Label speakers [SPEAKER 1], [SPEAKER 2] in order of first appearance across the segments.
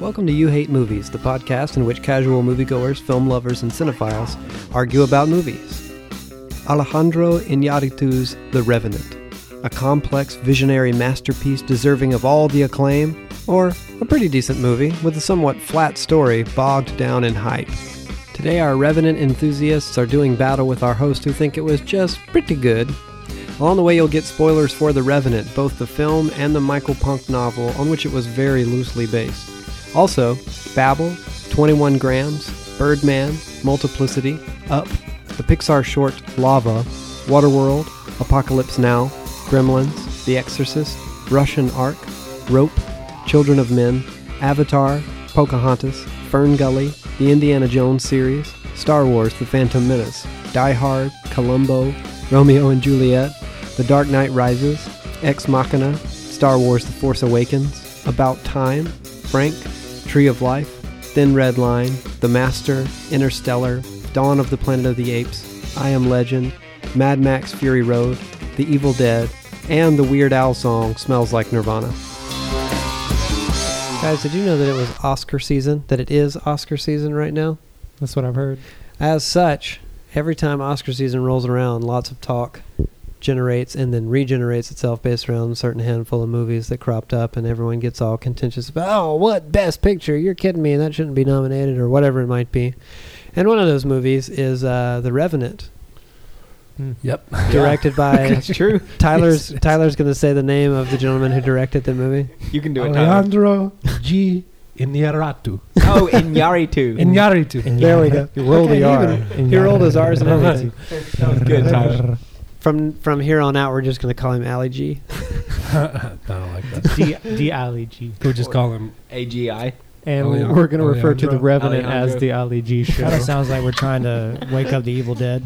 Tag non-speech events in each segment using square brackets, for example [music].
[SPEAKER 1] Welcome to You Hate Movies, the podcast in which casual moviegoers, film lovers, and cinephiles argue about movies. Alejandro Iñárritu's The Revenant, a complex, visionary masterpiece deserving of all the acclaim, or a pretty decent movie with a somewhat flat story bogged down in hype. Today, our Revenant enthusiasts are doing battle with our hosts who think it was just pretty good. Along the way, you'll get spoilers for The Revenant, both the film and the Michael Punk novel, on which it was very loosely based. Also, Babel, 21 Grams, Birdman, Multiplicity, Up, the Pixar short Lava, Waterworld, Apocalypse Now, Gremlins, The Exorcist, Russian Ark, Rope, Children of Men, Avatar, Pocahontas, Fern Gully, the Indiana Jones series, Star Wars The Phantom Menace, Die Hard, Columbo, Romeo and Juliet, The Dark Knight Rises, Ex Machina, Star Wars The Force Awakens, About Time, Frank, Tree of Life, Thin Red Line, The Master, Interstellar, Dawn of the Planet of the Apes, I Am Legend, Mad Max Fury Road, The Evil Dead, and the Weird Owl song Smells Like Nirvana. Guys, did you know that it was Oscar season? That it is Oscar season right now?
[SPEAKER 2] That's what I've heard.
[SPEAKER 1] As such, every time Oscar season rolls around, lots of talk generates and then regenerates itself based around a certain handful of movies that cropped up, and everyone gets all contentious about, oh, what best picture? You're kidding me. That shouldn't be nominated, or whatever it might be. And one of those movies is uh, The Revenant,
[SPEAKER 2] Mm.
[SPEAKER 3] Yep.
[SPEAKER 2] [laughs]
[SPEAKER 1] directed by
[SPEAKER 2] That's true.
[SPEAKER 1] Tyler's. Tyler's going to say the name of the gentleman who directed the movie.
[SPEAKER 4] You can do it,
[SPEAKER 2] [laughs]
[SPEAKER 4] Tyler.
[SPEAKER 3] Alejandro G. Iñárritu.
[SPEAKER 4] [laughs] oh, Inyaritu.
[SPEAKER 3] Iñárritu.
[SPEAKER 2] There we go.
[SPEAKER 1] You rolled the R. You rolled his R's
[SPEAKER 3] [laughs]
[SPEAKER 1] and everything.
[SPEAKER 4] That was good, Tyler.
[SPEAKER 1] From from here on out, we're just going to call him Ali G.
[SPEAKER 3] I don't like that.
[SPEAKER 2] D D Ali G.
[SPEAKER 3] Could we just call him?
[SPEAKER 4] AGI.
[SPEAKER 2] And
[SPEAKER 3] Alejandro-
[SPEAKER 2] we're going to refer to the
[SPEAKER 3] Alejandro.
[SPEAKER 2] Revenant
[SPEAKER 4] Alejandro.
[SPEAKER 2] as the Ali G show.
[SPEAKER 5] Kind of sounds like we're trying to wake up the evil dead.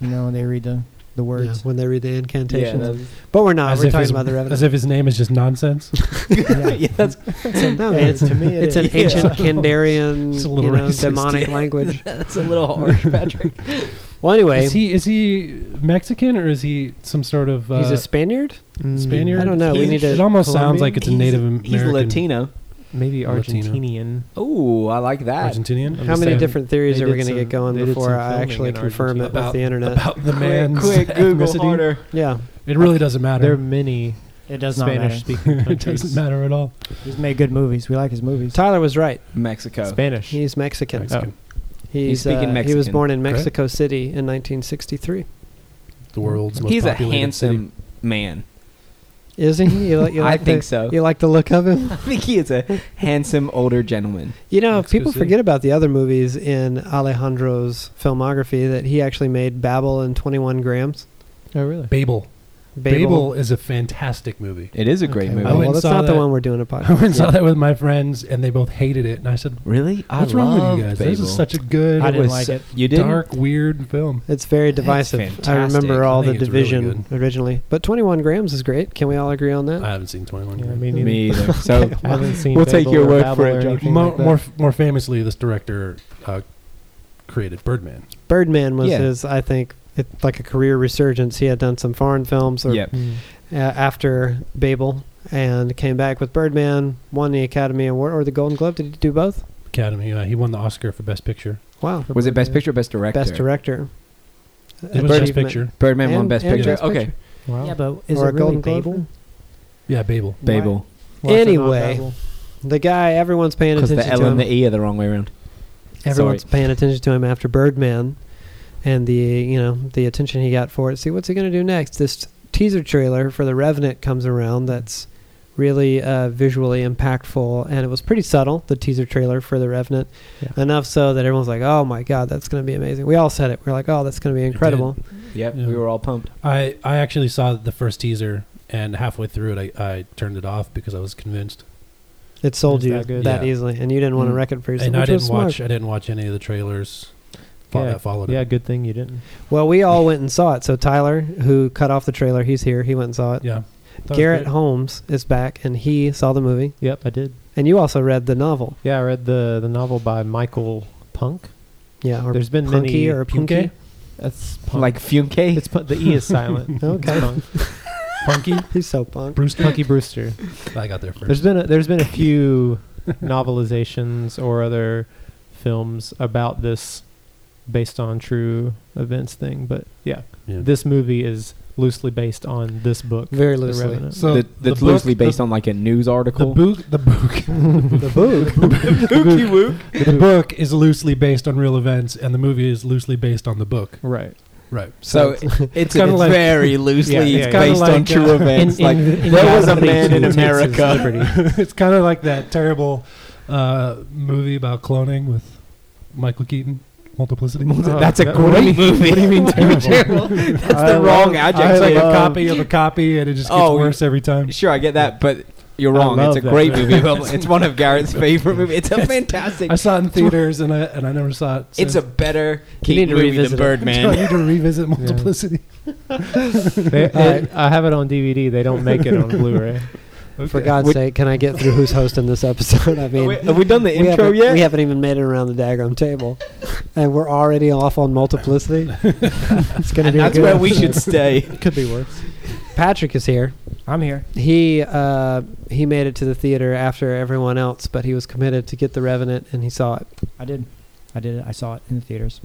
[SPEAKER 5] You know, when they read the, the
[SPEAKER 1] Yeah,
[SPEAKER 2] [laughs]
[SPEAKER 5] words.
[SPEAKER 1] when they read the
[SPEAKER 4] Yeah,
[SPEAKER 1] incantation.
[SPEAKER 4] that's,
[SPEAKER 1] but we're not.
[SPEAKER 3] as
[SPEAKER 1] we're
[SPEAKER 3] if
[SPEAKER 1] talking
[SPEAKER 3] his-
[SPEAKER 1] about the Revenant.
[SPEAKER 3] As if his name is just nonsense.
[SPEAKER 4] yeah, that's
[SPEAKER 1] No,
[SPEAKER 5] Hey,
[SPEAKER 1] man,
[SPEAKER 5] it's- to me, it
[SPEAKER 1] it's
[SPEAKER 5] is.
[SPEAKER 1] an ancient Kandarian,
[SPEAKER 3] It's a little
[SPEAKER 1] you know,
[SPEAKER 3] racist,
[SPEAKER 1] demonic
[SPEAKER 4] [laughs]
[SPEAKER 1] language.
[SPEAKER 4] that's a little
[SPEAKER 3] [laughs]
[SPEAKER 4] harsh, Patrick.
[SPEAKER 1] Well, anyway,
[SPEAKER 3] Is he is he Mexican or is he some sort of uh,
[SPEAKER 1] he's a Spaniard.
[SPEAKER 2] Mm.
[SPEAKER 3] Spaniard?
[SPEAKER 1] I don't know. We
[SPEAKER 4] He's-
[SPEAKER 1] need to.
[SPEAKER 3] It almost sounds
[SPEAKER 1] Colombian?
[SPEAKER 3] like it's a
[SPEAKER 4] He's-
[SPEAKER 3] Native American.
[SPEAKER 4] He's Latino.
[SPEAKER 2] Maybe
[SPEAKER 3] Latino.
[SPEAKER 2] Argentinian.
[SPEAKER 4] Oh, I like that.
[SPEAKER 3] Argentinian.
[SPEAKER 1] How many
[SPEAKER 3] Understand.
[SPEAKER 1] different theories
[SPEAKER 2] they
[SPEAKER 1] are we
[SPEAKER 2] did
[SPEAKER 1] going to get
[SPEAKER 2] some-
[SPEAKER 1] going
[SPEAKER 2] they did
[SPEAKER 1] before
[SPEAKER 2] some
[SPEAKER 1] I
[SPEAKER 2] filming
[SPEAKER 1] actually
[SPEAKER 2] in
[SPEAKER 1] confirm it
[SPEAKER 3] About-
[SPEAKER 1] with the internet?
[SPEAKER 3] about the man's
[SPEAKER 4] quick, Google
[SPEAKER 3] ethnicity?
[SPEAKER 4] harder.
[SPEAKER 1] yeah,
[SPEAKER 3] It really doesn't
[SPEAKER 2] There are
[SPEAKER 3] matter.
[SPEAKER 2] many
[SPEAKER 5] It does not
[SPEAKER 2] Spanish
[SPEAKER 5] matter.
[SPEAKER 2] speaking
[SPEAKER 3] [laughs] it doesn't
[SPEAKER 2] countries.
[SPEAKER 3] matter at all.
[SPEAKER 5] He's made good movies. We like his movies.
[SPEAKER 1] Tyler was right.
[SPEAKER 4] Mexico.
[SPEAKER 2] Spanish.
[SPEAKER 1] He's Mexican.
[SPEAKER 3] Mexican.
[SPEAKER 4] Oh.
[SPEAKER 1] He's,
[SPEAKER 4] He's speaking
[SPEAKER 1] uh, He was
[SPEAKER 4] Mexican.
[SPEAKER 1] born in
[SPEAKER 3] Correct.
[SPEAKER 1] Mexico City in 1963.
[SPEAKER 3] The world's most
[SPEAKER 4] He's a
[SPEAKER 3] populated city.
[SPEAKER 4] handsome man.
[SPEAKER 1] Isn't he? You, like- you
[SPEAKER 4] [laughs] I
[SPEAKER 1] like
[SPEAKER 4] think
[SPEAKER 1] the,
[SPEAKER 4] so.
[SPEAKER 1] You like the look of him?
[SPEAKER 4] I think he is a handsome older gentleman.
[SPEAKER 1] You know, if
[SPEAKER 3] Mexico
[SPEAKER 1] people
[SPEAKER 3] City.
[SPEAKER 1] forget about the other movies in Alejandro's filmography that he actually made Babel and 21 Grams.
[SPEAKER 2] Oh, really?
[SPEAKER 3] Babel.
[SPEAKER 1] Babel.
[SPEAKER 3] Babel is a fantastic movie.
[SPEAKER 4] It is a great
[SPEAKER 2] Okay,
[SPEAKER 4] movie.
[SPEAKER 3] I
[SPEAKER 1] Well,
[SPEAKER 3] went
[SPEAKER 1] that's
[SPEAKER 3] saw
[SPEAKER 1] not the
[SPEAKER 3] that.
[SPEAKER 1] one we're doing a
[SPEAKER 3] [laughs] I went
[SPEAKER 1] podcast.
[SPEAKER 3] and saw that with my friends, and they both hated it. And I said,
[SPEAKER 4] really? I
[SPEAKER 3] "What's wrong with
[SPEAKER 4] love
[SPEAKER 3] you guys? This
[SPEAKER 4] Babel.
[SPEAKER 3] is such a good,
[SPEAKER 5] I
[SPEAKER 3] it
[SPEAKER 5] didn't
[SPEAKER 3] was
[SPEAKER 5] like
[SPEAKER 3] su-
[SPEAKER 5] it.
[SPEAKER 4] you didn't?
[SPEAKER 3] dark, weird film."
[SPEAKER 1] [laughs] It's very divisive. I remember
[SPEAKER 4] fantastic.
[SPEAKER 1] all
[SPEAKER 3] I
[SPEAKER 1] the
[SPEAKER 3] think it's really
[SPEAKER 1] division originally, but 21 Grams is great. Can we all agree on
[SPEAKER 4] Uh,
[SPEAKER 1] that?
[SPEAKER 3] I haven't seen Twenty
[SPEAKER 2] [laughs]
[SPEAKER 3] One.
[SPEAKER 2] Yeah,
[SPEAKER 3] Years.
[SPEAKER 2] me neither.
[SPEAKER 4] Me
[SPEAKER 3] [laughs]
[SPEAKER 4] either. So
[SPEAKER 2] I [laughs] haven't seen.
[SPEAKER 4] We'll take
[SPEAKER 2] Babel
[SPEAKER 4] your
[SPEAKER 2] or
[SPEAKER 4] word
[SPEAKER 2] Babel
[SPEAKER 4] for it,
[SPEAKER 2] or
[SPEAKER 4] Joe.
[SPEAKER 2] anything
[SPEAKER 3] more,
[SPEAKER 2] like that.
[SPEAKER 3] more, f- more famously, this director uh, created Birdman.
[SPEAKER 1] Birdman was
[SPEAKER 4] Yeah.
[SPEAKER 1] his, I think, it, like a career resurgence. He had done some foreign films or,
[SPEAKER 4] yep.
[SPEAKER 2] [laughs] Mm.
[SPEAKER 1] uh, after Babel and came back with Birdman, won the Academy Award or the Golden Globe. Did he do both?
[SPEAKER 3] Academy. Uh, he won the Oscar for Best Picture.
[SPEAKER 1] Wow.
[SPEAKER 4] Was it Best Picture or Best Director?
[SPEAKER 1] Best director. Uh,
[SPEAKER 3] It was Best
[SPEAKER 1] Achievement.
[SPEAKER 3] Picture.
[SPEAKER 4] Birdman won
[SPEAKER 1] And-
[SPEAKER 4] Best
[SPEAKER 1] and
[SPEAKER 4] Picture.
[SPEAKER 1] Best
[SPEAKER 4] okay,
[SPEAKER 1] Picture.
[SPEAKER 2] Wow.
[SPEAKER 5] Yeah, but is
[SPEAKER 1] Or a
[SPEAKER 5] it really
[SPEAKER 1] Golden Globe?
[SPEAKER 5] Babel?
[SPEAKER 3] Yeah, Babel.
[SPEAKER 4] Babel.
[SPEAKER 1] Why is it not Anyway. Babel? The guy, everyone's paying
[SPEAKER 4] Because
[SPEAKER 1] attention
[SPEAKER 4] the L
[SPEAKER 1] to him.
[SPEAKER 4] and the E are the wrong way around.
[SPEAKER 1] everyone's paying attention to him after Birdman and the you know the attention he got for it. See what's he going to do next? This teaser trailer for The Revenant comes around. That's really uh, visually impactful, and it was pretty subtle. The teaser trailer for The Revenant,
[SPEAKER 2] Yeah.
[SPEAKER 1] enough so that everyone's like, "Oh my god, that's going to be amazing." We all said it. We are like, "Oh, that's going to be incredible."
[SPEAKER 4] Yep,
[SPEAKER 3] Yeah.
[SPEAKER 4] we were all pumped.
[SPEAKER 3] I, I actually saw the first teaser, and halfway through it, I, I turned it off because I was convinced.
[SPEAKER 1] It sold
[SPEAKER 2] It's
[SPEAKER 1] you
[SPEAKER 2] that
[SPEAKER 1] that,
[SPEAKER 2] good.
[SPEAKER 3] Yeah. Mm-hmm.
[SPEAKER 1] easily, and you didn't want to
[SPEAKER 4] Mm.
[SPEAKER 1] wreck it for yourself.
[SPEAKER 3] and I
[SPEAKER 1] which
[SPEAKER 3] didn't
[SPEAKER 1] was
[SPEAKER 3] watch.
[SPEAKER 1] smart.
[SPEAKER 3] I didn't watch any of the trailers. fo-
[SPEAKER 2] Yeah.
[SPEAKER 3] that followed
[SPEAKER 2] Yeah,
[SPEAKER 3] it.
[SPEAKER 2] good thing you didn't.
[SPEAKER 1] Well, we all went and saw it. So Tyler, who cut off the trailer, he's here. He went and saw it.
[SPEAKER 3] Yeah. That was
[SPEAKER 1] Garrett
[SPEAKER 3] great.
[SPEAKER 1] Holmes is back, and he saw the movie.
[SPEAKER 2] Yep, I did.
[SPEAKER 1] And you also read the novel,
[SPEAKER 2] Yeah, I read the the novel by Michael Punk.
[SPEAKER 1] yeah? Or
[SPEAKER 2] There's been
[SPEAKER 1] Punky
[SPEAKER 2] many
[SPEAKER 1] or Punky.
[SPEAKER 2] That's punk.
[SPEAKER 4] Like Funke.
[SPEAKER 2] it's pun- the E is [laughs] silent.
[SPEAKER 1] Okay.
[SPEAKER 2] It's punk.
[SPEAKER 1] He's so punk.
[SPEAKER 3] Brewster.
[SPEAKER 2] Punky Brewster.
[SPEAKER 3] I got there
[SPEAKER 2] [laughs]
[SPEAKER 3] first.
[SPEAKER 2] There's been a, there's been a few novelizations or other films about this based on true events thing. But yeah,
[SPEAKER 3] Yeah.
[SPEAKER 2] this movie is loosely based on this book.
[SPEAKER 1] Very
[SPEAKER 2] The
[SPEAKER 1] loosely.
[SPEAKER 2] Revenant.
[SPEAKER 1] So
[SPEAKER 4] that, that's loosely based on like a news
[SPEAKER 3] the
[SPEAKER 4] article.
[SPEAKER 3] book. The book.
[SPEAKER 2] [laughs] the
[SPEAKER 1] [laughs]
[SPEAKER 2] book.
[SPEAKER 3] the book is loosely based on real events, and the movie is loosely based on the book.
[SPEAKER 2] Right.
[SPEAKER 3] Right.
[SPEAKER 4] so it's, it's,
[SPEAKER 3] kinda like-
[SPEAKER 4] very loosely
[SPEAKER 2] Yeah, yeah,
[SPEAKER 4] it's
[SPEAKER 2] yeah.
[SPEAKER 4] based
[SPEAKER 2] Kinda
[SPEAKER 4] on
[SPEAKER 2] like,
[SPEAKER 4] true
[SPEAKER 2] uh,
[SPEAKER 4] events.
[SPEAKER 2] in-
[SPEAKER 4] like
[SPEAKER 2] in- in
[SPEAKER 4] there was a
[SPEAKER 2] reality,
[SPEAKER 4] man in
[SPEAKER 2] it's- it's- it's
[SPEAKER 4] America.
[SPEAKER 3] [laughs]
[SPEAKER 4] [laughs]
[SPEAKER 3] it's kind of like that terrible uh, movie about cloning with Michael Keaton, Multiplicity. Uh,
[SPEAKER 4] That's a
[SPEAKER 2] that- what do you
[SPEAKER 4] great movie. [laughs] What do you mean terrible? That's
[SPEAKER 2] I
[SPEAKER 4] the
[SPEAKER 2] love-
[SPEAKER 4] wrong adjective.
[SPEAKER 2] I
[SPEAKER 3] it's like a
[SPEAKER 2] love-
[SPEAKER 3] copy of a [laughs] copy, and it just gets
[SPEAKER 4] Oh,
[SPEAKER 3] worse every time.
[SPEAKER 4] Sure, I get that, but you're
[SPEAKER 2] I
[SPEAKER 4] wrong. It's
[SPEAKER 2] love
[SPEAKER 4] a
[SPEAKER 2] that
[SPEAKER 4] great
[SPEAKER 2] movie.
[SPEAKER 4] movie. Well, it's one of Garrett's favorite movies. It's a fantastic.
[SPEAKER 3] I saw it in theaters, and I and I never saw it.
[SPEAKER 4] It's
[SPEAKER 3] since. [laughs]
[SPEAKER 4] a better
[SPEAKER 1] You need
[SPEAKER 4] Keaton
[SPEAKER 1] to
[SPEAKER 4] movie
[SPEAKER 1] revisit
[SPEAKER 4] than
[SPEAKER 1] it.
[SPEAKER 3] Do I
[SPEAKER 4] Birdman.
[SPEAKER 3] need to revisit Multiplicity?
[SPEAKER 2] [laughs] They, I, I have it on DVD. They don't make
[SPEAKER 6] [laughs]
[SPEAKER 2] it on Blu-ray.
[SPEAKER 1] For God's
[SPEAKER 4] We-
[SPEAKER 1] sake, can I get through who's hosting this episode? [laughs] I mean,
[SPEAKER 4] Wait, have we done the
[SPEAKER 1] we
[SPEAKER 4] intro
[SPEAKER 1] haven't,
[SPEAKER 4] yet?
[SPEAKER 1] we haven't even made it around the daggone table, and we're already off on
[SPEAKER 4] [laughs]
[SPEAKER 1] multiplicity. it's going to
[SPEAKER 4] and
[SPEAKER 1] be. a
[SPEAKER 4] that's
[SPEAKER 1] good
[SPEAKER 4] where we
[SPEAKER 1] episode.
[SPEAKER 4] should
[SPEAKER 1] [laughs]
[SPEAKER 4] stay.
[SPEAKER 2] Could be worse.
[SPEAKER 1] Patrick is here.
[SPEAKER 6] I'm here.
[SPEAKER 1] He uh, he made it to the theater after everyone else, but he was committed to get the Revenant, and he saw it.
[SPEAKER 6] I did. I did it. I saw it in the theaters.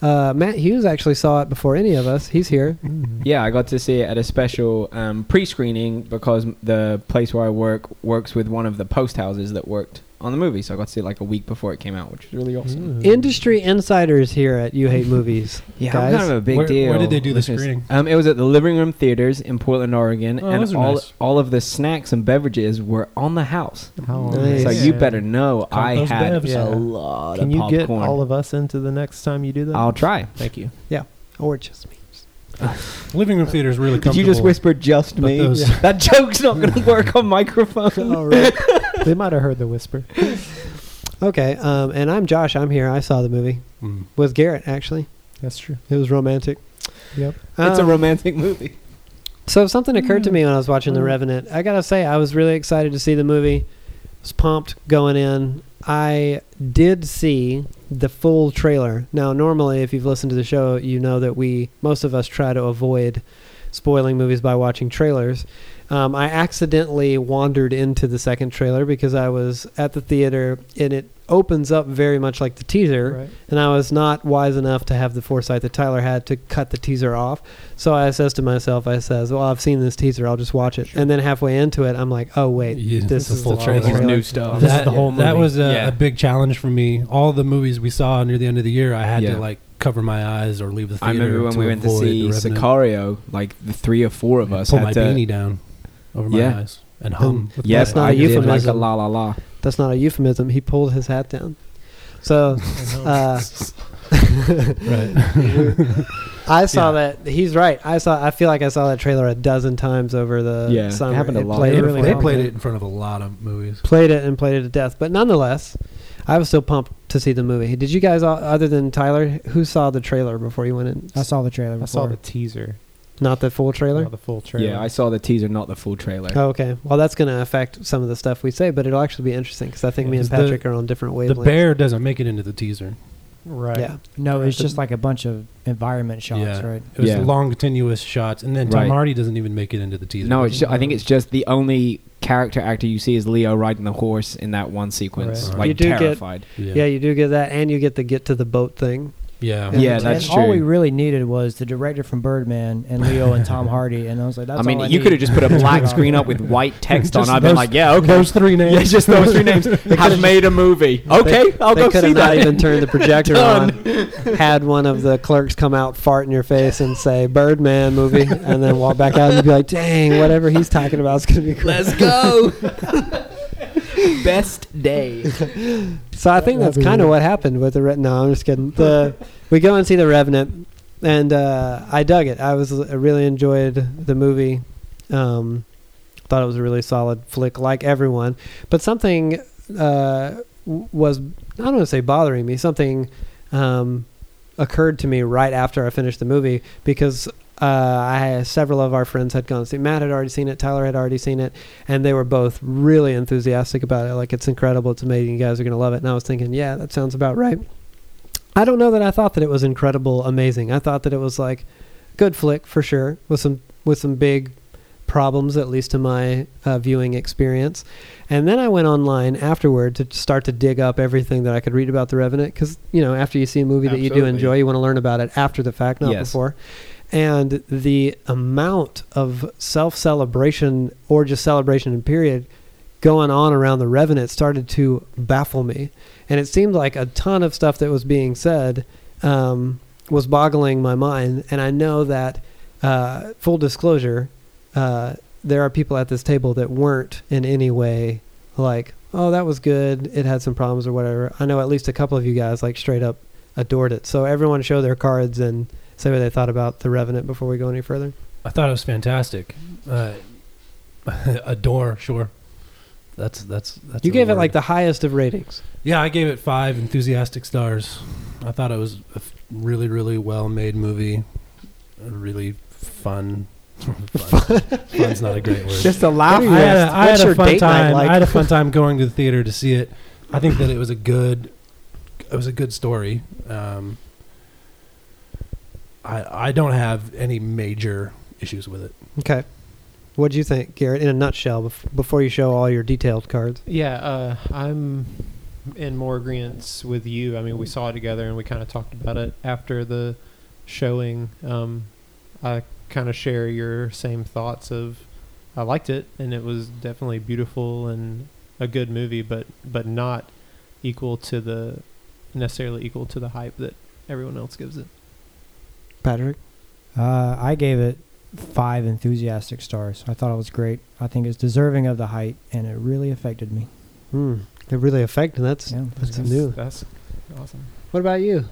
[SPEAKER 1] Uh, Matt Hughes actually saw it before any of us. He's here.
[SPEAKER 2] Mm.
[SPEAKER 6] [laughs]
[SPEAKER 4] Yeah, I got to see it at a special um, pre-screening because the place where I work works with one of the post houses that worked on the movie, so I got to see it like a week before it came out, which was really
[SPEAKER 3] Hmm.
[SPEAKER 4] awesome.
[SPEAKER 2] Mm.
[SPEAKER 1] Industry insiders here at You Hate Movies.
[SPEAKER 4] Yeah,
[SPEAKER 1] guys.
[SPEAKER 4] kind of a big
[SPEAKER 3] Where-
[SPEAKER 4] deal.
[SPEAKER 3] where did they do the
[SPEAKER 4] listeners.
[SPEAKER 3] screening?
[SPEAKER 4] Um, it was at the Living Room Theaters in Portland, Oregon,
[SPEAKER 3] Oh,
[SPEAKER 4] and
[SPEAKER 3] those are
[SPEAKER 4] all
[SPEAKER 3] nice.
[SPEAKER 4] all of the snacks and beverages were on the house.
[SPEAKER 2] How
[SPEAKER 1] Nice.
[SPEAKER 4] So
[SPEAKER 1] Yes.
[SPEAKER 4] you better know
[SPEAKER 3] Count
[SPEAKER 4] I
[SPEAKER 3] Oh, those
[SPEAKER 4] had
[SPEAKER 3] bevs.
[SPEAKER 2] Yeah.
[SPEAKER 4] a lot
[SPEAKER 2] Can
[SPEAKER 4] of
[SPEAKER 2] you
[SPEAKER 4] popcorn.
[SPEAKER 2] get all of us into the next time you do that?
[SPEAKER 4] I'll try.
[SPEAKER 2] Thank you.
[SPEAKER 1] Or just me.
[SPEAKER 3] Living room theater is really
[SPEAKER 4] Did
[SPEAKER 3] comfortable.
[SPEAKER 4] you just whisper just
[SPEAKER 3] But
[SPEAKER 4] me?
[SPEAKER 3] those-
[SPEAKER 4] [laughs] That joke's not
[SPEAKER 3] [laughs]
[SPEAKER 4] going to work on microphone.
[SPEAKER 1] All right.
[SPEAKER 2] they might have heard the whisper.
[SPEAKER 1] Okay. Um, and I'm Josh. I'm here. I saw the movie
[SPEAKER 3] Mm.
[SPEAKER 1] with Garrett actually.
[SPEAKER 2] That's true.
[SPEAKER 1] It was romantic.
[SPEAKER 2] Yep.
[SPEAKER 4] it's a
[SPEAKER 1] Um,
[SPEAKER 4] romantic movie.
[SPEAKER 1] So something occurred to me when I was watching The
[SPEAKER 2] Mm.
[SPEAKER 1] Revenant. I gotta say, I was really excited to see the movie. Was pumped going in. I did see the full trailer. Now, normally, if you've listened to the show, you know that we most of us try to avoid spoiling movies by watching trailers. Um, I accidentally wandered into the second trailer because I was at the theater and it opens up very much like the teaser
[SPEAKER 2] Right.
[SPEAKER 1] and I was not wise enough to have the foresight that Tyler had to cut the teaser off. So I says to myself, I says, "Well, I've seen this teaser. I'll just watch it." And then halfway into it, I'm like, "Oh wait,
[SPEAKER 3] Yeah,
[SPEAKER 1] this,
[SPEAKER 3] this
[SPEAKER 1] is,
[SPEAKER 3] is
[SPEAKER 1] the
[SPEAKER 3] the
[SPEAKER 1] full
[SPEAKER 3] trailer.
[SPEAKER 1] trailer."
[SPEAKER 4] new stuff.
[SPEAKER 3] that,
[SPEAKER 2] the whole
[SPEAKER 3] that
[SPEAKER 2] movie.
[SPEAKER 3] was a,
[SPEAKER 4] Yeah.
[SPEAKER 3] a big challenge for me. All the movies we saw near the end of the year, I had
[SPEAKER 4] Yeah.
[SPEAKER 3] to like cover my eyes or leave the theater.
[SPEAKER 4] I remember when we went to
[SPEAKER 3] avoid
[SPEAKER 4] see
[SPEAKER 3] the Revenant.
[SPEAKER 4] Sicario, like the three or four of us
[SPEAKER 3] pull
[SPEAKER 4] had
[SPEAKER 3] my
[SPEAKER 4] to.
[SPEAKER 3] beanie down over my
[SPEAKER 4] Yeah.
[SPEAKER 3] eyes and hum. with
[SPEAKER 4] Yes,
[SPEAKER 1] That's
[SPEAKER 3] my
[SPEAKER 1] not
[SPEAKER 4] I
[SPEAKER 1] a
[SPEAKER 4] did like a
[SPEAKER 1] euphemism.
[SPEAKER 4] la la la.
[SPEAKER 1] That's not a euphemism. He pulled his hat down.
[SPEAKER 3] [laughs]
[SPEAKER 1] So uh, [laughs]
[SPEAKER 3] right.
[SPEAKER 1] I saw that. He's right. I saw. I feel like I saw that trailer a dozen times over the
[SPEAKER 4] Yeah, it
[SPEAKER 1] summer.
[SPEAKER 4] happened a lot.
[SPEAKER 1] played
[SPEAKER 3] They,
[SPEAKER 1] it
[SPEAKER 2] really
[SPEAKER 3] they
[SPEAKER 1] before.
[SPEAKER 3] played it in front of a lot of movies.
[SPEAKER 1] Played it and played it to death. But nonetheless, I was still pumped to see the movie. Did you guys, all, other than Tyler, who saw the trailer before you went in?
[SPEAKER 6] I saw the trailer.
[SPEAKER 2] I saw
[SPEAKER 6] before.
[SPEAKER 2] the teaser,
[SPEAKER 1] Not the full trailer.
[SPEAKER 2] not the full trailer.
[SPEAKER 4] Yeah, I saw the teaser, not the full trailer.
[SPEAKER 1] Oh, okay. Well, that's going to affect some of the stuff we say, but it'll actually be interesting because I think
[SPEAKER 3] Yeah,
[SPEAKER 1] me and
[SPEAKER 3] 'cause the-
[SPEAKER 1] Patrick are on different
[SPEAKER 3] The
[SPEAKER 1] wavelengths.
[SPEAKER 3] bear doesn't make it into the teaser.
[SPEAKER 2] right.
[SPEAKER 1] Yeah.
[SPEAKER 6] No, it's
[SPEAKER 1] The-
[SPEAKER 6] just like a bunch of environment shots,
[SPEAKER 3] Yeah.
[SPEAKER 6] right?
[SPEAKER 3] It was
[SPEAKER 4] Yeah.
[SPEAKER 3] long, continuous shots, and then Tom
[SPEAKER 4] Right.
[SPEAKER 3] Hardy doesn't even make it into the teaser.
[SPEAKER 4] no, it's ju- I think it's just the only character actor you see is Leo riding the horse in that one sequence,
[SPEAKER 3] Right.
[SPEAKER 4] like
[SPEAKER 1] You do get-
[SPEAKER 4] terrified.
[SPEAKER 3] yeah,
[SPEAKER 1] Yeah. you do get that, and you get the get to the boat thing.
[SPEAKER 3] yeah.
[SPEAKER 6] And-
[SPEAKER 4] Yeah, that's
[SPEAKER 6] and All we
[SPEAKER 4] true.
[SPEAKER 6] really needed was the director from Birdman and Leo
[SPEAKER 4] [laughs]
[SPEAKER 6] and Tom Hardy, and I was like, that's
[SPEAKER 4] I mean,
[SPEAKER 6] all
[SPEAKER 4] you
[SPEAKER 6] need.
[SPEAKER 4] could have just put
[SPEAKER 6] [laughs]
[SPEAKER 4] a black screen up with white text on. I've been like, yeah, okay. Those three
[SPEAKER 6] [laughs]
[SPEAKER 4] names. [laughs] Yeah, just those three names. have made a movie. Okay, I'll
[SPEAKER 1] they
[SPEAKER 4] go
[SPEAKER 1] could
[SPEAKER 4] see
[SPEAKER 1] have not
[SPEAKER 4] that.
[SPEAKER 1] even turned the projector on.
[SPEAKER 4] Done.
[SPEAKER 1] Had one of the clerks come out, fart in your face, and say "Birdman movie," and then walk back out and you'd be like, "Dang, whatever he's talking about is going
[SPEAKER 4] [laughs]
[SPEAKER 1] to be great."
[SPEAKER 4] Let's go. Best day.
[SPEAKER 1] So I think that's kind of what happened with the Re- no. I'm just kidding. The we go and see the Revenant, and uh, I dug it. I was I really enjoyed the movie. Um, thought it was a really solid flick, like everyone. But something uh, w- was I don't want to say bothering me. Something um, occurred to me right after I finished the movie because. Uh, I several of our friends had gone to see. Matt had already seen it. Tyler had already seen it and they were both really enthusiastic about it. Like, it's incredible, it's amazing, you guys are going to love it. And I was thinking, yeah, that sounds about right. I don't know that I thought that it was incredible, amazing. I thought that it was like good flick for sure with some with some big problems, at least to my uh, viewing experience. And then I went online afterward to start to dig up everything that I could read about The Revenant because, you know, after you see a movie that you do
[SPEAKER 3] Absolutely.
[SPEAKER 1] enjoy, you want to learn about it after the fact, not
[SPEAKER 4] Yes.
[SPEAKER 1] before. And the amount of self celebration or just celebration in period going on around The Revenant started to baffle me. And it seemed like a ton of stuff that was being said um, was boggling my mind. And I know that, uh, full disclosure, uh, there are people at this table that weren't in any way like, oh, that was good. It had some problems or whatever. I know at least a couple of you guys like straight up adored it. So everyone show their cards and say what they thought about The Revenant before we go any further.
[SPEAKER 3] I thought it was fantastic. Uh, [laughs] adore, sure. That's that's that's.
[SPEAKER 1] you
[SPEAKER 3] a
[SPEAKER 1] gave it
[SPEAKER 3] word.
[SPEAKER 1] like the highest of ratings.
[SPEAKER 3] Yeah, I gave it five enthusiastic stars. I thought it was a f- really, really well made movie. A really fun. [laughs] fun. Fun's not a great word.
[SPEAKER 6] Just a
[SPEAKER 3] I
[SPEAKER 6] laugh
[SPEAKER 3] had a, I
[SPEAKER 1] What's
[SPEAKER 3] had
[SPEAKER 1] your
[SPEAKER 3] a fun
[SPEAKER 1] date night
[SPEAKER 3] time.
[SPEAKER 1] like?
[SPEAKER 3] I had
[SPEAKER 1] [laughs]
[SPEAKER 3] a fun time going to the theater to see it. I think that it was a good, it was a good story. Um, I I don't have any major issues with it.
[SPEAKER 1] Okay. What do you think, Garrett? In a nutshell, bef- before you show all your detailed cards.
[SPEAKER 2] Yeah, uh, I'm in more agreement with you. I mean, we saw it together and we kind of talked about it after the showing. Um, I kind of share your same thoughts of I liked it and it was definitely beautiful and a good movie, but but not equal to the necessarily equal to the hype that everyone else gives it.
[SPEAKER 1] Patrick?
[SPEAKER 6] Uh, I gave it five enthusiastic stars. I thought it was great. I think it's deserving of the height, and it really affected me.
[SPEAKER 1] Hmm. It really affected. That's.
[SPEAKER 6] Yeah,
[SPEAKER 1] That's new.
[SPEAKER 2] That's awesome.
[SPEAKER 1] What about you?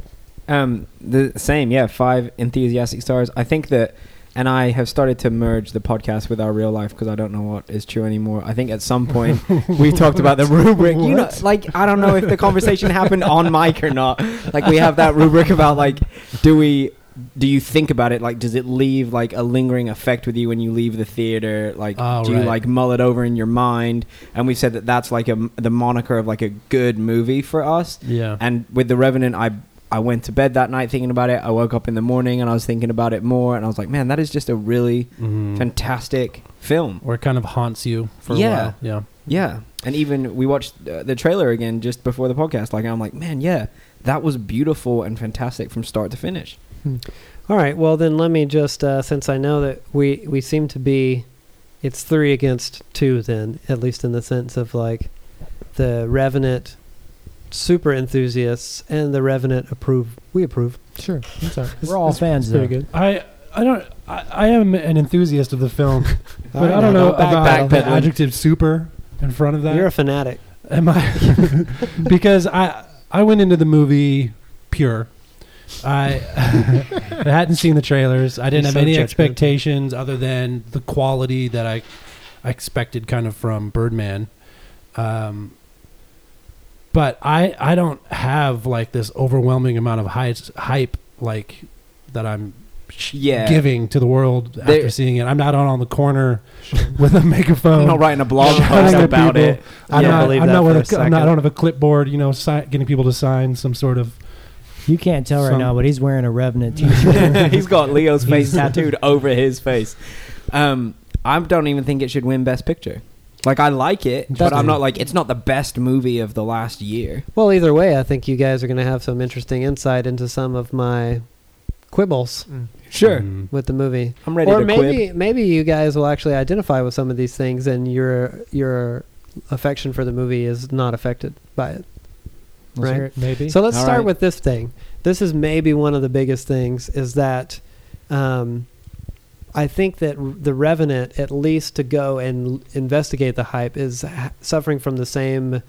[SPEAKER 4] Um, the same, yeah. Five enthusiastic stars. I think that, and I have started to merge the podcast with our real life because I don't know what is true anymore. I think at some
[SPEAKER 3] [laughs]
[SPEAKER 4] point we talked about the rubric. You know, like I don't know if the conversation happened
[SPEAKER 3] [laughs]
[SPEAKER 4] on mic or not. Like we have that rubric about like, do we? Do you think about it? Like, does it leave like a lingering effect with you when you leave the theater? Like,
[SPEAKER 3] Oh,
[SPEAKER 4] do you
[SPEAKER 3] right.
[SPEAKER 4] like mull it over in your mind? And we said that that's like a the moniker of like a good movie for us.
[SPEAKER 3] Yeah.
[SPEAKER 4] And with The Revenant, I I went to bed that night thinking about it. I woke up in the morning and I was thinking about it more, and I was like, man, that is just a really
[SPEAKER 3] Mm.
[SPEAKER 4] fantastic film.
[SPEAKER 3] Mm-hmm. Or it kind of haunts you for
[SPEAKER 4] Yeah.
[SPEAKER 3] a while. Yeah.
[SPEAKER 4] Yeah. And even we watched uh, the trailer again just before the podcast. Like, I'm like, man, yeah, that was beautiful and fantastic from start to finish.
[SPEAKER 1] All right. Well, then let me just, uh, since I know that we we seem to be, it's three against two. Then at least in the sense of like, the revenant super enthusiasts and the revenant approve. We approve.
[SPEAKER 2] Sure. I'm sorry.
[SPEAKER 6] We're all fans, though.
[SPEAKER 1] Pretty good.
[SPEAKER 3] I I don't. I, I am an enthusiast of the film,
[SPEAKER 1] All
[SPEAKER 3] but
[SPEAKER 1] right,
[SPEAKER 3] I don't
[SPEAKER 1] now
[SPEAKER 3] know
[SPEAKER 1] go back-
[SPEAKER 3] about the
[SPEAKER 1] backpedaling.
[SPEAKER 3] adjective "super" in front of that.
[SPEAKER 1] Uh, You're a fanatic.
[SPEAKER 3] Am I? [laughs] because I I went into the movie pure. I, [laughs] I hadn't seen the trailers. I
[SPEAKER 1] You're
[SPEAKER 3] didn't have
[SPEAKER 1] so
[SPEAKER 3] any
[SPEAKER 1] judgmental.
[SPEAKER 3] expectations other than the quality that I, I expected kind of from Birdman. Um, but I I don't have like this overwhelming amount of hy- hype like that I'm sh-
[SPEAKER 4] Yeah.
[SPEAKER 3] giving to the world
[SPEAKER 4] There-
[SPEAKER 3] after seeing it. I'm not on on the corner with a megaphone.
[SPEAKER 4] I'm not writing a blog
[SPEAKER 3] shouting
[SPEAKER 4] post
[SPEAKER 3] at
[SPEAKER 4] about
[SPEAKER 3] people.
[SPEAKER 4] it.
[SPEAKER 3] I'm
[SPEAKER 1] Yeah.
[SPEAKER 3] not,
[SPEAKER 1] believe
[SPEAKER 3] I'm
[SPEAKER 1] that
[SPEAKER 3] not
[SPEAKER 1] for
[SPEAKER 3] with
[SPEAKER 1] a
[SPEAKER 3] a cl- I'm not, I
[SPEAKER 1] second.
[SPEAKER 3] don't have a clipboard, you know, si- getting people to sign some sort of.
[SPEAKER 6] You can't tell right
[SPEAKER 3] Some-
[SPEAKER 6] now, but he's wearing a Revenant
[SPEAKER 4] [laughs]
[SPEAKER 6] t-shirt.
[SPEAKER 4] He's got Leo's face tattooed over his face. Um, I don't even think it should win Best Picture. Like, I like it, but I'm not like, it's not the best movie of the last year.
[SPEAKER 1] Well, either way, I think you guys are going to have some interesting insight into some of my quibbles
[SPEAKER 4] Sure.
[SPEAKER 3] Mm.
[SPEAKER 1] with the movie.
[SPEAKER 4] I'm ready
[SPEAKER 1] or
[SPEAKER 4] to
[SPEAKER 1] maybe
[SPEAKER 4] quib.
[SPEAKER 1] maybe you guys will actually identify with some of these things, and your your affection for the movie is not affected by it.
[SPEAKER 6] Let's hear
[SPEAKER 1] Right.
[SPEAKER 6] it.
[SPEAKER 2] Maybe.
[SPEAKER 1] So let's
[SPEAKER 4] All
[SPEAKER 1] start
[SPEAKER 4] right.
[SPEAKER 1] with this thing. This is maybe one of the biggest things is that um, I think that r- the Revenant, at least to go and l- investigate the hype, is ha- suffering from the same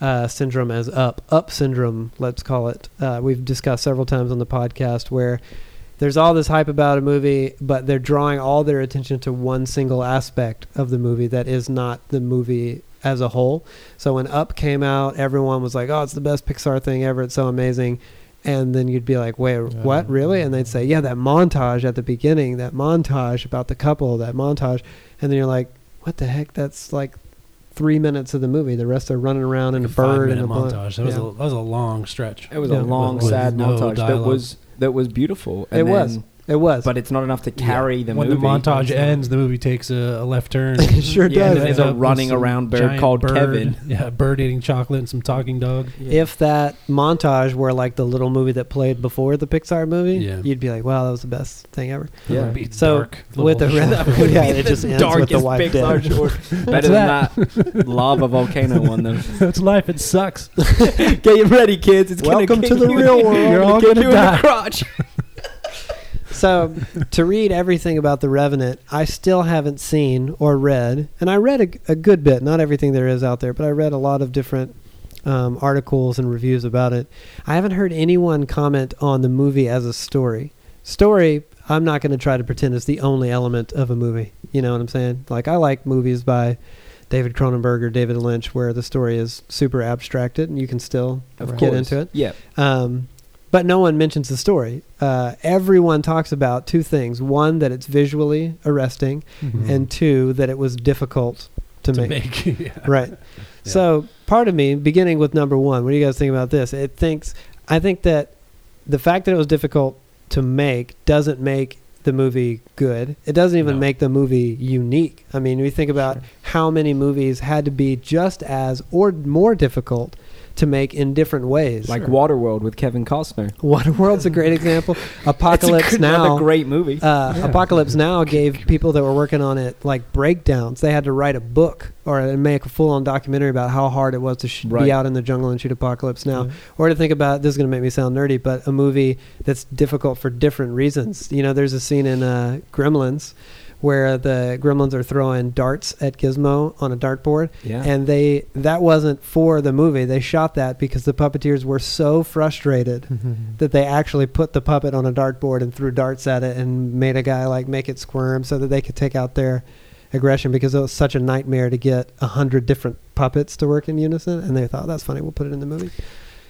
[SPEAKER 1] uh, syndrome as Up. Up syndrome, let's call it. Uh, we've discussed several times on the podcast where there's all this hype about a movie, but they're drawing all their attention to one single aspect of the movie that is not the movie as a whole. So when Up came out, everyone was like, "Oh, it's the best Pixar thing ever! It's so amazing!" And then you'd be like, "Wait, what? Really?" And they'd say, "Yeah, that montage at the beginning, that montage about the couple, that montage," and then you're like, "What the heck? That's like three minutes of the movie. The rest are running around in a
[SPEAKER 3] Like a five
[SPEAKER 1] bird and
[SPEAKER 3] minute
[SPEAKER 1] a blunt."
[SPEAKER 3] montage. That was,
[SPEAKER 1] Yeah.
[SPEAKER 3] a, that was a long stretch.
[SPEAKER 4] It was
[SPEAKER 1] Yeah.
[SPEAKER 4] a long,
[SPEAKER 3] With
[SPEAKER 4] sad
[SPEAKER 3] no
[SPEAKER 4] montage that
[SPEAKER 3] dialogue.
[SPEAKER 4] was that was beautiful.
[SPEAKER 1] It was. It was.
[SPEAKER 4] but it's not enough to carry the
[SPEAKER 3] when
[SPEAKER 4] movie.
[SPEAKER 3] the
[SPEAKER 4] [laughs]
[SPEAKER 3] montage ends, the movie takes a, a left
[SPEAKER 1] [laughs]
[SPEAKER 3] turn.
[SPEAKER 1] [laughs] it sure
[SPEAKER 4] Yeah,
[SPEAKER 1] does.
[SPEAKER 4] and there's
[SPEAKER 3] Ends
[SPEAKER 4] a
[SPEAKER 3] up with
[SPEAKER 4] running
[SPEAKER 3] some
[SPEAKER 4] around bird
[SPEAKER 3] giant
[SPEAKER 4] called
[SPEAKER 3] bird.
[SPEAKER 4] Kevin.
[SPEAKER 3] [laughs] Yeah, a bird eating chocolate and some talking dog.
[SPEAKER 1] If that montage were like the little movie that played before the Pixar movie,
[SPEAKER 3] Yeah.
[SPEAKER 1] you'd be like, "Wow, that was the best thing ever."
[SPEAKER 4] Yeah.
[SPEAKER 3] It'd be
[SPEAKER 1] So,
[SPEAKER 3] dark,
[SPEAKER 1] with the
[SPEAKER 3] little
[SPEAKER 1] red,
[SPEAKER 4] [laughs]
[SPEAKER 3] short film.
[SPEAKER 1] yeah, it
[SPEAKER 3] [laughs]
[SPEAKER 1] just ends with the
[SPEAKER 4] darkest
[SPEAKER 1] wife
[SPEAKER 4] Pixar
[SPEAKER 1] dead.
[SPEAKER 4] short. [laughs] Better than that lava volcano one though.
[SPEAKER 3] That's life. It sucks.
[SPEAKER 4] Get ready, kids. It's gonna
[SPEAKER 1] Welcome
[SPEAKER 4] kick
[SPEAKER 1] to the
[SPEAKER 4] you-
[SPEAKER 1] real world.
[SPEAKER 4] You're all gonna die. [laughs] crotch.
[SPEAKER 1] So, to read everything about The Revenant, I still haven't seen or read, and I read a, a good bit, not everything there is out there, but I read a lot of different um, articles and reviews about it. I haven't heard anyone comment on the movie as a story. Story, I'm not going to try to pretend is the only element of a movie. You know what I'm saying? Like, I like movies by David Cronenberg or David Lynch where the story is super abstracted and you can still
[SPEAKER 4] Of
[SPEAKER 1] get
[SPEAKER 4] course.
[SPEAKER 1] into it.
[SPEAKER 4] Yeah.
[SPEAKER 1] Um, but no one mentions the story. Uh, everyone talks about two things: one, that it's visually arresting,
[SPEAKER 3] Mhm.
[SPEAKER 1] and two, that it was difficult to,
[SPEAKER 3] [laughs] to
[SPEAKER 1] make.
[SPEAKER 3] make. [laughs] yeah.
[SPEAKER 1] Right. So, part of me, beginning with number one, what do you guys think about this? It thinks I think that the fact that it was difficult to make doesn't make the movie good. It doesn't even
[SPEAKER 3] No.
[SPEAKER 1] make the movie unique. I mean, we think about
[SPEAKER 3] Sure.
[SPEAKER 1] how many movies had to be just as or more difficult to make in different ways.
[SPEAKER 4] Like Waterworld with Kevin Costner.
[SPEAKER 1] Waterworld's a great example. Apocalypse
[SPEAKER 4] [laughs] It's
[SPEAKER 1] Now.
[SPEAKER 4] Another great movie.
[SPEAKER 1] uh, Apocalypse Now gave people that were working on it like breakdowns. They had to write a book or uh, make a full-on documentary about how hard it was to sh-
[SPEAKER 4] Right.
[SPEAKER 1] be out in the jungle and shoot Apocalypse [laughs] Now, or to think about this is going to make me sound nerdy, but a movie that's difficult for different reasons. You know, there's a scene in uh, Gremlins where the gremlins are throwing darts at Gizmo on a dartboard,
[SPEAKER 4] yeah.
[SPEAKER 1] and they that wasn't for the movie. They shot that because the puppeteers were so frustrated that they actually put the puppet on a dartboard and threw darts at it and made a guy like make it squirm so that they could take out their aggression because it was such a nightmare to get a hundred different puppets to work in unison and they thought that's funny we'll put it in the movie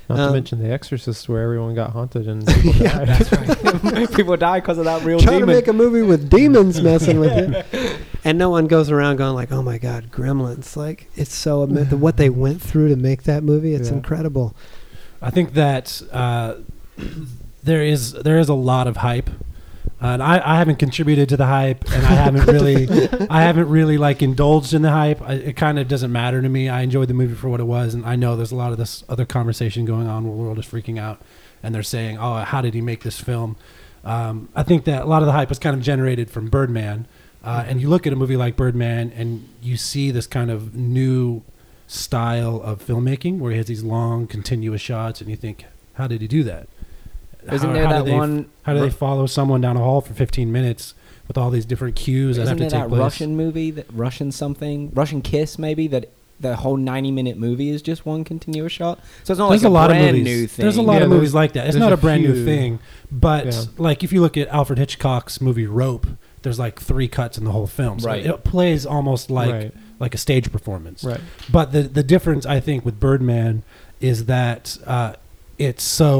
[SPEAKER 2] Not
[SPEAKER 1] Um,
[SPEAKER 2] to mention The Exorcist, where everyone got haunted and
[SPEAKER 4] [laughs]
[SPEAKER 2] people died. [laughs]
[SPEAKER 4] People die because of that real
[SPEAKER 1] trying
[SPEAKER 4] demon.
[SPEAKER 1] to make a movie
[SPEAKER 4] [laughs]
[SPEAKER 1] with demons messing with it and no one goes around going like oh my god gremlins like it's so ama- the- what they went through to make that movie it's
[SPEAKER 2] Yeah.
[SPEAKER 1] incredible
[SPEAKER 3] I think that uh, there is there is a lot of hype, Uh, and I, I haven't contributed to the hype, and I haven't really I haven't really like indulged in the hype. I, it kind of doesn't matter to me. I enjoyed the movie for what it was, and I know there's a lot of this other conversation going on where the world is freaking out, and they're saying, "Oh, how did he make this film?" Um, I think that a lot of the hype was kind of generated from Birdman, uh, and you look at a movie like Birdman, and you see this kind of new style of filmmaking where he has these long continuous shots and you think how did he do that
[SPEAKER 4] Isn't
[SPEAKER 3] How-
[SPEAKER 4] there
[SPEAKER 3] how do
[SPEAKER 4] that
[SPEAKER 3] they-
[SPEAKER 4] one?
[SPEAKER 3] how do they follow someone down a hall for 15 minutes with all these different cues that
[SPEAKER 4] Isn't
[SPEAKER 3] have to
[SPEAKER 4] there
[SPEAKER 3] take
[SPEAKER 4] that
[SPEAKER 3] place
[SPEAKER 4] Russian movie, that Russian something, Russian Kiss, maybe that the whole ninety-minute movie is just one continuous shot? So it's not
[SPEAKER 3] there's
[SPEAKER 4] like
[SPEAKER 3] a lot of
[SPEAKER 4] brand
[SPEAKER 3] movies
[SPEAKER 4] new thing.
[SPEAKER 3] there's a lot
[SPEAKER 2] Yeah,
[SPEAKER 3] of
[SPEAKER 2] there's-
[SPEAKER 3] movies like that it's
[SPEAKER 2] there's
[SPEAKER 3] not a,
[SPEAKER 2] a
[SPEAKER 3] brand new
[SPEAKER 2] few.
[SPEAKER 3] thing but
[SPEAKER 2] Yeah.
[SPEAKER 3] like if you look at alfred hitchcock's movie rope there's like three cuts in the whole film so
[SPEAKER 4] Right.
[SPEAKER 3] it plays almost like
[SPEAKER 2] right,
[SPEAKER 3] like a stage performance
[SPEAKER 2] right.
[SPEAKER 3] But the the difference I think with Birdman is that uh, it's so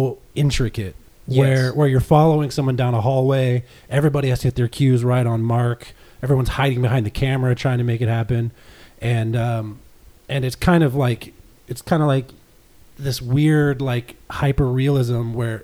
[SPEAKER 3] intricate. Where
[SPEAKER 4] Yes.
[SPEAKER 3] where you're following someone down a hallway, everybody has to hit their cues right on mark. Everyone's hiding behind the camera trying to make it happen, and um, and it's kind of like it's kind of like this weird like hyper realism where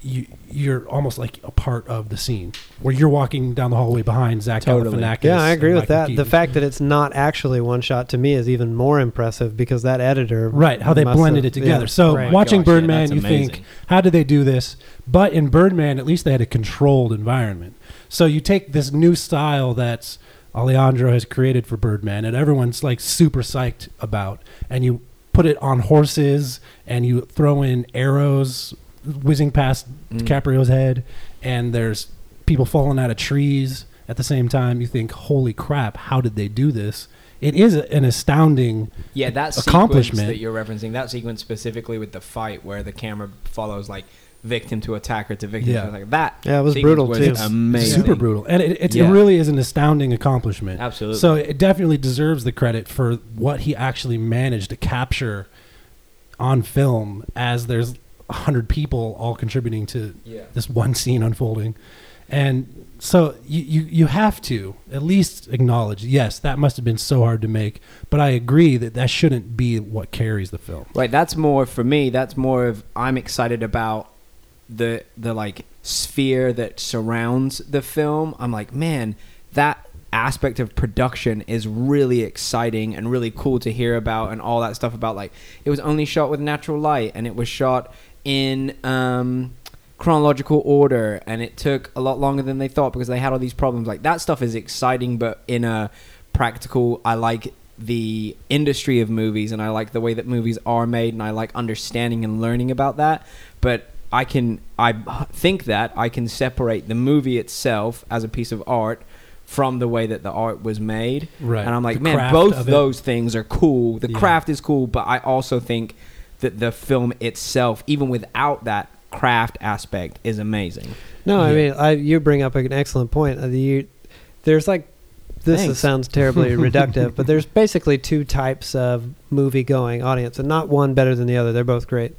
[SPEAKER 3] you you're almost like a part of the scene where you're walking down the hallway behind Zach
[SPEAKER 4] Totally.
[SPEAKER 3] Galifianakis.
[SPEAKER 1] Yeah, I agree
[SPEAKER 3] and
[SPEAKER 1] with
[SPEAKER 3] uh,
[SPEAKER 1] that.
[SPEAKER 3] Michael
[SPEAKER 1] The
[SPEAKER 3] Keaton.
[SPEAKER 1] fact that it's not actually one shot to me is even more impressive because that editor,
[SPEAKER 3] right how they
[SPEAKER 1] must
[SPEAKER 3] blended
[SPEAKER 1] have-
[SPEAKER 3] it together
[SPEAKER 1] yeah.
[SPEAKER 3] so
[SPEAKER 2] Right.
[SPEAKER 3] watching
[SPEAKER 4] Oh Gosh, yeah,
[SPEAKER 3] birdman
[SPEAKER 4] that's
[SPEAKER 3] you
[SPEAKER 4] amazing.
[SPEAKER 3] think how did they do this but in birdman at least they had a controlled environment so you take this new style that alejandro has created for birdman and everyone's like super psyched about and you put it on horses and you throw in arrows whizzing past
[SPEAKER 4] Mm.
[SPEAKER 3] DiCaprio's head, and there's people falling out of trees at the same time. You think, "Holy crap! How did they do this?" It is a- an astounding.
[SPEAKER 4] Yeah, that
[SPEAKER 3] accomplishment.
[SPEAKER 4] accomplishment that you're referencing, that sequence specifically with the fight where the camera follows like victim to attacker to victim
[SPEAKER 3] Yeah.
[SPEAKER 4] to attacker. That
[SPEAKER 1] Yeah, it was
[SPEAKER 4] sequence
[SPEAKER 1] brutal
[SPEAKER 4] was
[SPEAKER 1] too.
[SPEAKER 4] Amazing.
[SPEAKER 3] Super brutal, and it, it's,
[SPEAKER 4] Yeah.
[SPEAKER 3] it really is an astounding accomplishment.
[SPEAKER 4] Absolutely.
[SPEAKER 3] So it definitely deserves the credit for what he actually managed to capture on film. As there's a hundred people all contributing to
[SPEAKER 4] yeah.
[SPEAKER 3] this one scene unfolding. And so you, you, you have to at least acknowledge, yes, that must have been so hard to make, but I agree that that shouldn't be what carries the film.
[SPEAKER 4] Right, that's more for me. That's more of I'm excited about the the like sphere that surrounds the film, I'm like, man, that aspect of production is really exciting and really cool to hear about and all that stuff about like it was only shot with natural light and it was shot in um chronological order and it took a lot longer than they thought because they had all these problems like that stuff is exciting but in a practical i like the industry of movies and i like the way that movies are made and i like understanding and learning about that but i can i think that i can separate the movie itself as a piece of art from the way that the art was made
[SPEAKER 3] Right.
[SPEAKER 4] and i'm like
[SPEAKER 3] The
[SPEAKER 4] man
[SPEAKER 3] craft
[SPEAKER 4] both
[SPEAKER 3] of it.
[SPEAKER 4] those things are cool the
[SPEAKER 3] Yeah.
[SPEAKER 4] craft is cool but i also think that the film itself even without that craft aspect is amazing
[SPEAKER 1] No, I
[SPEAKER 3] Yeah.
[SPEAKER 1] mean, I, you bring up an excellent point. Uh, You, there's like, this
[SPEAKER 4] Thanks.
[SPEAKER 1] sounds terribly reductive, but there's basically two types of movie going audience, and not one better than the other. They're both great.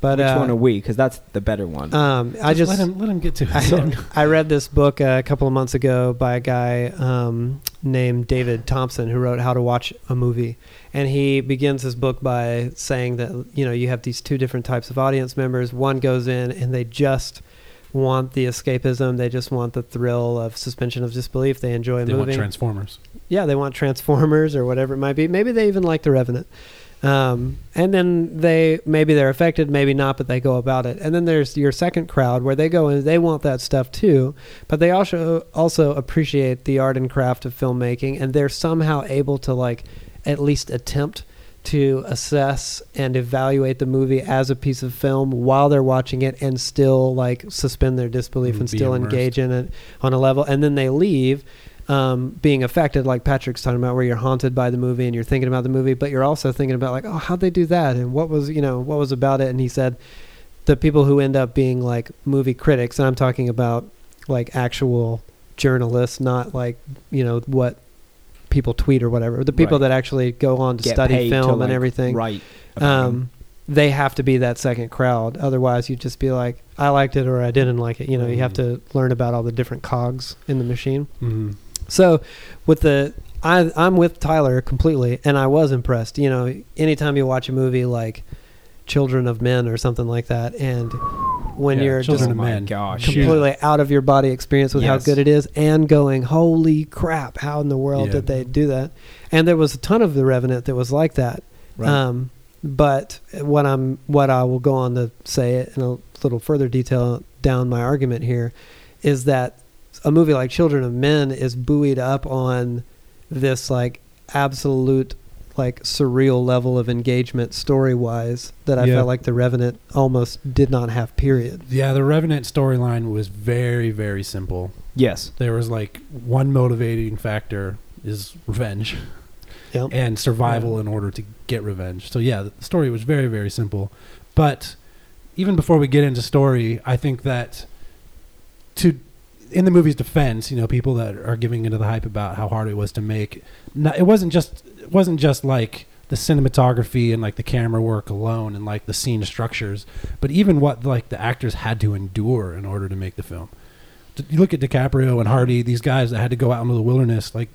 [SPEAKER 1] But
[SPEAKER 4] which
[SPEAKER 1] uh,
[SPEAKER 4] one are we because that's the better one
[SPEAKER 1] um, I just
[SPEAKER 3] let him let him get to his
[SPEAKER 1] I,
[SPEAKER 3] own.
[SPEAKER 1] I read this book uh, a couple of months ago by a guy um, named David Thompson who wrote How to Watch a Movie. And he begins his book by saying that, you know, you have these two different types of audience members. One goes in and they just want the escapism, they just want the thrill of suspension of disbelief. They enjoy a
[SPEAKER 3] They want
[SPEAKER 1] movie.
[SPEAKER 3] Transformers.
[SPEAKER 1] yeah, they want Transformers or whatever it might be. Maybe they even like The Revenant. Um, and then they maybe they're affected, maybe not, but they go about it. And then there's your second crowd where they go and they want that stuff too, but they also also appreciate the art and craft of filmmaking, and they're somehow able to like at least attempt to assess and evaluate the movie as a piece of film while they're watching it and still like suspend their disbelief
[SPEAKER 3] Mm,
[SPEAKER 1] and
[SPEAKER 3] be
[SPEAKER 1] still
[SPEAKER 3] immersed.
[SPEAKER 1] engage in it on a level and then they leave um, being affected like patrick's talking about where you're haunted by the movie and you're thinking about the movie but you're also thinking about like oh how'd they do that and what was you know what was about it and he said the people who end up being like movie critics and i'm talking about like actual journalists not like you know what people tweet or whatever the people
[SPEAKER 4] Right.
[SPEAKER 1] that actually go on to
[SPEAKER 4] Get
[SPEAKER 1] study
[SPEAKER 4] paid to,
[SPEAKER 1] film and
[SPEAKER 4] like,
[SPEAKER 1] everything
[SPEAKER 4] right about them.
[SPEAKER 1] um, they have to be that second crowd otherwise you'd just be like i liked it or i didn't like it you know you
[SPEAKER 4] Mm.
[SPEAKER 1] have to learn about all the different cogs in the machine
[SPEAKER 3] Mm-hmm.
[SPEAKER 1] so with the I I'm with Tyler completely and I was impressed. You know, anytime you watch a movie like Children of Men or something like that and when
[SPEAKER 3] Yeah,
[SPEAKER 1] you're just
[SPEAKER 3] Children
[SPEAKER 4] oh
[SPEAKER 3] of
[SPEAKER 4] my
[SPEAKER 3] Men.
[SPEAKER 4] gosh
[SPEAKER 3] Shoot.
[SPEAKER 4] yeah.
[SPEAKER 1] completely out of your body experience with
[SPEAKER 4] Yes.
[SPEAKER 1] how good it is and going holy crap how in the world
[SPEAKER 3] Yeah.
[SPEAKER 1] did they do that and there was a ton of the revenant that was like that
[SPEAKER 4] Right.
[SPEAKER 1] um, but what I'm what I will go on to say it in a little further detail down my argument here is that a movie like Children of Men is buoyed up on this like absolute like surreal level of engagement story wise that I
[SPEAKER 3] Yeah.
[SPEAKER 1] felt like The Revenant almost did not have. Period.
[SPEAKER 3] Yeah, the Revenant storyline was very very simple.
[SPEAKER 4] yes
[SPEAKER 3] There was like one motivating factor is revenge.
[SPEAKER 1] Yep.
[SPEAKER 3] and survival in order to get revenge. So yeah, the story was very very simple. But even before we get into story, I think that to in the movie's defense, you know, people that are giving into the hype about how hard it was to make, no, it wasn't just it wasn't just like the cinematography and like the camera work alone and like the scene structures, but even what like the actors had to endure in order to make the film. D- You look at DiCaprio and Hardy; these guys that had to go out into the wilderness, like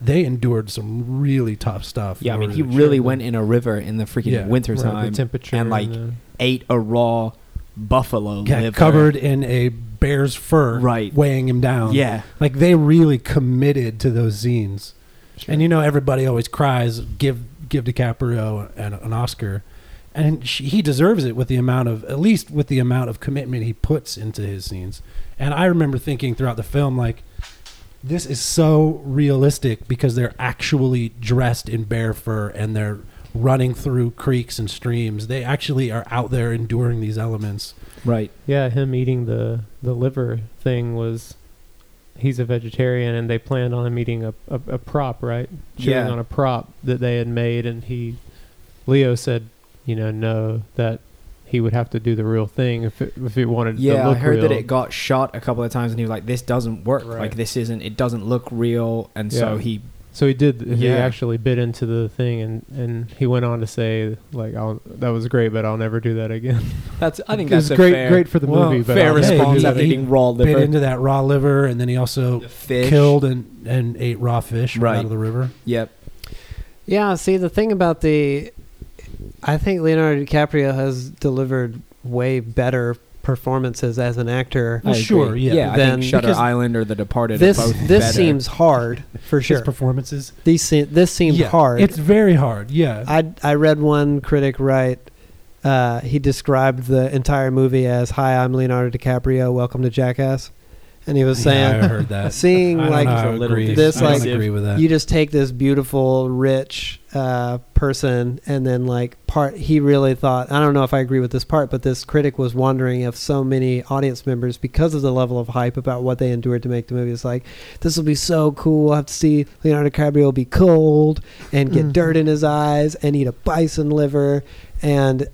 [SPEAKER 3] they endured some really tough stuff. in
[SPEAKER 4] yeah i mean
[SPEAKER 3] order
[SPEAKER 4] he
[SPEAKER 3] to-
[SPEAKER 4] really went in a river in the freaking
[SPEAKER 3] Yeah.
[SPEAKER 4] winter
[SPEAKER 2] Right,
[SPEAKER 4] time
[SPEAKER 2] the temperature
[SPEAKER 4] and, like,
[SPEAKER 2] the-
[SPEAKER 4] ate a raw buffalo
[SPEAKER 3] yeah,
[SPEAKER 4] liver.
[SPEAKER 3] covered in a bear's fur,
[SPEAKER 4] Right.
[SPEAKER 3] weighing him down.
[SPEAKER 4] yeah
[SPEAKER 3] like they really committed to those zines. And you know, everybody always cries, give give DiCaprio an, an Oscar, and she, he deserves it with the amount of at least with the amount of commitment he puts into his scenes. And I remember thinking throughout the film, like, this is so realistic because they're actually dressed in bear fur and they're running through creeks and streams. They actually are out there enduring these elements.
[SPEAKER 4] right
[SPEAKER 2] Yeah, him eating the the liver thing was. He's a vegetarian, and they planned on him eating a, a, a prop, right? Chewing
[SPEAKER 4] Yeah.
[SPEAKER 2] on a prop that they had made, and he, Leo said, you know, no, that he would have to do the real thing if it, if he wanted it to
[SPEAKER 4] yeah i
[SPEAKER 2] look
[SPEAKER 4] heard that
[SPEAKER 2] real.
[SPEAKER 4] it got shot a couple of times and he was like this doesn't work
[SPEAKER 2] Right.
[SPEAKER 4] like this isn't it doesn't look real and so
[SPEAKER 2] Yeah.
[SPEAKER 4] he
[SPEAKER 2] So he did. He
[SPEAKER 4] Yeah.
[SPEAKER 2] actually bit into the thing, and and he went on to say, like, I'll, that was great, but I'll never do that again.
[SPEAKER 4] that's i think
[SPEAKER 2] it was
[SPEAKER 4] that's a
[SPEAKER 2] great,
[SPEAKER 4] fair,
[SPEAKER 2] great for the
[SPEAKER 3] Well,
[SPEAKER 2] movie, but
[SPEAKER 4] fair
[SPEAKER 2] I'll never
[SPEAKER 4] response
[SPEAKER 2] do
[SPEAKER 3] Hey,
[SPEAKER 2] that
[SPEAKER 4] after
[SPEAKER 3] he-
[SPEAKER 4] eating raw
[SPEAKER 3] Bit
[SPEAKER 4] liver
[SPEAKER 3] into that raw liver, and then he also
[SPEAKER 4] the fish
[SPEAKER 3] killed and, and ate raw fish right.
[SPEAKER 4] Right.
[SPEAKER 3] out of the river.
[SPEAKER 4] yep
[SPEAKER 1] Yeah. See, the thing about the, I think Leonardo DiCaprio has delivered way better performances as an actor.
[SPEAKER 3] Well,
[SPEAKER 4] I agree.
[SPEAKER 3] sure, yeah.
[SPEAKER 4] yeah. I
[SPEAKER 1] Then-
[SPEAKER 4] think Shutter
[SPEAKER 1] because
[SPEAKER 4] Island or The Departed.
[SPEAKER 1] This
[SPEAKER 4] are both
[SPEAKER 1] this
[SPEAKER 4] better.
[SPEAKER 1] seems hard for
[SPEAKER 3] His
[SPEAKER 1] sure.
[SPEAKER 3] performances.
[SPEAKER 1] These se- this seemed
[SPEAKER 3] Yeah,
[SPEAKER 1] hard.
[SPEAKER 3] It's very hard. Yeah.
[SPEAKER 1] I I read one critic write. Uh, he described the entire movie as "Hi, I'm Leonardo DiCaprio. Welcome to Jackass," and he was saying,
[SPEAKER 3] Yeah, I
[SPEAKER 1] [laughs]
[SPEAKER 3] heard that.
[SPEAKER 1] "Seeing
[SPEAKER 3] I don't
[SPEAKER 1] like
[SPEAKER 3] know how
[SPEAKER 4] a
[SPEAKER 3] I
[SPEAKER 4] little
[SPEAKER 3] agree.
[SPEAKER 1] this,
[SPEAKER 3] I don't
[SPEAKER 1] like,
[SPEAKER 3] agree with that.
[SPEAKER 1] you just take this beautiful rich uh, person and then like part he really thought i don't know if i agree with this part but this critic was wondering if so many audience members because of the level of hype about what they endured to make the movie it's like this will be so cool i'll have to see leonardo DiCaprio be cold and get
[SPEAKER 2] Mhm.
[SPEAKER 3] Mm.
[SPEAKER 1] dirt in his eyes and eat a bison liver and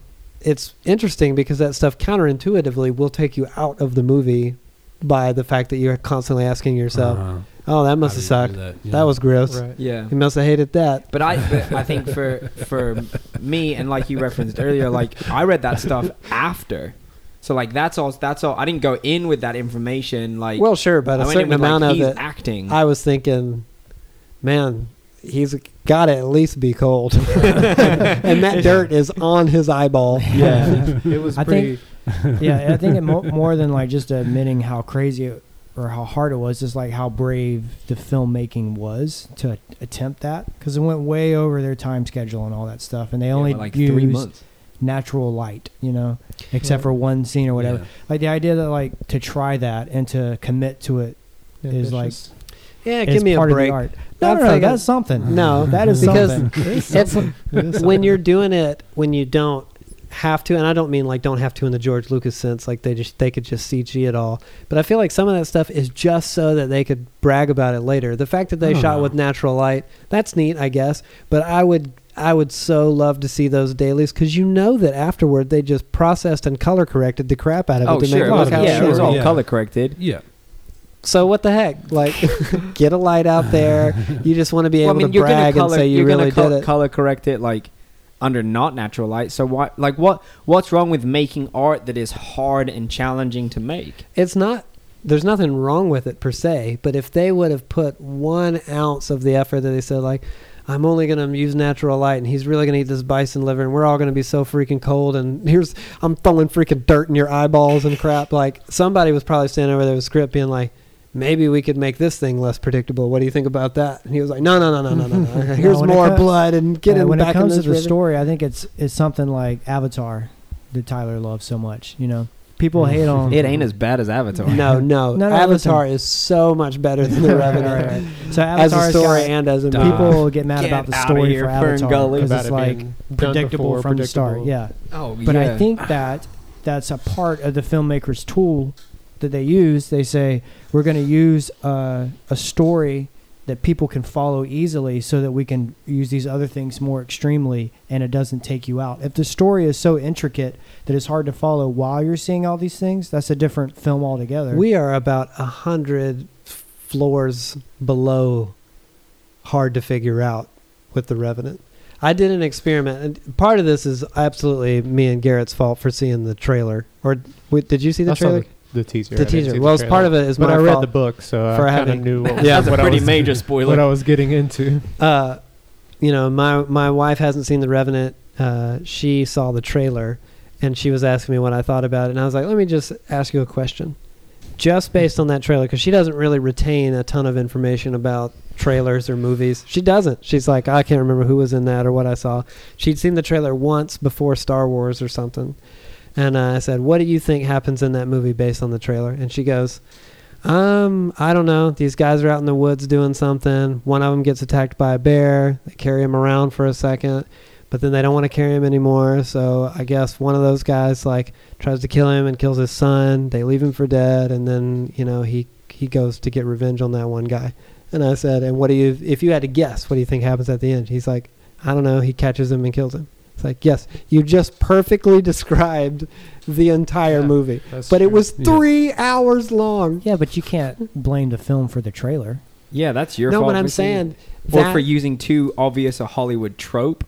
[SPEAKER 1] it's interesting because that stuff counterintuitively will take you out of the movie by the fact that you're constantly asking yourself,
[SPEAKER 3] Uh-huh.
[SPEAKER 1] "Oh, that must
[SPEAKER 3] How
[SPEAKER 1] have
[SPEAKER 3] do you
[SPEAKER 1] sucked.
[SPEAKER 3] do That, yeah.
[SPEAKER 1] That was gross."
[SPEAKER 2] Right.
[SPEAKER 4] Yeah.
[SPEAKER 1] He must have hated that.
[SPEAKER 4] But I, but I think for for me and like you referenced earlier, like I read that stuff after, so like that's all. That's all. I didn't go in with that information. Like,
[SPEAKER 1] Well, sure, but
[SPEAKER 4] I
[SPEAKER 1] a
[SPEAKER 4] went in
[SPEAKER 1] certain
[SPEAKER 4] with,
[SPEAKER 1] amount
[SPEAKER 4] like,
[SPEAKER 1] of
[SPEAKER 4] he's
[SPEAKER 1] it,
[SPEAKER 4] acting.
[SPEAKER 1] I was thinking, man, he's got to at least be cold, and that dirt is on his eyeball.
[SPEAKER 6] Yeah.
[SPEAKER 2] It was
[SPEAKER 6] I
[SPEAKER 2] pretty.
[SPEAKER 6] think- yeah, I think it mo- more than like just admitting how crazy it, or how hard it was, just like how brave the filmmaking was to attempt that because it went way over their time schedule and all that stuff, and they
[SPEAKER 4] Yeah,
[SPEAKER 6] only
[SPEAKER 4] but, like
[SPEAKER 6] used
[SPEAKER 4] three months.
[SPEAKER 6] natural light, you know, except
[SPEAKER 2] Right.
[SPEAKER 6] for one scene or whatever.
[SPEAKER 3] Yeah.
[SPEAKER 6] Like the idea that like to try that and to commit to it is like
[SPEAKER 2] ambitious.
[SPEAKER 1] Yeah,
[SPEAKER 6] is
[SPEAKER 1] give me a
[SPEAKER 6] part
[SPEAKER 1] break.
[SPEAKER 6] of the art. No,
[SPEAKER 1] I'm
[SPEAKER 6] no, no,
[SPEAKER 1] thinking-
[SPEAKER 6] that's
[SPEAKER 1] [laughs]
[SPEAKER 6] something.
[SPEAKER 1] No,
[SPEAKER 6] that is
[SPEAKER 1] because
[SPEAKER 6] something.
[SPEAKER 1] it's when you're doing it when you don't have to, and I don't mean like don't have to in the George Lucas sense, like they just they could just CG it all. But I feel like some of that stuff is just so that they could brag about it later. The fact that
[SPEAKER 3] I
[SPEAKER 1] they
[SPEAKER 6] Oh,
[SPEAKER 3] don't
[SPEAKER 1] shot
[SPEAKER 3] know.
[SPEAKER 1] with natural light, that's neat, I guess. But I would I would so love to see those dailies because you know that afterward they just processed and color corrected the crap out of
[SPEAKER 4] Oh,
[SPEAKER 1] it to
[SPEAKER 4] sure.
[SPEAKER 1] make
[SPEAKER 4] It
[SPEAKER 1] it
[SPEAKER 4] was,
[SPEAKER 1] look how
[SPEAKER 4] yeah,
[SPEAKER 1] it
[SPEAKER 4] it was
[SPEAKER 1] should.
[SPEAKER 4] all
[SPEAKER 3] Yeah.
[SPEAKER 4] color corrected.
[SPEAKER 3] Yeah.
[SPEAKER 1] So what the heck?
[SPEAKER 4] [laughs]
[SPEAKER 1] Like, get a light out there. You just want to be
[SPEAKER 4] Well, I
[SPEAKER 1] able
[SPEAKER 4] mean,
[SPEAKER 1] to
[SPEAKER 4] you're gonna
[SPEAKER 1] brag
[SPEAKER 4] color,
[SPEAKER 1] and say you
[SPEAKER 4] are
[SPEAKER 1] really
[SPEAKER 4] gonna col-
[SPEAKER 1] did it.
[SPEAKER 4] color correct it like under not natural light. So why, like, what what's wrong with making art that is hard and challenging to make?
[SPEAKER 1] it's not there's nothing wrong with it per se but if they would have put one ounce of the effort that they said like i'm only going to use natural light and he's really going to eat this bison liver and we're all going to be so freaking cold and here's i'm throwing freaking dirt in your eyeballs and crap like somebody was probably standing over there with script being like maybe we could make this thing less predictable what do you think about that and he was like no no no no no no
[SPEAKER 6] [laughs]
[SPEAKER 1] no here's
[SPEAKER 6] when it
[SPEAKER 1] more
[SPEAKER 6] co-
[SPEAKER 1] blood and get
[SPEAKER 6] Yeah,
[SPEAKER 1] him
[SPEAKER 6] when
[SPEAKER 1] back
[SPEAKER 6] it comes
[SPEAKER 1] in
[SPEAKER 6] to
[SPEAKER 1] this
[SPEAKER 6] the
[SPEAKER 1] river."
[SPEAKER 6] story, I think it's it's something like Avatar that Tyler loves so much. You know, people hate on
[SPEAKER 4] It ain't as bad as Avatar.
[SPEAKER 1] [laughs] no, no,
[SPEAKER 6] No, no,
[SPEAKER 1] Avatar is so much better than
[SPEAKER 6] [laughs]
[SPEAKER 1] the
[SPEAKER 6] Right, right,
[SPEAKER 1] Revenant
[SPEAKER 6] right, right. So
[SPEAKER 1] as a
[SPEAKER 6] Avatar's
[SPEAKER 1] story
[SPEAKER 6] got-
[SPEAKER 1] and as a
[SPEAKER 4] Duh.
[SPEAKER 1] movie.
[SPEAKER 6] people get mad
[SPEAKER 4] Get
[SPEAKER 6] about the
[SPEAKER 4] outta
[SPEAKER 6] story
[SPEAKER 4] here,
[SPEAKER 6] for Avatar
[SPEAKER 4] Ferngully.
[SPEAKER 6] because
[SPEAKER 2] About
[SPEAKER 6] it's
[SPEAKER 2] it
[SPEAKER 6] like
[SPEAKER 2] being done
[SPEAKER 6] predictable
[SPEAKER 2] before,
[SPEAKER 6] from the start.
[SPEAKER 2] predictable.
[SPEAKER 6] Yeah,
[SPEAKER 4] Oh,
[SPEAKER 6] but
[SPEAKER 4] yeah.
[SPEAKER 6] I think that that's a part of the filmmaker's tool that they use. They say we're going to use uh, a story that people can follow easily, so that we can use these other things more extremely, and it doesn't take you out. If the story is so intricate that it's hard to follow while you're seeing all these things, that's a different film altogether.
[SPEAKER 1] We are about a hundred floors below hard to figure out with the Revenant. I did an experiment, and part of this is absolutely me and Garrett's fault for seeing the trailer. Or wait, did you see the
[SPEAKER 2] I saw
[SPEAKER 1] trailer?
[SPEAKER 2] The teaser.
[SPEAKER 1] The
[SPEAKER 2] I didn't
[SPEAKER 1] teaser.
[SPEAKER 2] see the
[SPEAKER 1] Well, it's part
[SPEAKER 2] trailer.
[SPEAKER 1] of it is
[SPEAKER 2] But
[SPEAKER 1] my
[SPEAKER 2] I read
[SPEAKER 1] fault
[SPEAKER 2] the book, so
[SPEAKER 1] for
[SPEAKER 2] I kind of
[SPEAKER 1] having-
[SPEAKER 2] knew what,
[SPEAKER 1] Yeah.
[SPEAKER 4] that's a
[SPEAKER 2] what, I
[SPEAKER 4] pretty
[SPEAKER 2] was,
[SPEAKER 4] major [laughs]
[SPEAKER 2] what
[SPEAKER 4] spoiler.
[SPEAKER 2] I was getting into.
[SPEAKER 1] uh, you know, my my wife hasn't seen The Revenant. Uh, she saw the trailer, and she was asking me what I thought about it. And I was like, let me just ask you a question, just based on that trailer, because she doesn't really retain a ton of information about trailers or movies. She doesn't. She's like, I can't remember who was in that or what I saw. She'd seen the trailer once before Star Wars or something. And uh, I said, "What do you think happens in that movie based on the trailer?" And she goes, um, I don't know. These guys are out in the woods doing something. One of them gets attacked by a bear. They carry him around for a second, but then they don't want to carry him anymore. So I guess one of those guys like tries to kill him and kills his son. They leave him for dead, and then you know he he goes to get revenge on that one guy. And I said, and what do you if you had to guess? What do you think happens at the end? He's like, I don't know. He catches him and kills him. It's like, yes, you just perfectly [laughs] described the entire
[SPEAKER 2] Yeah.
[SPEAKER 1] movie.
[SPEAKER 2] That's
[SPEAKER 1] But it
[SPEAKER 2] true.
[SPEAKER 1] was
[SPEAKER 3] Yeah.
[SPEAKER 1] three hours long.
[SPEAKER 6] yeah, but you can't blame the film for the trailer.
[SPEAKER 4] yeah, that's your
[SPEAKER 1] no,
[SPEAKER 4] fault.
[SPEAKER 1] but I'm
[SPEAKER 4] for seeing
[SPEAKER 1] saying
[SPEAKER 4] it. or
[SPEAKER 1] that-
[SPEAKER 4] for using too obvious a Hollywood trope.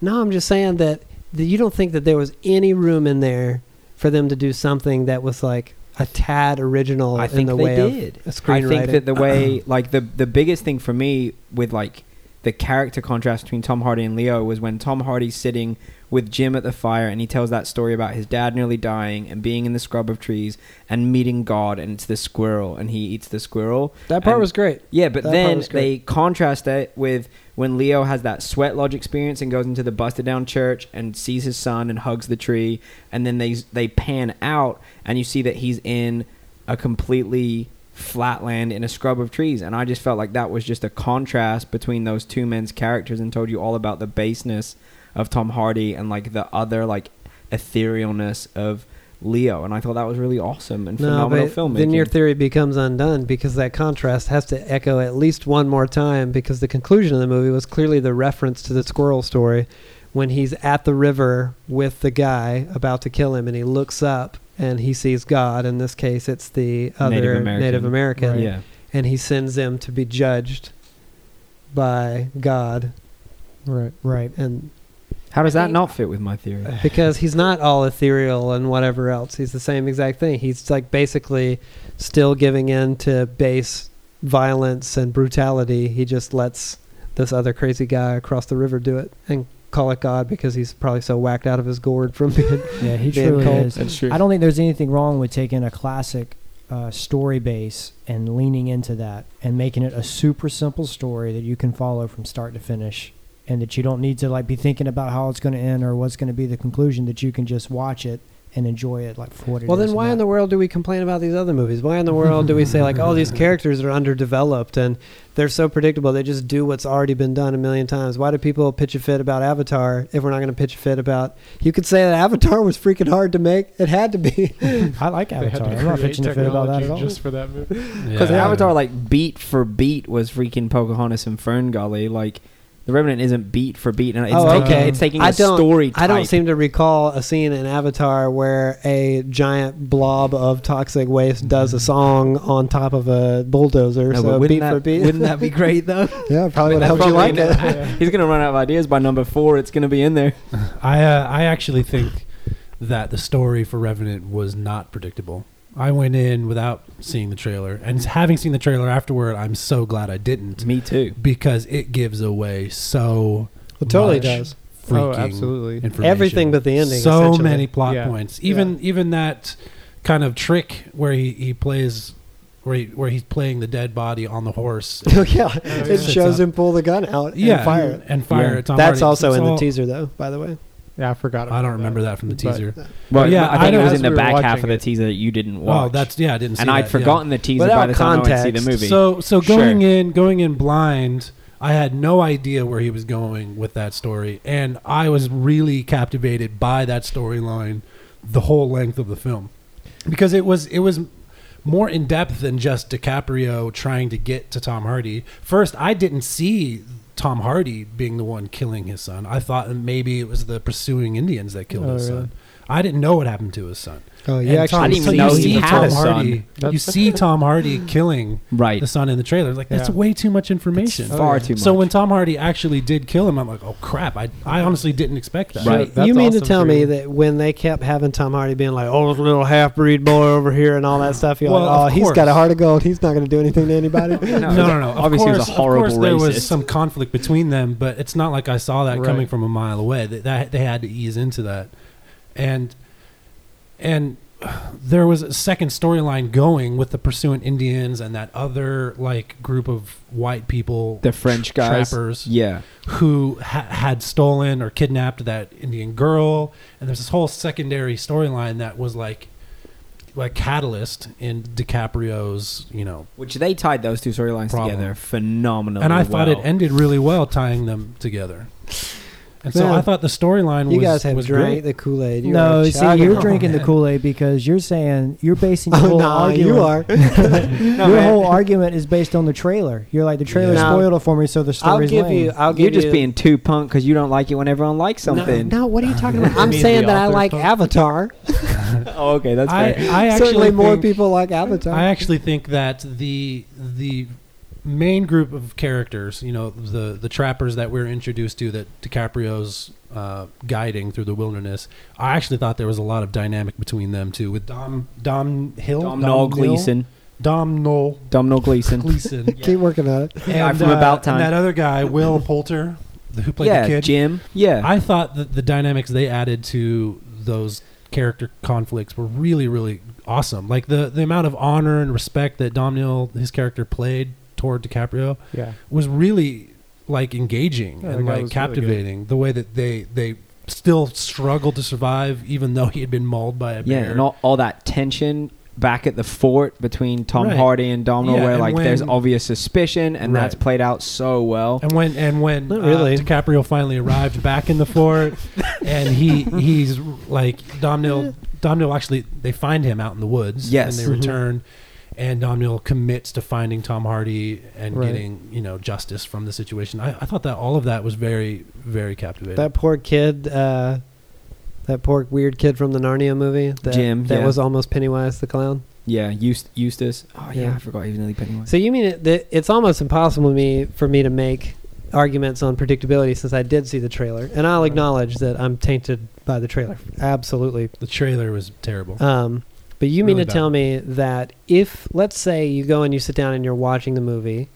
[SPEAKER 1] no, I'm just saying that, that you don't think that there was any room in there for them to do something that was like a tad original
[SPEAKER 4] I
[SPEAKER 1] in
[SPEAKER 4] think
[SPEAKER 1] the
[SPEAKER 4] they
[SPEAKER 1] way
[SPEAKER 4] did.
[SPEAKER 1] of
[SPEAKER 4] I
[SPEAKER 1] screenwriting. [clears throat]
[SPEAKER 4] think that the way, like the the biggest thing for me with like the character contrast between Tom Hardy and Leo was when Tom Hardy's sitting with Jim at the fire and he tells that story about his dad nearly dying and being in the scrub of trees and meeting God and it's the squirrel and he eats the squirrel
[SPEAKER 1] That part
[SPEAKER 4] And-
[SPEAKER 1] was great.
[SPEAKER 4] yeah, but
[SPEAKER 1] That part
[SPEAKER 4] then
[SPEAKER 1] was
[SPEAKER 4] they
[SPEAKER 1] great.
[SPEAKER 4] contrast it with when Leo has that sweat lodge experience and goes into the busted down church and sees his son and hugs the tree, and then they they pan out and you see that he's in a completely flat land in a scrub of trees, and I just felt like that was just a contrast between those two men's characters and told you all about the baseness of Tom Hardy and like the other like etherealness of Leo, and I thought that was really awesome and
[SPEAKER 1] No,
[SPEAKER 4] phenomenal
[SPEAKER 1] but
[SPEAKER 4] filmmaking.
[SPEAKER 1] then your theory becomes undone because that contrast has to echo at least one more time because the conclusion of the movie was clearly the reference to the squirrel story when he's at the river with the guy about to kill him and he looks up and he sees God. In this case, it's the other Native American,
[SPEAKER 4] American.
[SPEAKER 3] Right.
[SPEAKER 4] yeah.
[SPEAKER 1] and he sends them to be judged by God.
[SPEAKER 2] Right.
[SPEAKER 6] Right.
[SPEAKER 1] And
[SPEAKER 4] How does
[SPEAKER 6] I
[SPEAKER 4] that
[SPEAKER 6] think-
[SPEAKER 4] not fit with my theory?
[SPEAKER 1] because he's not all ethereal and whatever else. He's the same exact thing. He's like basically still giving in to base violence and brutality. He just lets this other crazy guy across the river do it and call it God because he's probably so whacked out of his gourd from being.
[SPEAKER 6] Yeah, he
[SPEAKER 1] Being
[SPEAKER 6] truly
[SPEAKER 1] cold.
[SPEAKER 6] is.
[SPEAKER 4] That's true.
[SPEAKER 6] I don't think there's anything wrong with taking a classic uh, story base and leaning into that and making it a super simple story that you can follow from start to finish, and that you don't need to like be thinking about how it's going to end or what's going to be the conclusion. That you can just watch it and enjoy it like for what it is.
[SPEAKER 1] well, then
[SPEAKER 6] and
[SPEAKER 1] why in
[SPEAKER 6] that-
[SPEAKER 1] the world do we complain about these other movies? Why in the world do we say like,
[SPEAKER 4] [laughs]
[SPEAKER 1] oh, these characters are underdeveloped and they're so predictable? They just do what's already been done a million times. Why do people pitch a fit about Avatar if we're not going to pitch a fit about? You could say that Avatar [laughs] was freaking hard to make. It had to be.
[SPEAKER 6] [laughs] I like
[SPEAKER 2] They had
[SPEAKER 6] Avatar.
[SPEAKER 2] to
[SPEAKER 6] I'm not
[SPEAKER 2] create
[SPEAKER 6] pitching a fit about that
[SPEAKER 2] technology
[SPEAKER 6] at all.
[SPEAKER 2] just for that movie.
[SPEAKER 4] Because
[SPEAKER 3] Yeah.
[SPEAKER 4] Avatar, like beat for beat, was freaking Pocahontas and Fern Gully. Like the Revenant isn't beat for beat, and it's
[SPEAKER 1] Oh,
[SPEAKER 4] taking
[SPEAKER 1] okay.
[SPEAKER 4] it's taking
[SPEAKER 1] I
[SPEAKER 4] a
[SPEAKER 1] don't-
[SPEAKER 4] story.
[SPEAKER 1] [laughs]
[SPEAKER 4] Type.
[SPEAKER 1] I don't seem to recall a scene in Avatar where a giant blob of toxic waste does a song on top of a bulldozer.
[SPEAKER 4] Mm-hmm. No, but
[SPEAKER 1] so
[SPEAKER 4] wouldn't
[SPEAKER 1] beat
[SPEAKER 4] that,
[SPEAKER 1] for beat.
[SPEAKER 4] Wouldn't that be great though?
[SPEAKER 1] [laughs] yeah, probably would
[SPEAKER 4] That's
[SPEAKER 1] help you
[SPEAKER 4] probably
[SPEAKER 1] like
[SPEAKER 4] in
[SPEAKER 1] it.
[SPEAKER 2] Yeah.
[SPEAKER 4] He's gonna run out of ideas by number four. It's gonna be in there.
[SPEAKER 3] I uh, I actually think that the story for Revenant was not predictable. I went in without seeing the trailer, and having seen the trailer afterward, I'm so glad I didn't
[SPEAKER 4] Me too.
[SPEAKER 3] because it gives away so
[SPEAKER 1] It totally
[SPEAKER 3] much
[SPEAKER 1] does.
[SPEAKER 3] freaking
[SPEAKER 2] Oh, absolutely.
[SPEAKER 3] information.
[SPEAKER 1] Everything but the ending.
[SPEAKER 3] So
[SPEAKER 1] essentially.
[SPEAKER 3] many plot
[SPEAKER 2] Yeah.
[SPEAKER 3] points. Even even that kind of trick where he, he plays where he, where he's playing the dead body on the
[SPEAKER 1] [laughs]
[SPEAKER 3] horse.
[SPEAKER 1] Oh, yeah,
[SPEAKER 2] yeah.
[SPEAKER 1] it shows
[SPEAKER 3] Sets up.
[SPEAKER 1] him pull the gun out and
[SPEAKER 3] yeah,
[SPEAKER 1] fire it.
[SPEAKER 3] and fire
[SPEAKER 4] Yeah.
[SPEAKER 3] it. Tom
[SPEAKER 1] That's
[SPEAKER 3] Hardy.
[SPEAKER 1] also
[SPEAKER 3] It's
[SPEAKER 1] in
[SPEAKER 3] all-
[SPEAKER 1] the teaser, though. By the way,
[SPEAKER 2] Yeah, I forgot.
[SPEAKER 3] I
[SPEAKER 2] about
[SPEAKER 3] don't remember that from the
[SPEAKER 2] But-
[SPEAKER 3] teaser.
[SPEAKER 4] Well,
[SPEAKER 3] yeah,
[SPEAKER 4] I think
[SPEAKER 3] I
[SPEAKER 4] it was in the
[SPEAKER 3] know-
[SPEAKER 2] as we were
[SPEAKER 4] back half
[SPEAKER 2] watching
[SPEAKER 4] of the
[SPEAKER 2] it-
[SPEAKER 4] teaser that you didn't
[SPEAKER 3] Oh,
[SPEAKER 4] watch.
[SPEAKER 3] that's yeah, I didn't see
[SPEAKER 4] and
[SPEAKER 3] that.
[SPEAKER 4] I'd
[SPEAKER 3] yeah.
[SPEAKER 4] forgotten the teaser
[SPEAKER 1] Without
[SPEAKER 4] by the time I went to see
[SPEAKER 1] context,
[SPEAKER 4] the movie.
[SPEAKER 3] So so
[SPEAKER 4] Sure.
[SPEAKER 3] going in going in blind, I had no idea where he was going with that story, and I was really captivated by that storyline the whole length of the film because it was it was more in depth than just DiCaprio trying to get to Tom Hardy. First, I didn't see Tom Hardy being the one killing his son. I thought maybe it was the pursuing Indians that killed
[SPEAKER 2] Oh,
[SPEAKER 3] his
[SPEAKER 2] really?
[SPEAKER 3] son. I didn't know what happened to his son.
[SPEAKER 1] oh,
[SPEAKER 3] And
[SPEAKER 1] you actually
[SPEAKER 3] Tom-
[SPEAKER 4] I didn't even
[SPEAKER 3] so you
[SPEAKER 4] know he
[SPEAKER 3] see
[SPEAKER 4] had
[SPEAKER 3] Tom
[SPEAKER 4] a son.
[SPEAKER 3] Hardy. You see Tom Hardy killing
[SPEAKER 4] right,
[SPEAKER 3] the son in the trailer. Like that's
[SPEAKER 2] Yeah.
[SPEAKER 3] way too much information.
[SPEAKER 2] Oh,
[SPEAKER 4] far
[SPEAKER 2] yeah.
[SPEAKER 4] too much.
[SPEAKER 3] so when Tom Hardy actually did kill him, I'm like, oh crap! I I honestly didn't expect that.
[SPEAKER 4] Right.
[SPEAKER 2] That's
[SPEAKER 1] you mean
[SPEAKER 2] awesome
[SPEAKER 1] to tell
[SPEAKER 2] for
[SPEAKER 1] me
[SPEAKER 2] you.
[SPEAKER 1] that when they kept having Tom Hardy being like, "Oh, this little half-breed boy over here" and all that stuff, you're
[SPEAKER 3] Well,
[SPEAKER 1] like,
[SPEAKER 3] of
[SPEAKER 1] "Oh, he's got
[SPEAKER 3] course.
[SPEAKER 1] a heart of gold. He's not going to do anything to anybody." [laughs]
[SPEAKER 4] [laughs]
[SPEAKER 3] No, no, no. Of
[SPEAKER 4] Obviously,
[SPEAKER 3] course,
[SPEAKER 4] he was a horrible
[SPEAKER 3] of course there
[SPEAKER 4] racist.
[SPEAKER 3] was some conflict between them, but it's not like I saw that
[SPEAKER 2] Right.
[SPEAKER 3] coming from a mile away. That, that they had to ease into that, and and there was a second storyline going with the pursuant Indians and that other like group of white people,
[SPEAKER 4] the French
[SPEAKER 3] tra-
[SPEAKER 4] guys,
[SPEAKER 3] trappers,
[SPEAKER 4] yeah,
[SPEAKER 3] who ha- had stolen or kidnapped that Indian girl, and there's this whole secondary storyline that was like, like catalyst in DiCaprio's, you know,
[SPEAKER 4] which they tied those two storylines
[SPEAKER 3] Problem.
[SPEAKER 4] together phenomenally.
[SPEAKER 3] and I thought it
[SPEAKER 4] well.
[SPEAKER 3] ended really well tying them together. And so
[SPEAKER 1] Man,
[SPEAKER 3] I thought the storyline was
[SPEAKER 1] you guys have
[SPEAKER 3] was
[SPEAKER 1] drank
[SPEAKER 3] great.
[SPEAKER 1] the Kool-Aid. You
[SPEAKER 6] no,
[SPEAKER 1] are
[SPEAKER 6] see,
[SPEAKER 1] chugging
[SPEAKER 6] you're
[SPEAKER 1] on.
[SPEAKER 6] drinking the Kool Aid because you're saying you're basing your
[SPEAKER 1] [laughs] Oh
[SPEAKER 6] whole
[SPEAKER 1] no,
[SPEAKER 6] argument.
[SPEAKER 1] you are. [laughs]
[SPEAKER 4] No,
[SPEAKER 6] your
[SPEAKER 4] man.
[SPEAKER 6] whole argument is based on the trailer. You're like the trailer
[SPEAKER 1] Yeah.
[SPEAKER 6] spoiled it for me, so the
[SPEAKER 1] I'll
[SPEAKER 6] story's
[SPEAKER 1] give
[SPEAKER 6] lame.
[SPEAKER 1] you. I'll give
[SPEAKER 4] You're just
[SPEAKER 1] you-
[SPEAKER 4] being too punk because you don't like it when everyone
[SPEAKER 1] [laughs]
[SPEAKER 4] likes something. [laughs]
[SPEAKER 1] No, no, what are you talking about? I'm
[SPEAKER 2] means
[SPEAKER 1] saying
[SPEAKER 2] the
[SPEAKER 1] that I
[SPEAKER 2] author's
[SPEAKER 1] like
[SPEAKER 2] fault.
[SPEAKER 1] Avatar.
[SPEAKER 4] Oh, okay, that's
[SPEAKER 3] I,
[SPEAKER 4] fair.
[SPEAKER 3] I actually
[SPEAKER 1] Certainly more
[SPEAKER 3] think-
[SPEAKER 1] people like Avatar.
[SPEAKER 3] I actually think that the the main group of characters, you know, the the trappers that we're introduced to, that DiCaprio's uh, guiding through the wilderness, I actually thought there was a lot of dynamic between them too, with Dom Dom Hill,
[SPEAKER 4] Dom Noel
[SPEAKER 3] Hill?
[SPEAKER 4] Gleason.
[SPEAKER 3] Domhnall
[SPEAKER 4] Domhnall Gleeson.
[SPEAKER 3] Gleeson.
[SPEAKER 4] [laughs]
[SPEAKER 1] Keep working on it.
[SPEAKER 4] Guy
[SPEAKER 3] And,
[SPEAKER 4] from
[SPEAKER 3] uh,
[SPEAKER 4] About
[SPEAKER 3] and
[SPEAKER 4] Time.
[SPEAKER 3] that other
[SPEAKER 4] [laughs]
[SPEAKER 3] guy, Will Poulter, the- who played the
[SPEAKER 4] yeah,
[SPEAKER 3] kid.
[SPEAKER 4] Jim. Yeah.
[SPEAKER 3] I thought that the dynamics they added to those character conflicts were really, really awesome. Like the, the amount of honor and respect that Domhnall, his character, played toward DiCaprio
[SPEAKER 2] Yeah.
[SPEAKER 3] was really like engaging
[SPEAKER 2] Yeah, that
[SPEAKER 3] and
[SPEAKER 2] guy was really
[SPEAKER 3] like
[SPEAKER 2] good.
[SPEAKER 3] captivating. the way that they they still struggled to survive, even though he had been mauled by a
[SPEAKER 4] yeah,
[SPEAKER 3] bear.
[SPEAKER 4] and all, all that tension back at the fort between Tom
[SPEAKER 3] Right.
[SPEAKER 4] Hardy and Domino,
[SPEAKER 3] Yeah,
[SPEAKER 4] where
[SPEAKER 3] and
[SPEAKER 4] like there's
[SPEAKER 3] when-
[SPEAKER 4] obvious suspicion, and
[SPEAKER 3] Right.
[SPEAKER 4] that's played out so well.
[SPEAKER 3] And when and when
[SPEAKER 1] Not really.
[SPEAKER 3] uh, DiCaprio finally arrived back in
[SPEAKER 1] [laughs]
[SPEAKER 3] the fort, and he he's like Domhnall. Domhnall actually they find him out in the woods.
[SPEAKER 4] Yes.
[SPEAKER 1] Mm-hmm.
[SPEAKER 3] and they
[SPEAKER 4] Mhm.
[SPEAKER 3] return, and Domhnall commits to finding Tom Hardy and
[SPEAKER 1] Right.
[SPEAKER 3] getting you know justice from the situation. I, I thought that all of that was very very captivating.
[SPEAKER 1] That poor kid, uh, that poor weird kid from the Narnia movie. That,
[SPEAKER 4] Jim,
[SPEAKER 1] That
[SPEAKER 4] yeah.
[SPEAKER 1] was almost Pennywise the clown.
[SPEAKER 4] Yeah, Eust- Eustace. Oh yeah,
[SPEAKER 1] Yeah.
[SPEAKER 4] I forgot he was nearly Pennywise.
[SPEAKER 1] So you mean it, that it's almost impossible to me for me to make arguments on predictability since I did see the trailer, and I'll acknowledge that I'm tainted by the trailer, absolutely.
[SPEAKER 3] the trailer was terrible.
[SPEAKER 1] Um, but you mean
[SPEAKER 3] Really
[SPEAKER 1] to
[SPEAKER 3] bad.
[SPEAKER 1] tell me that if, let's say, you go and you sit down and you're watching the movie,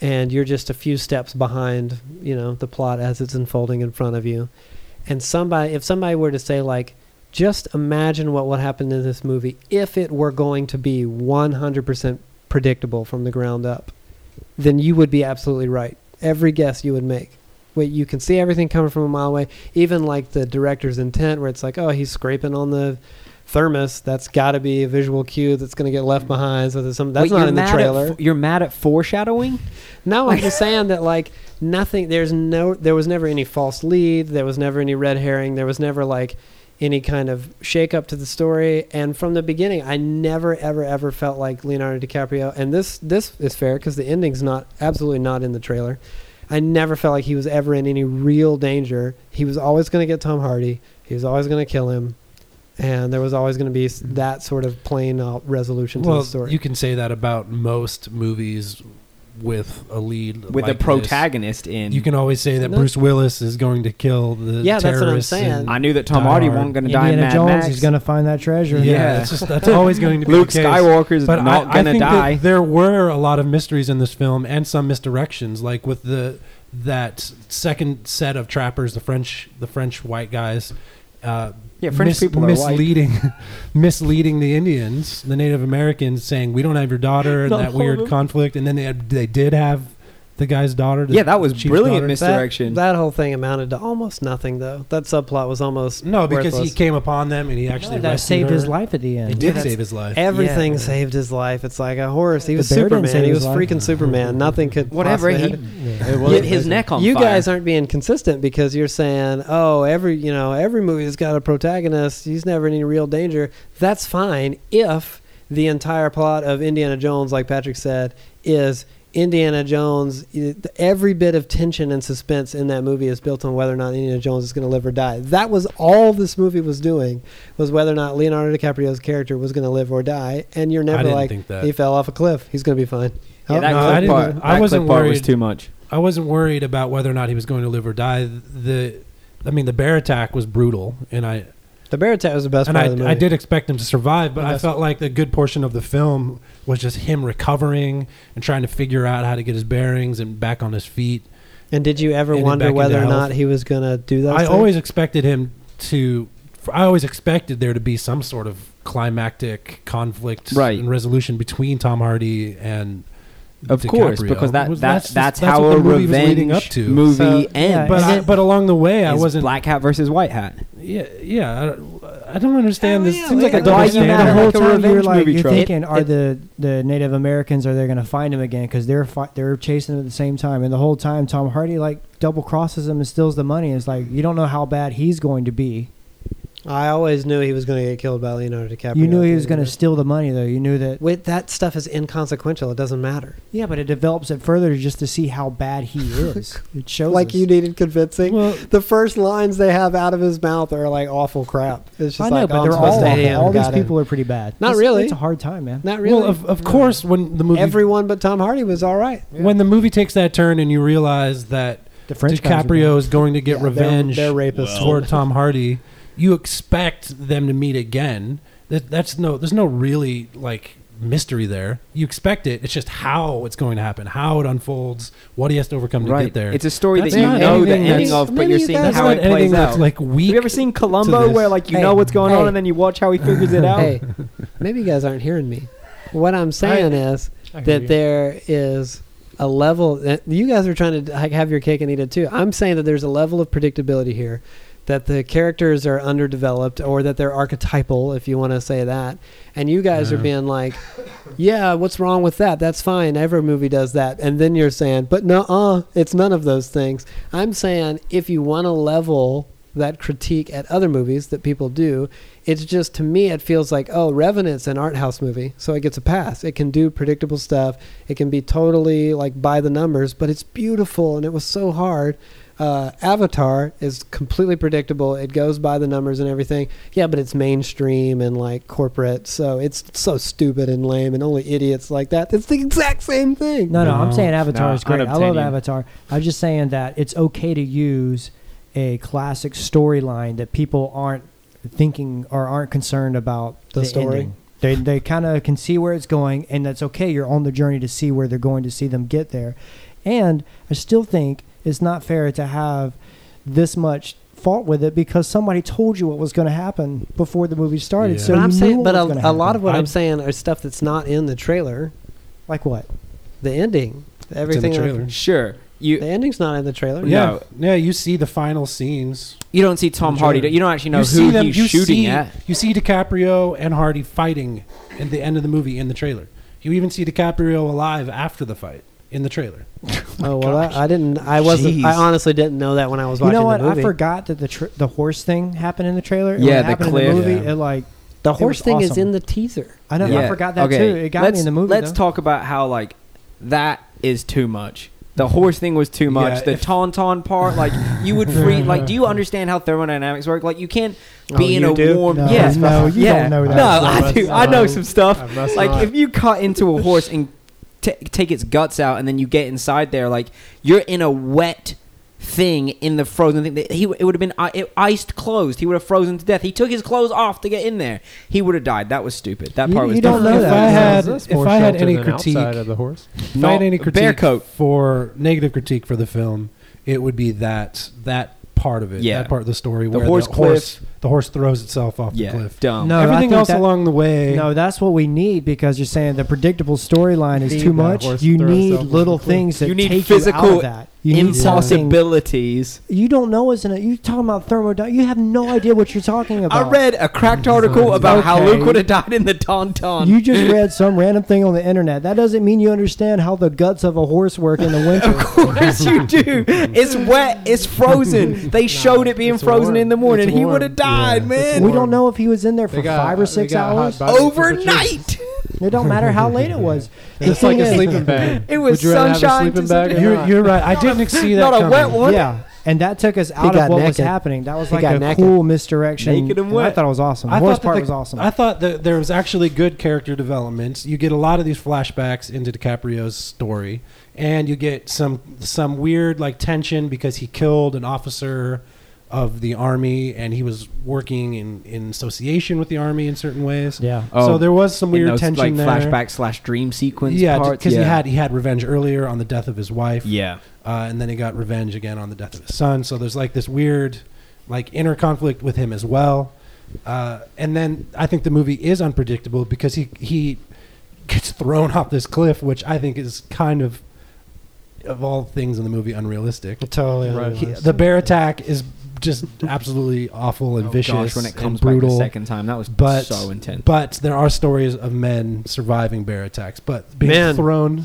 [SPEAKER 1] and you're just a few steps behind, you know, the plot as it's unfolding in front of you, and somebody, if somebody were to say like. Just imagine what would happen in this movie if it were going to be 100% predictable from the ground up. Then you would be absolutely right. Every guess you would make. Wait, you can see everything coming from a mile away. Even like the director's intent, where it's like, oh, he's scraping on the thermos. That's got to be a visual cue that's going to get left behind. So there's some that's
[SPEAKER 4] Wait,
[SPEAKER 1] not
[SPEAKER 4] you're
[SPEAKER 1] in the
[SPEAKER 4] mad at
[SPEAKER 1] trailer.
[SPEAKER 4] fo- you're mad at foreshadowing.
[SPEAKER 1] No, I'm just saying that like nothing. There's no. There was never any false lead. There was never any red herring. There was never like any kind of shake up to the story. And from the beginning, I never, ever, ever felt like Leonardo DiCaprio. And this this is fair because the ending's not absolutely not in the trailer. I never felt like he was ever in any real danger. He was always going to get Tom Hardy. He was always going to kill him. And there was always going to be s- that sort of plain out resolution to
[SPEAKER 3] well,
[SPEAKER 1] the story.
[SPEAKER 3] you can say that about most movies with a lead
[SPEAKER 4] with
[SPEAKER 3] like
[SPEAKER 4] the
[SPEAKER 3] this.
[SPEAKER 4] protagonist in.
[SPEAKER 3] You can always say that
[SPEAKER 1] No.
[SPEAKER 3] Bruce Willis is going to kill the
[SPEAKER 1] Yeah, that's what I'm
[SPEAKER 3] terrorists
[SPEAKER 1] saying.
[SPEAKER 3] and-
[SPEAKER 4] I knew that Tom
[SPEAKER 3] Die
[SPEAKER 4] Hardy
[SPEAKER 3] Hard.
[SPEAKER 4] wasn't going to die in
[SPEAKER 6] Indiana
[SPEAKER 4] Mad
[SPEAKER 6] Jones,
[SPEAKER 4] Max.
[SPEAKER 6] he's gonna find that treasure.
[SPEAKER 3] Yeah,
[SPEAKER 4] Yeah.
[SPEAKER 3] that's
[SPEAKER 4] [laughs]
[SPEAKER 3] just that's always going to be
[SPEAKER 4] Luke
[SPEAKER 3] the case.
[SPEAKER 4] Skywalker's
[SPEAKER 3] But
[SPEAKER 4] not
[SPEAKER 3] I, I
[SPEAKER 4] going to
[SPEAKER 3] think that
[SPEAKER 4] die.
[SPEAKER 3] there were a lot of mysteries in this film and some misdirections, like with the that second set of trappers, the French the French white guys. Uh,
[SPEAKER 4] yeah, French
[SPEAKER 3] mis-
[SPEAKER 4] people are white.
[SPEAKER 3] misleading, [laughs] misleading the Indians, the Native Americans, saying we don't have your daughter, and
[SPEAKER 4] Not
[SPEAKER 3] that
[SPEAKER 4] one of
[SPEAKER 3] weird
[SPEAKER 4] them.
[SPEAKER 3] conflict, and then they had, they did have the guy's daughter. the
[SPEAKER 4] Yeah, that was
[SPEAKER 3] chief's
[SPEAKER 4] brilliant
[SPEAKER 3] daughter.
[SPEAKER 1] That-
[SPEAKER 4] misdirection.
[SPEAKER 1] That, whole thing amounted to almost nothing, though. That subplot was almost
[SPEAKER 3] No, because
[SPEAKER 1] worthless.
[SPEAKER 3] he came upon them and he actually
[SPEAKER 6] that
[SPEAKER 3] rescued
[SPEAKER 6] saved
[SPEAKER 3] her.
[SPEAKER 6] his life at the
[SPEAKER 3] He
[SPEAKER 6] end.
[SPEAKER 3] did
[SPEAKER 1] That's-
[SPEAKER 3] save his life.
[SPEAKER 1] everything
[SPEAKER 6] Yeah.
[SPEAKER 1] saved his life. It's like a horse. He
[SPEAKER 6] The
[SPEAKER 1] was
[SPEAKER 6] bear didn't
[SPEAKER 1] Superman.
[SPEAKER 6] save
[SPEAKER 1] He
[SPEAKER 6] his
[SPEAKER 1] was
[SPEAKER 6] life.
[SPEAKER 1] freaking Superman. Nothing could
[SPEAKER 4] Whatever
[SPEAKER 1] possibly
[SPEAKER 4] he
[SPEAKER 1] happen.
[SPEAKER 4] hit his neck on
[SPEAKER 1] You
[SPEAKER 4] fire.
[SPEAKER 1] guys aren't being consistent because you're saying, oh, every you know every movie's got a protagonist. He's never in any real danger. That's fine if the entire plot of Indiana Jones, like Patrick said, is Indiana Jones. Every bit of tension and suspense in that movie is built on whether or not Indiana Jones is going to live or die. That was all this movie was doing was whether or not Leonardo DiCaprio's character was going to live or die. And you're
[SPEAKER 3] I
[SPEAKER 1] never
[SPEAKER 3] didn't
[SPEAKER 1] like
[SPEAKER 3] think that.
[SPEAKER 1] he fell off a cliff. He's going to be fine.
[SPEAKER 4] Yeah, that
[SPEAKER 3] No, I
[SPEAKER 4] clip
[SPEAKER 3] didn't-
[SPEAKER 4] part,
[SPEAKER 3] I
[SPEAKER 4] that
[SPEAKER 3] wasn't
[SPEAKER 4] clip part was
[SPEAKER 3] worried.
[SPEAKER 4] too much.
[SPEAKER 3] I wasn't worried about whether or not he was going to live or die. The, I mean, the bear attack was brutal, and I
[SPEAKER 1] The bear attack was the best
[SPEAKER 3] and
[SPEAKER 1] part of the
[SPEAKER 3] I,
[SPEAKER 1] movie.
[SPEAKER 3] I did expect him to survive, but
[SPEAKER 1] The
[SPEAKER 3] I
[SPEAKER 1] best
[SPEAKER 3] felt like a good portion of the film was just him recovering and trying to figure out how to get his bearings and back on his feet.
[SPEAKER 1] And did you ever
[SPEAKER 3] And then
[SPEAKER 1] wonder
[SPEAKER 3] back
[SPEAKER 1] whether or
[SPEAKER 3] into
[SPEAKER 1] not
[SPEAKER 3] health.
[SPEAKER 1] he was going to do that?
[SPEAKER 3] I always expected him to. I always expected there to be some sort of climactic conflict
[SPEAKER 4] Right.
[SPEAKER 3] and resolution between Tom Hardy and.
[SPEAKER 4] Of course,
[SPEAKER 3] DiCaprio.
[SPEAKER 4] because that,
[SPEAKER 3] Was-
[SPEAKER 4] that that's,
[SPEAKER 3] just-
[SPEAKER 4] how
[SPEAKER 3] what
[SPEAKER 4] a
[SPEAKER 3] the movie was
[SPEAKER 4] revenge
[SPEAKER 3] leading up to.
[SPEAKER 4] movie
[SPEAKER 6] So,
[SPEAKER 4] ends.
[SPEAKER 6] yeah,
[SPEAKER 3] but
[SPEAKER 6] is
[SPEAKER 3] I,
[SPEAKER 6] it-
[SPEAKER 3] but along the way, I
[SPEAKER 4] Is
[SPEAKER 3] wasn't
[SPEAKER 4] Black Hat versus White Hat.
[SPEAKER 3] Yeah, yeah. I don't, I don't understand
[SPEAKER 1] Oh,
[SPEAKER 3] this.
[SPEAKER 1] yeah,
[SPEAKER 3] seems like
[SPEAKER 1] yeah.
[SPEAKER 3] a
[SPEAKER 4] Why
[SPEAKER 3] double
[SPEAKER 4] you
[SPEAKER 6] And
[SPEAKER 4] mad
[SPEAKER 6] the
[SPEAKER 4] at
[SPEAKER 3] standard.
[SPEAKER 6] whole
[SPEAKER 4] like a
[SPEAKER 6] time you're
[SPEAKER 4] revenge
[SPEAKER 6] like
[SPEAKER 4] movie
[SPEAKER 6] you're
[SPEAKER 4] trope.
[SPEAKER 6] thinking, are
[SPEAKER 1] It-
[SPEAKER 6] the, the Native Americans are they going to find him again? Because they're fi- they're chasing him at the same time, and the whole time Tom Hardy like double crosses him and steals the money. It's like you don't know how bad he's going to be.
[SPEAKER 1] I always knew he was going to get killed by Leonardo DiCaprio.
[SPEAKER 6] you knew
[SPEAKER 1] at
[SPEAKER 6] he
[SPEAKER 1] the
[SPEAKER 6] was
[SPEAKER 1] end,
[SPEAKER 6] going to
[SPEAKER 1] right?
[SPEAKER 6] steal the money though. You knew that.
[SPEAKER 1] Wait, that stuff is inconsequential. It doesn't matter.
[SPEAKER 6] Yeah, but it develops it further just to see how bad he is. It shows
[SPEAKER 1] Like
[SPEAKER 6] us.
[SPEAKER 1] you needed convincing.
[SPEAKER 3] Well,
[SPEAKER 1] the first lines they have out of his mouth are like awful crap. It's just
[SPEAKER 6] I know,
[SPEAKER 1] like
[SPEAKER 6] but
[SPEAKER 1] oh,
[SPEAKER 6] they're
[SPEAKER 1] I'm supposed
[SPEAKER 6] all
[SPEAKER 1] to hate
[SPEAKER 6] awful.
[SPEAKER 1] him,
[SPEAKER 6] all these
[SPEAKER 1] got him.
[SPEAKER 6] people are pretty bad.
[SPEAKER 1] Not
[SPEAKER 6] It's-
[SPEAKER 1] really.
[SPEAKER 6] It's a hard time, man.
[SPEAKER 1] Not really.
[SPEAKER 3] well, of, of course, when the movie
[SPEAKER 1] Everyone but Tom Hardy was all right.
[SPEAKER 3] when the movie takes that turn and you realize that
[SPEAKER 6] The French guys are
[SPEAKER 3] DiCaprio is going to get
[SPEAKER 1] Yeah, they're-
[SPEAKER 3] revenge
[SPEAKER 1] They're, rapists.
[SPEAKER 3] toward Tom Hardy, you expect them to meet again. That, that's no, there's no really like mystery there. You expect it. It's just how it's going to happen, how it unfolds, what he has to overcome to get there.
[SPEAKER 4] It's a story
[SPEAKER 3] That's
[SPEAKER 4] that you
[SPEAKER 3] not
[SPEAKER 4] know the
[SPEAKER 3] anything
[SPEAKER 4] ending
[SPEAKER 3] that's-
[SPEAKER 4] of, but you're seeing
[SPEAKER 3] that's
[SPEAKER 4] how
[SPEAKER 3] not
[SPEAKER 4] it plays
[SPEAKER 3] anything
[SPEAKER 4] out.
[SPEAKER 3] that's like weak.
[SPEAKER 4] Have you ever seen Columbo,
[SPEAKER 3] this.
[SPEAKER 4] where like you
[SPEAKER 1] Hey,
[SPEAKER 4] know what's going
[SPEAKER 1] hey.
[SPEAKER 4] on and then you watch how he figures it out?
[SPEAKER 1] hey, maybe you guys aren't hearing me. What I'm saying is
[SPEAKER 2] I hear
[SPEAKER 1] that
[SPEAKER 2] you.
[SPEAKER 1] there is a level that you guys are trying to like, have your cake and eat it too. I'm saying that there's a level of predictability here that the characters are underdeveloped or that they're archetypal if you want to say that. And you guys
[SPEAKER 2] Uh-huh.
[SPEAKER 1] are
[SPEAKER 3] Yeah.
[SPEAKER 1] being like, "Yeah, what's wrong with that? That's fine. Every movie does that." And then you're saying, "But no, uh, it's none of those things." I'm saying if you want to level that critique at other movies that people do, it's just to me it feels like oh revenant's an art house movie so it gets a pass it can do predictable stuff it can be totally like by the numbers but it's beautiful and it was so hard uh, avatar is completely predictable it goes by the numbers and everything yeah but it's mainstream and like corporate so it's so stupid and lame and only idiots like that it's the exact same thing
[SPEAKER 6] No, no, I'm
[SPEAKER 3] No.
[SPEAKER 6] saying Avatar
[SPEAKER 4] No,
[SPEAKER 6] is great. I love
[SPEAKER 4] unobtainium.
[SPEAKER 6] Avatar. I'm just saying that it's okay to use a classic storyline that people aren't thinking or aren't concerned about
[SPEAKER 1] The story.
[SPEAKER 6] ending. They, they kind of can see where it's going, and that's okay. You're on the journey to see where they're going to see them get there. And I still think it's not fair to have this much fault with it because somebody told you what was going to happen before the movie started.
[SPEAKER 3] Yeah.
[SPEAKER 6] So
[SPEAKER 1] but i'm
[SPEAKER 6] you knew
[SPEAKER 1] saying
[SPEAKER 6] what
[SPEAKER 1] but
[SPEAKER 6] was gonna
[SPEAKER 1] a, a lot
[SPEAKER 6] happen.
[SPEAKER 1] of what i'm
[SPEAKER 3] I'd-
[SPEAKER 1] saying are stuff that's not in the trailer
[SPEAKER 6] like what
[SPEAKER 1] the ending
[SPEAKER 3] It's in the
[SPEAKER 1] everything
[SPEAKER 3] trailer.
[SPEAKER 4] Sure,
[SPEAKER 1] the
[SPEAKER 4] you
[SPEAKER 1] ending's not in the trailer
[SPEAKER 3] Yeah,
[SPEAKER 4] No.
[SPEAKER 3] yeah. You see the final scenes.
[SPEAKER 4] you don't see Tom
[SPEAKER 3] Sure.
[SPEAKER 4] Hardy. You don't actually know
[SPEAKER 3] you
[SPEAKER 4] who
[SPEAKER 3] see them.
[SPEAKER 4] he's
[SPEAKER 3] You
[SPEAKER 4] shooting
[SPEAKER 3] see.
[SPEAKER 4] at.
[SPEAKER 3] You see DiCaprio and Hardy fighting at the end of the movie in the trailer. You even see DiCaprio alive after the fight in the trailer.
[SPEAKER 1] Oh well, I, I didn't. I wasn't. I
[SPEAKER 3] Jeez.
[SPEAKER 1] honestly didn't know that when I was
[SPEAKER 6] You
[SPEAKER 1] watching
[SPEAKER 6] know what?
[SPEAKER 1] the movie.
[SPEAKER 6] I forgot that the tr the horse thing happened in the trailer. It
[SPEAKER 4] Yeah,
[SPEAKER 6] would
[SPEAKER 4] the
[SPEAKER 6] happen in
[SPEAKER 4] cliff.
[SPEAKER 6] movie.
[SPEAKER 3] Yeah.
[SPEAKER 6] It like
[SPEAKER 1] the
[SPEAKER 6] was
[SPEAKER 1] horse thing is
[SPEAKER 6] awesome.
[SPEAKER 1] in the teaser.
[SPEAKER 6] I know I
[SPEAKER 4] Yeah.
[SPEAKER 6] forgot that
[SPEAKER 4] Okay,
[SPEAKER 6] too. It got
[SPEAKER 4] let's,
[SPEAKER 6] me in the movie.
[SPEAKER 4] Let's
[SPEAKER 6] though.
[SPEAKER 4] talk about how like that is too much. The horse thing was too much.
[SPEAKER 3] Yeah,
[SPEAKER 4] the
[SPEAKER 3] if-
[SPEAKER 4] tauntaun part, like you would free. like, do you understand how thermodynamics work? Like, you can't
[SPEAKER 1] Oh,
[SPEAKER 4] be in
[SPEAKER 1] you
[SPEAKER 4] a
[SPEAKER 1] do?
[SPEAKER 4] warm.
[SPEAKER 6] No,
[SPEAKER 4] yes,
[SPEAKER 6] no, you
[SPEAKER 4] yeah.
[SPEAKER 6] don't know that. Um,
[SPEAKER 4] No,
[SPEAKER 2] I
[SPEAKER 4] I
[SPEAKER 2] must
[SPEAKER 4] do. I know
[SPEAKER 2] not.
[SPEAKER 4] some stuff.
[SPEAKER 2] I must
[SPEAKER 4] Like,
[SPEAKER 2] not.
[SPEAKER 4] if you cut into a horse and t- take its guts out, and then you get inside there, like you're in a wet thing in the frozen thing. That he it would have been i- it, iced closed. He would have frozen to death. He took his clothes off to get in there. He would have died. That was stupid. That
[SPEAKER 6] You-
[SPEAKER 4] part was.
[SPEAKER 6] you don't
[SPEAKER 4] dumb.
[SPEAKER 6] know
[SPEAKER 3] if
[SPEAKER 6] that.
[SPEAKER 3] I had,
[SPEAKER 2] That's
[SPEAKER 3] if
[SPEAKER 2] more
[SPEAKER 3] I had
[SPEAKER 2] shelter
[SPEAKER 3] any
[SPEAKER 2] than
[SPEAKER 3] critique,
[SPEAKER 2] outside of the horse.
[SPEAKER 3] if I had
[SPEAKER 4] No,
[SPEAKER 3] any
[SPEAKER 4] bear
[SPEAKER 3] critique
[SPEAKER 4] coat.
[SPEAKER 3] for negative critique for the film, it would be that that part of it,
[SPEAKER 4] Yeah.
[SPEAKER 3] that part of the story
[SPEAKER 4] The
[SPEAKER 3] where
[SPEAKER 4] horse
[SPEAKER 3] the horse the horse throws itself off
[SPEAKER 4] Yeah,
[SPEAKER 3] the cliff.
[SPEAKER 4] dumb.
[SPEAKER 6] No, I
[SPEAKER 3] Everything
[SPEAKER 6] think
[SPEAKER 3] else
[SPEAKER 6] that-
[SPEAKER 3] along the way,
[SPEAKER 6] No, that's what we need because you're saying the predictable storyline is
[SPEAKER 2] Need
[SPEAKER 6] too
[SPEAKER 2] that
[SPEAKER 6] much.
[SPEAKER 2] horse
[SPEAKER 6] You
[SPEAKER 2] to throw
[SPEAKER 6] need
[SPEAKER 2] itself off
[SPEAKER 6] little
[SPEAKER 2] the cliff.
[SPEAKER 6] things that
[SPEAKER 4] You need
[SPEAKER 6] take you out
[SPEAKER 4] physical
[SPEAKER 6] of that. You need something-
[SPEAKER 4] impossibilities.
[SPEAKER 6] You don't know, isn't it? You're talking about thermodynamics. You have no idea what you're talking about.
[SPEAKER 4] I read a cracked article about how
[SPEAKER 6] Okay.
[SPEAKER 4] Luke would have died in the Tauntaun. [laughs]
[SPEAKER 6] You just read some random thing on the internet. That doesn't mean you understand how the guts of a horse work in the
[SPEAKER 4] [laughs]
[SPEAKER 6] winter.
[SPEAKER 4] of course you do. It's wet. It's frozen. They showed it being
[SPEAKER 2] it's
[SPEAKER 4] frozen
[SPEAKER 2] warm.
[SPEAKER 4] in the morning.
[SPEAKER 2] It's
[SPEAKER 4] he
[SPEAKER 2] warm.
[SPEAKER 4] would have died,
[SPEAKER 2] Yeah, it's
[SPEAKER 4] man.
[SPEAKER 6] we don't know if he was in there
[SPEAKER 2] They
[SPEAKER 6] for
[SPEAKER 2] got-
[SPEAKER 6] five
[SPEAKER 2] they
[SPEAKER 6] or six
[SPEAKER 2] got hot
[SPEAKER 6] hours.
[SPEAKER 2] body temperatures.
[SPEAKER 4] Overnight.
[SPEAKER 6] It don't matter how late it was. The
[SPEAKER 2] It's like
[SPEAKER 6] thing
[SPEAKER 2] a
[SPEAKER 6] is-
[SPEAKER 2] sleeping bag.
[SPEAKER 4] It was
[SPEAKER 2] Would you rather have a
[SPEAKER 4] sunshine
[SPEAKER 2] sleeping
[SPEAKER 4] to
[SPEAKER 2] bag or
[SPEAKER 3] you're,
[SPEAKER 2] not?
[SPEAKER 3] you're right. I
[SPEAKER 6] [laughs]
[SPEAKER 3] didn't see that
[SPEAKER 4] Not a
[SPEAKER 3] coming.
[SPEAKER 4] wet one.
[SPEAKER 6] Yeah, and that took us out
[SPEAKER 1] got
[SPEAKER 6] of what was
[SPEAKER 1] naked.
[SPEAKER 6] happening. That was
[SPEAKER 1] He
[SPEAKER 6] like
[SPEAKER 1] got
[SPEAKER 6] a
[SPEAKER 1] naked.
[SPEAKER 6] cool misdirection.
[SPEAKER 4] Naked and
[SPEAKER 6] I
[SPEAKER 4] wet.
[SPEAKER 6] thought it was awesome.
[SPEAKER 3] I
[SPEAKER 6] the horse
[SPEAKER 3] thought that
[SPEAKER 6] part
[SPEAKER 3] the-
[SPEAKER 6] was awesome.
[SPEAKER 3] I thought that there was actually good character development. You get a lot of these flashbacks into DiCaprio's story, and you get some some weird like tension because he killed an officer of the army, and he was working in in association with the army in certain ways.
[SPEAKER 6] yeah.
[SPEAKER 4] Oh,
[SPEAKER 3] so there was some weird tension there.
[SPEAKER 4] flashback slash dream sequence
[SPEAKER 3] yeah,
[SPEAKER 4] parts.
[SPEAKER 3] because he had he had revenge earlier on the death of his wife,
[SPEAKER 4] Yeah.
[SPEAKER 3] uh, and then he got revenge again on the death of his son. So there's like this weird, like inner conflict with him as well. Uh, and then I think the movie is unpredictable because he he gets thrown off this cliff, which I think is kind of of all things in the movie unrealistic.
[SPEAKER 6] Totally.
[SPEAKER 2] Right.
[SPEAKER 3] He- the bear attack is just absolutely awful and
[SPEAKER 4] Oh,
[SPEAKER 3] vicious
[SPEAKER 4] gosh, when it comes
[SPEAKER 3] and brutal.
[SPEAKER 4] back the second time, that was
[SPEAKER 3] but
[SPEAKER 4] so intense.
[SPEAKER 3] But there are stories of men surviving bear attacks, but being
[SPEAKER 1] Men.
[SPEAKER 3] thrown,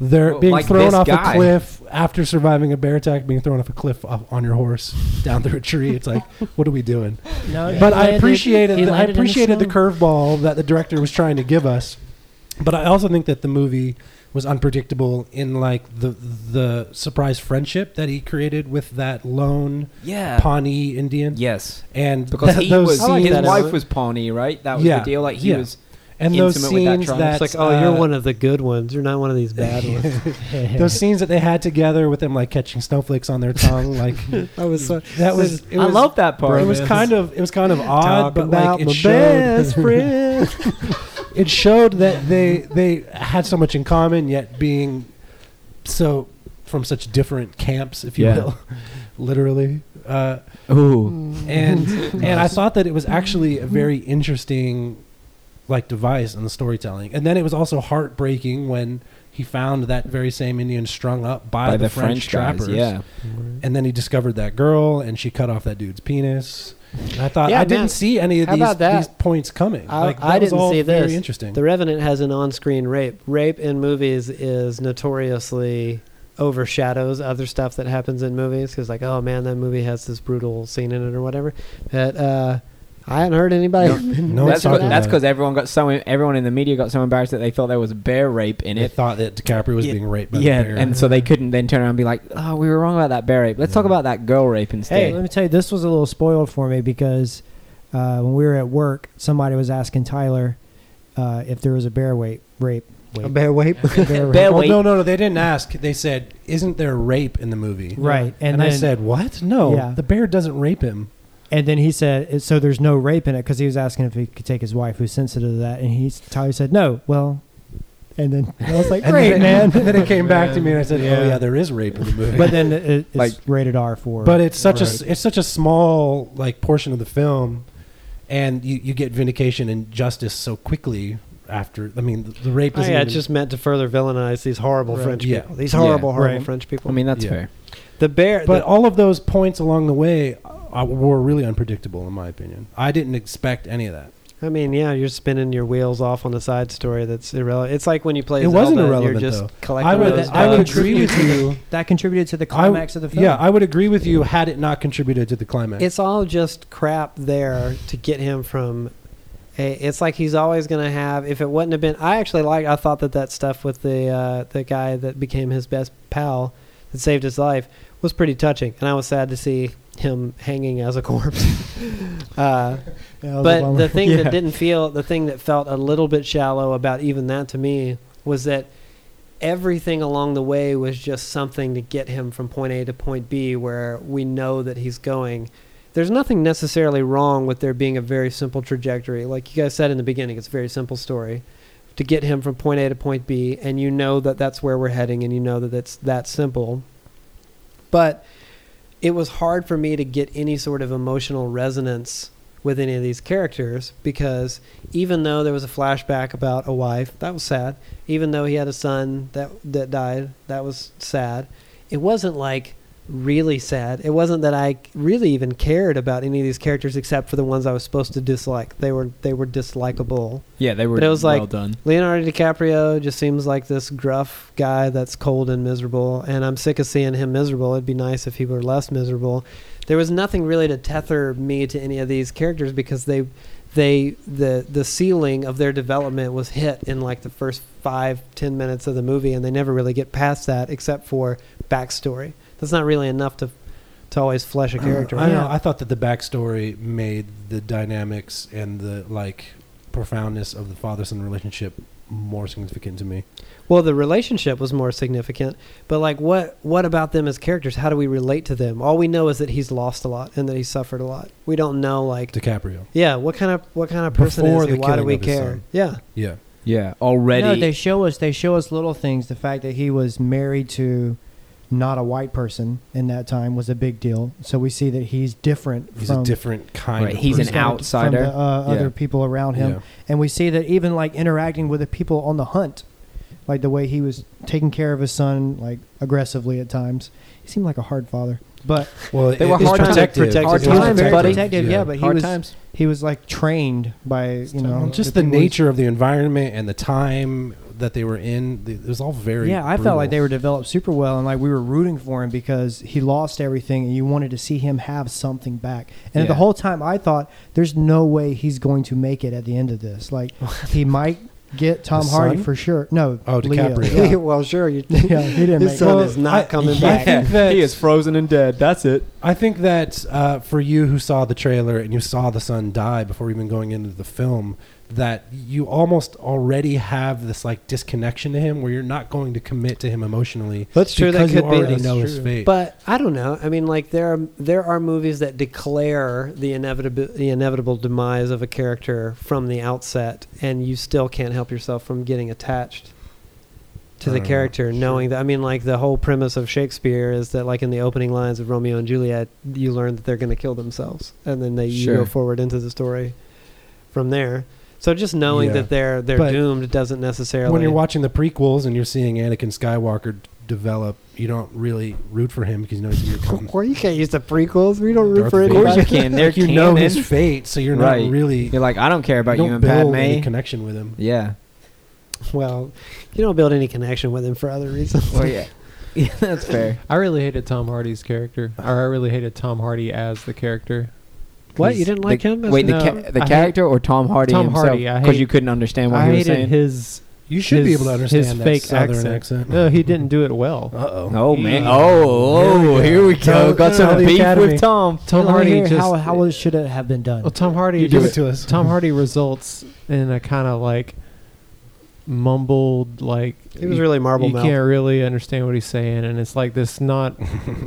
[SPEAKER 3] they're
[SPEAKER 4] Well,
[SPEAKER 3] being
[SPEAKER 4] like
[SPEAKER 3] thrown
[SPEAKER 4] this
[SPEAKER 3] off a
[SPEAKER 4] guy.
[SPEAKER 3] cliff after surviving a bear attack, being thrown off a cliff o- on your horse [laughs] down through a tree. It's like, [laughs] what are we doing?
[SPEAKER 6] No, he
[SPEAKER 3] But I
[SPEAKER 6] landed-
[SPEAKER 3] appreciated
[SPEAKER 6] he
[SPEAKER 3] the, I
[SPEAKER 6] landed in
[SPEAKER 3] appreciated the
[SPEAKER 6] snow.
[SPEAKER 3] curveball that the director was trying to give us. But I also think that the movie was unpredictable in like the the surprise friendship that he created with that lone
[SPEAKER 4] Uh, yeah.
[SPEAKER 3] Pawnee Indian.
[SPEAKER 4] yes.
[SPEAKER 3] And
[SPEAKER 4] [laughs] Because
[SPEAKER 3] th-
[SPEAKER 4] he
[SPEAKER 3] those
[SPEAKER 4] was,
[SPEAKER 1] I like
[SPEAKER 3] scenes-
[SPEAKER 4] his
[SPEAKER 1] that
[SPEAKER 4] wife
[SPEAKER 1] element.
[SPEAKER 4] was Pawnee, right? That was
[SPEAKER 3] Yeah.
[SPEAKER 4] the deal. Like he
[SPEAKER 3] Yeah.
[SPEAKER 4] was
[SPEAKER 3] and those
[SPEAKER 4] intimate with that
[SPEAKER 3] scenes
[SPEAKER 4] tribe.
[SPEAKER 3] that,
[SPEAKER 1] It's like, oh, you're
[SPEAKER 3] uh,
[SPEAKER 1] one of the good ones. You're not one of these bad ones.
[SPEAKER 3] those scenes that they had together with them like catching snowflakes on their tongue like
[SPEAKER 1] I was so.
[SPEAKER 3] that was it
[SPEAKER 4] I
[SPEAKER 3] was,
[SPEAKER 4] love that part.
[SPEAKER 3] it was kind of it was kind of
[SPEAKER 1] Talk
[SPEAKER 3] odd but
[SPEAKER 1] about
[SPEAKER 3] like it
[SPEAKER 1] my
[SPEAKER 3] showed
[SPEAKER 1] best friend.
[SPEAKER 3] [laughs] it showed that they they had so much in common, yet being so from such different camps, if you
[SPEAKER 4] Yeah.
[SPEAKER 3] will, [laughs] literally. Uh,
[SPEAKER 4] Ooh.
[SPEAKER 3] [laughs] and and I thought that it was actually a very interesting like device in the storytelling. And then it was also heartbreaking when he found that very same Indian strung up by,
[SPEAKER 4] By
[SPEAKER 3] the, French,
[SPEAKER 4] guys,
[SPEAKER 3] trappers.
[SPEAKER 4] Yeah.
[SPEAKER 3] And then he discovered that girl and she cut off that dude's penis. And I thought
[SPEAKER 1] Yeah,
[SPEAKER 3] I
[SPEAKER 1] man.
[SPEAKER 3] didn't see any of
[SPEAKER 1] How
[SPEAKER 3] these,
[SPEAKER 1] about that?
[SPEAKER 3] these points coming.
[SPEAKER 1] I-
[SPEAKER 3] like, that
[SPEAKER 1] I
[SPEAKER 3] was
[SPEAKER 1] didn't
[SPEAKER 3] all
[SPEAKER 1] see
[SPEAKER 3] very
[SPEAKER 1] this.
[SPEAKER 3] interesting.
[SPEAKER 1] The Revenant has an on-screen rape. Rape in movies is notoriously overshadows other stuff that happens in movies because, like, oh man, that movie has this brutal scene in it or whatever. But uh, I hadn't heard anybody. [laughs]
[SPEAKER 3] no
[SPEAKER 4] that's
[SPEAKER 3] one's talking about
[SPEAKER 4] because everyone got so everyone in the media got so embarrassed that they thought there was bear rape in
[SPEAKER 3] it. They
[SPEAKER 4] it.
[SPEAKER 3] thought that DiCaprio was
[SPEAKER 4] Yeah,
[SPEAKER 3] being raped by
[SPEAKER 4] Yeah,
[SPEAKER 3] the bear.
[SPEAKER 4] and so they couldn't then turn around and be like, "Oh, we were wrong about that bear rape. Let's talk
[SPEAKER 3] Yeah.
[SPEAKER 4] about that girl rape
[SPEAKER 6] Hey,
[SPEAKER 4] instead."
[SPEAKER 6] let me tell you, this was a little spoiled for me because uh, when we were at work, somebody was asking Tyler uh, if there was a bear wait, rape.
[SPEAKER 1] A bear rape. [laughs]
[SPEAKER 6] Bear rape.
[SPEAKER 4] Bear
[SPEAKER 3] well,
[SPEAKER 4] wait.
[SPEAKER 3] no, no, no. They didn't ask. They said, "Isn't there rape in the movie?"
[SPEAKER 6] Right,
[SPEAKER 3] And,
[SPEAKER 6] and
[SPEAKER 3] I
[SPEAKER 6] then-
[SPEAKER 3] said, "What? No,
[SPEAKER 6] Yeah.
[SPEAKER 3] the bear doesn't rape him."
[SPEAKER 6] And then he said, so there's no rape in it because he was asking if he could take his wife, who's sensitive to that. And he, Tyler said, no. Well, and then I was like,
[SPEAKER 3] And [laughs]
[SPEAKER 6] great,
[SPEAKER 3] then,
[SPEAKER 6] man.
[SPEAKER 3] And then it came back to me, and I
[SPEAKER 2] Man,
[SPEAKER 3] said, "Oh
[SPEAKER 2] yeah.
[SPEAKER 3] yeah, there is rape in the movie."
[SPEAKER 6] but then it, it's
[SPEAKER 4] Like-
[SPEAKER 6] rated R for.
[SPEAKER 3] but it's such a s- it's such a small like portion of the film, and you, you get vindication and justice so quickly after. I mean, the, the rape
[SPEAKER 1] Oh,
[SPEAKER 3] is
[SPEAKER 1] yeah, it's just meant to further villainize these horrible
[SPEAKER 2] Right.
[SPEAKER 1] French
[SPEAKER 3] Yeah.
[SPEAKER 1] people. These
[SPEAKER 4] Yeah.
[SPEAKER 1] horrible, horrible
[SPEAKER 6] Right.
[SPEAKER 1] French people.
[SPEAKER 4] I mean, that's
[SPEAKER 3] Yeah.
[SPEAKER 4] fair.
[SPEAKER 1] the bear.
[SPEAKER 3] But
[SPEAKER 1] the-
[SPEAKER 3] all of those points along the way uh, were really unpredictable, in my opinion. I didn't expect any of that.
[SPEAKER 1] I mean, yeah, you're spinning your wheels off on a side story that's irrelevant. It's like when you play.
[SPEAKER 3] It wasn't
[SPEAKER 1] Zelda and
[SPEAKER 3] irrelevant,
[SPEAKER 1] You're just
[SPEAKER 3] though.
[SPEAKER 1] collecting
[SPEAKER 3] I would
[SPEAKER 1] those
[SPEAKER 3] I would
[SPEAKER 1] bugs.
[SPEAKER 3] agree with you.
[SPEAKER 6] that contributed to the
[SPEAKER 3] I w-
[SPEAKER 6] climax of the film.
[SPEAKER 3] Yeah, I would agree with you had it not contributed to the climax.
[SPEAKER 1] It's all just crap there to get him from. A, it's like he's always going to have. If it wouldn't have been, I actually like. I thought that that stuff with the uh, the guy that became his best pal that saved his life was pretty touching, and I was sad to see him hanging as a corpse. [laughs] uh,
[SPEAKER 6] Yeah,
[SPEAKER 1] but the thing
[SPEAKER 4] Yeah.
[SPEAKER 1] that didn't feel, the thing that felt a little bit shallow about even that to me was that everything along the way was just something to get him from point A to point B where we know that he's going. There's nothing necessarily wrong with there being a very simple trajectory. Like you guys said in the beginning, it's a very simple story to get him from point A to point B, and you know that that's where we're heading, and you know that it's that simple. But it was hard for me to get any sort of emotional resonance with any of these characters because even though there was a flashback about a wife, that was sad. Even though he had a son that that died, that was sad. It wasn't like really sad. It wasn't that I really even cared about any of these characters except for the ones I was supposed to dislike. They were they were dislikable.
[SPEAKER 4] Yeah, they were.
[SPEAKER 1] But it was
[SPEAKER 4] well
[SPEAKER 1] like-
[SPEAKER 4] done.
[SPEAKER 1] Leonardo DiCaprio just seems like this gruff guy that's cold and miserable, and I'm sick of seeing him miserable. It'd be nice if he were less miserable. There was nothing really to tether me to any of these characters because they, they the the ceiling of their development was hit in like the first five ten minutes of the movie, and they never really get past that except for backstory. That's not really enough to, to always flesh a character.
[SPEAKER 3] Uh, I
[SPEAKER 1] out.
[SPEAKER 3] know. I thought that the backstory made the dynamics and the like profoundness of the father son relationship more significant to me.
[SPEAKER 1] Well, the relationship was more significant, but like, what what about them as characters? How do we relate to them? All we know is that he's lost a lot and that he suffered a lot. We don't know like,
[SPEAKER 3] DiCaprio.
[SPEAKER 1] yeah, what kind of what kind of person
[SPEAKER 3] Before
[SPEAKER 1] is he?
[SPEAKER 3] the
[SPEAKER 1] Why do
[SPEAKER 3] killing
[SPEAKER 1] we
[SPEAKER 3] of his
[SPEAKER 1] care?
[SPEAKER 3] son.
[SPEAKER 1] Yeah,
[SPEAKER 3] Yeah.
[SPEAKER 4] Yeah, already.
[SPEAKER 6] No, they show us. They show us little things. The fact that he was married to not a white person in that time was a big deal. So we see that he's different.
[SPEAKER 3] He's
[SPEAKER 6] from,
[SPEAKER 3] a different kind
[SPEAKER 4] Right,
[SPEAKER 3] of
[SPEAKER 4] he's an
[SPEAKER 3] person.
[SPEAKER 6] from the-
[SPEAKER 4] outsider.
[SPEAKER 6] from the, uh,
[SPEAKER 4] Yeah.
[SPEAKER 6] other people around him,
[SPEAKER 3] Yeah.
[SPEAKER 6] and we see that even like interacting with the people on the hunt, like the way he was taking care of his son, like aggressively at times. He seemed like a hard father, but
[SPEAKER 3] Well,
[SPEAKER 4] They were
[SPEAKER 3] it's
[SPEAKER 4] hard times.
[SPEAKER 3] protective.
[SPEAKER 4] Hard
[SPEAKER 3] It was
[SPEAKER 4] times,
[SPEAKER 3] protective.
[SPEAKER 4] buddy.
[SPEAKER 6] Protective, yeah, but he
[SPEAKER 4] hard
[SPEAKER 6] was-
[SPEAKER 4] times.
[SPEAKER 6] he was like trained by you know
[SPEAKER 3] Well, just the
[SPEAKER 6] people he's-
[SPEAKER 3] nature of the environment and the time that they were in. th- It was all very.
[SPEAKER 6] Yeah, I
[SPEAKER 3] brutal.
[SPEAKER 6] felt like they were developed super well, and like we were rooting for him because he lost everything, and you wanted to see him have something back. And
[SPEAKER 4] Yeah.
[SPEAKER 6] the whole time, I thought, "There's no way he's going to make it at the end of this. Like, he might get Tom
[SPEAKER 3] The
[SPEAKER 6] Hardy
[SPEAKER 3] son?
[SPEAKER 6] for sure. No,
[SPEAKER 3] Oh,
[SPEAKER 6] Leo.
[SPEAKER 3] DiCaprio.
[SPEAKER 6] [laughs]
[SPEAKER 1] [laughs]
[SPEAKER 6] Yeah.
[SPEAKER 1] well, sure,
[SPEAKER 3] [laughs]
[SPEAKER 1] you,
[SPEAKER 6] Yeah, he didn't
[SPEAKER 1] his
[SPEAKER 6] make
[SPEAKER 1] son
[SPEAKER 6] it.
[SPEAKER 1] is not
[SPEAKER 3] I-
[SPEAKER 1] coming
[SPEAKER 3] [laughs] yeah.
[SPEAKER 1] back.
[SPEAKER 3] I think that-
[SPEAKER 4] [laughs] he is frozen and dead. That's it.
[SPEAKER 3] I think that uh, for you who saw the trailer and you saw the son die before even going into the film, that you almost already have this like disconnection to him where you're not going to commit to him emotionally
[SPEAKER 1] That's true.
[SPEAKER 3] because
[SPEAKER 1] that could
[SPEAKER 3] you
[SPEAKER 1] be.
[SPEAKER 3] already
[SPEAKER 1] That's
[SPEAKER 3] know
[SPEAKER 1] true.
[SPEAKER 3] his fate.
[SPEAKER 1] But I don't know. I mean, like there are there are movies that declare the inevitable the inevitable demise of a character from the outset, and you still can't help yourself from getting attached to
[SPEAKER 3] I
[SPEAKER 1] the
[SPEAKER 3] don't know.
[SPEAKER 1] character,
[SPEAKER 3] Mm, Sure.
[SPEAKER 1] knowing that. I mean, like the whole premise of Shakespeare is that, like in the opening lines of Romeo and Juliet, you learn that they're going to kill themselves, and then they you go
[SPEAKER 4] Sure.
[SPEAKER 1] forward into the story from there. So just knowing
[SPEAKER 3] Yeah.
[SPEAKER 1] that they're they're
[SPEAKER 3] But
[SPEAKER 1] doomed doesn't necessarily
[SPEAKER 3] when you're watching the prequels and you're seeing Anakin Skywalker d- develop, you don't really root for him because you know he's going to become
[SPEAKER 1] Or you can't use the prequels. We don't root
[SPEAKER 3] Darth
[SPEAKER 1] for
[SPEAKER 3] Vader.
[SPEAKER 4] Of course
[SPEAKER 1] anybody.
[SPEAKER 4] you can. They're
[SPEAKER 3] like you know
[SPEAKER 4] canon.
[SPEAKER 3] his fate, so you're
[SPEAKER 4] Right.
[SPEAKER 3] not really
[SPEAKER 4] You're like, I don't care about
[SPEAKER 3] you
[SPEAKER 4] you,
[SPEAKER 3] don't
[SPEAKER 4] and
[SPEAKER 3] build any
[SPEAKER 4] Padme.
[SPEAKER 3] connection with him.
[SPEAKER 4] Yeah.
[SPEAKER 1] Well, you don't build any connection with him for other reasons. [laughs]
[SPEAKER 4] Well, yeah. [laughs] Yeah, that's fair.
[SPEAKER 2] [laughs] I really hated Tom Hardy's character, or I really hated Tom Hardy as the character.
[SPEAKER 1] What? You didn't like him? That's-
[SPEAKER 4] Wait,
[SPEAKER 2] No,
[SPEAKER 4] the, ca- the
[SPEAKER 2] I
[SPEAKER 4] character or Tom Hardy
[SPEAKER 2] Tom Hardy, I
[SPEAKER 4] himself? Because
[SPEAKER 2] hate-
[SPEAKER 4] you couldn't understand what
[SPEAKER 2] I
[SPEAKER 4] he was
[SPEAKER 2] hated
[SPEAKER 4] saying.
[SPEAKER 2] his.
[SPEAKER 3] You should be
[SPEAKER 2] his-
[SPEAKER 3] able to understand
[SPEAKER 2] his
[SPEAKER 3] that
[SPEAKER 2] fake
[SPEAKER 3] southern
[SPEAKER 2] accent.
[SPEAKER 3] accent.
[SPEAKER 2] No, he didn't do it well.
[SPEAKER 3] Uh-oh.
[SPEAKER 4] oh man!
[SPEAKER 2] He-
[SPEAKER 4] Oh, oh, here we go.
[SPEAKER 3] Tell-
[SPEAKER 4] Got
[SPEAKER 3] tell
[SPEAKER 4] some
[SPEAKER 3] the
[SPEAKER 4] beef
[SPEAKER 3] Academy.
[SPEAKER 4] with Tom.
[SPEAKER 2] Tom
[SPEAKER 6] Let me
[SPEAKER 2] Hardy
[SPEAKER 6] hear
[SPEAKER 2] just.
[SPEAKER 6] how how it should it have been done?
[SPEAKER 2] well, Tom Hardy
[SPEAKER 3] You
[SPEAKER 2] just
[SPEAKER 3] give it to us.
[SPEAKER 2] Tom Hardy results in a kind of like mumbled like
[SPEAKER 1] He was really marble
[SPEAKER 2] you
[SPEAKER 1] mouth.
[SPEAKER 2] can't really understand what he's saying and it's like this
[SPEAKER 4] [laughs]
[SPEAKER 2] not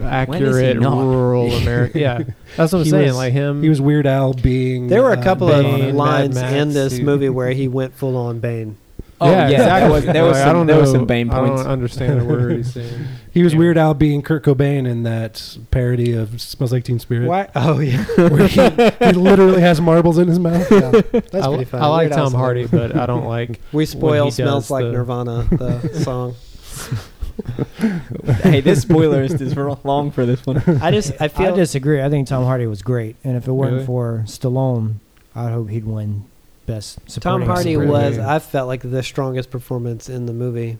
[SPEAKER 2] accurate
[SPEAKER 4] not? [laughs]
[SPEAKER 2] rural America. Yeah. That's what I'm
[SPEAKER 3] He
[SPEAKER 2] saying
[SPEAKER 3] was-
[SPEAKER 2] like him
[SPEAKER 3] He was Weird Al being.
[SPEAKER 1] There were
[SPEAKER 3] uh,
[SPEAKER 1] a couple
[SPEAKER 3] Bane
[SPEAKER 1] of
[SPEAKER 3] and
[SPEAKER 1] lines
[SPEAKER 3] Mad Max,
[SPEAKER 1] in this
[SPEAKER 3] dude.
[SPEAKER 1] movie where he went full on Bane.
[SPEAKER 4] Oh yeah,
[SPEAKER 2] exactly.
[SPEAKER 4] that was, there was
[SPEAKER 2] Like,
[SPEAKER 4] some,
[SPEAKER 2] I don't
[SPEAKER 4] there
[SPEAKER 2] know,
[SPEAKER 4] was some Bane
[SPEAKER 2] I
[SPEAKER 4] points.
[SPEAKER 2] don't understand a word he's saying.
[SPEAKER 3] He was
[SPEAKER 2] Yeah.
[SPEAKER 3] Weird Al being Kurt Cobain in that parody of Smells Like Teen
[SPEAKER 1] [laughs]
[SPEAKER 3] Spirit.
[SPEAKER 1] Why? Oh yeah,
[SPEAKER 3] Where he,
[SPEAKER 1] [laughs]
[SPEAKER 3] he literally has marbles in his mouth.
[SPEAKER 1] that's
[SPEAKER 2] I,
[SPEAKER 1] pretty
[SPEAKER 2] li-
[SPEAKER 1] fun.
[SPEAKER 2] I like
[SPEAKER 1] Weird Al
[SPEAKER 2] Tom
[SPEAKER 1] Smith.
[SPEAKER 2] Hardy, but I don't like.
[SPEAKER 1] We spoil
[SPEAKER 2] does
[SPEAKER 1] smells like [laughs]
[SPEAKER 2] the-
[SPEAKER 1] Nirvana, the song.
[SPEAKER 4] hey, this spoiler is is wrong- long for this one.
[SPEAKER 1] I just I
[SPEAKER 6] I
[SPEAKER 1] feel
[SPEAKER 6] disagree. I think Tom Hardy was great, and if it weren't
[SPEAKER 2] Really?
[SPEAKER 6] for Stallone, I hope he'd win best.
[SPEAKER 1] Tom
[SPEAKER 6] Supporting
[SPEAKER 1] Hardy
[SPEAKER 6] Actor.
[SPEAKER 1] was
[SPEAKER 2] Superman.
[SPEAKER 1] I felt like the strongest performance in the movie.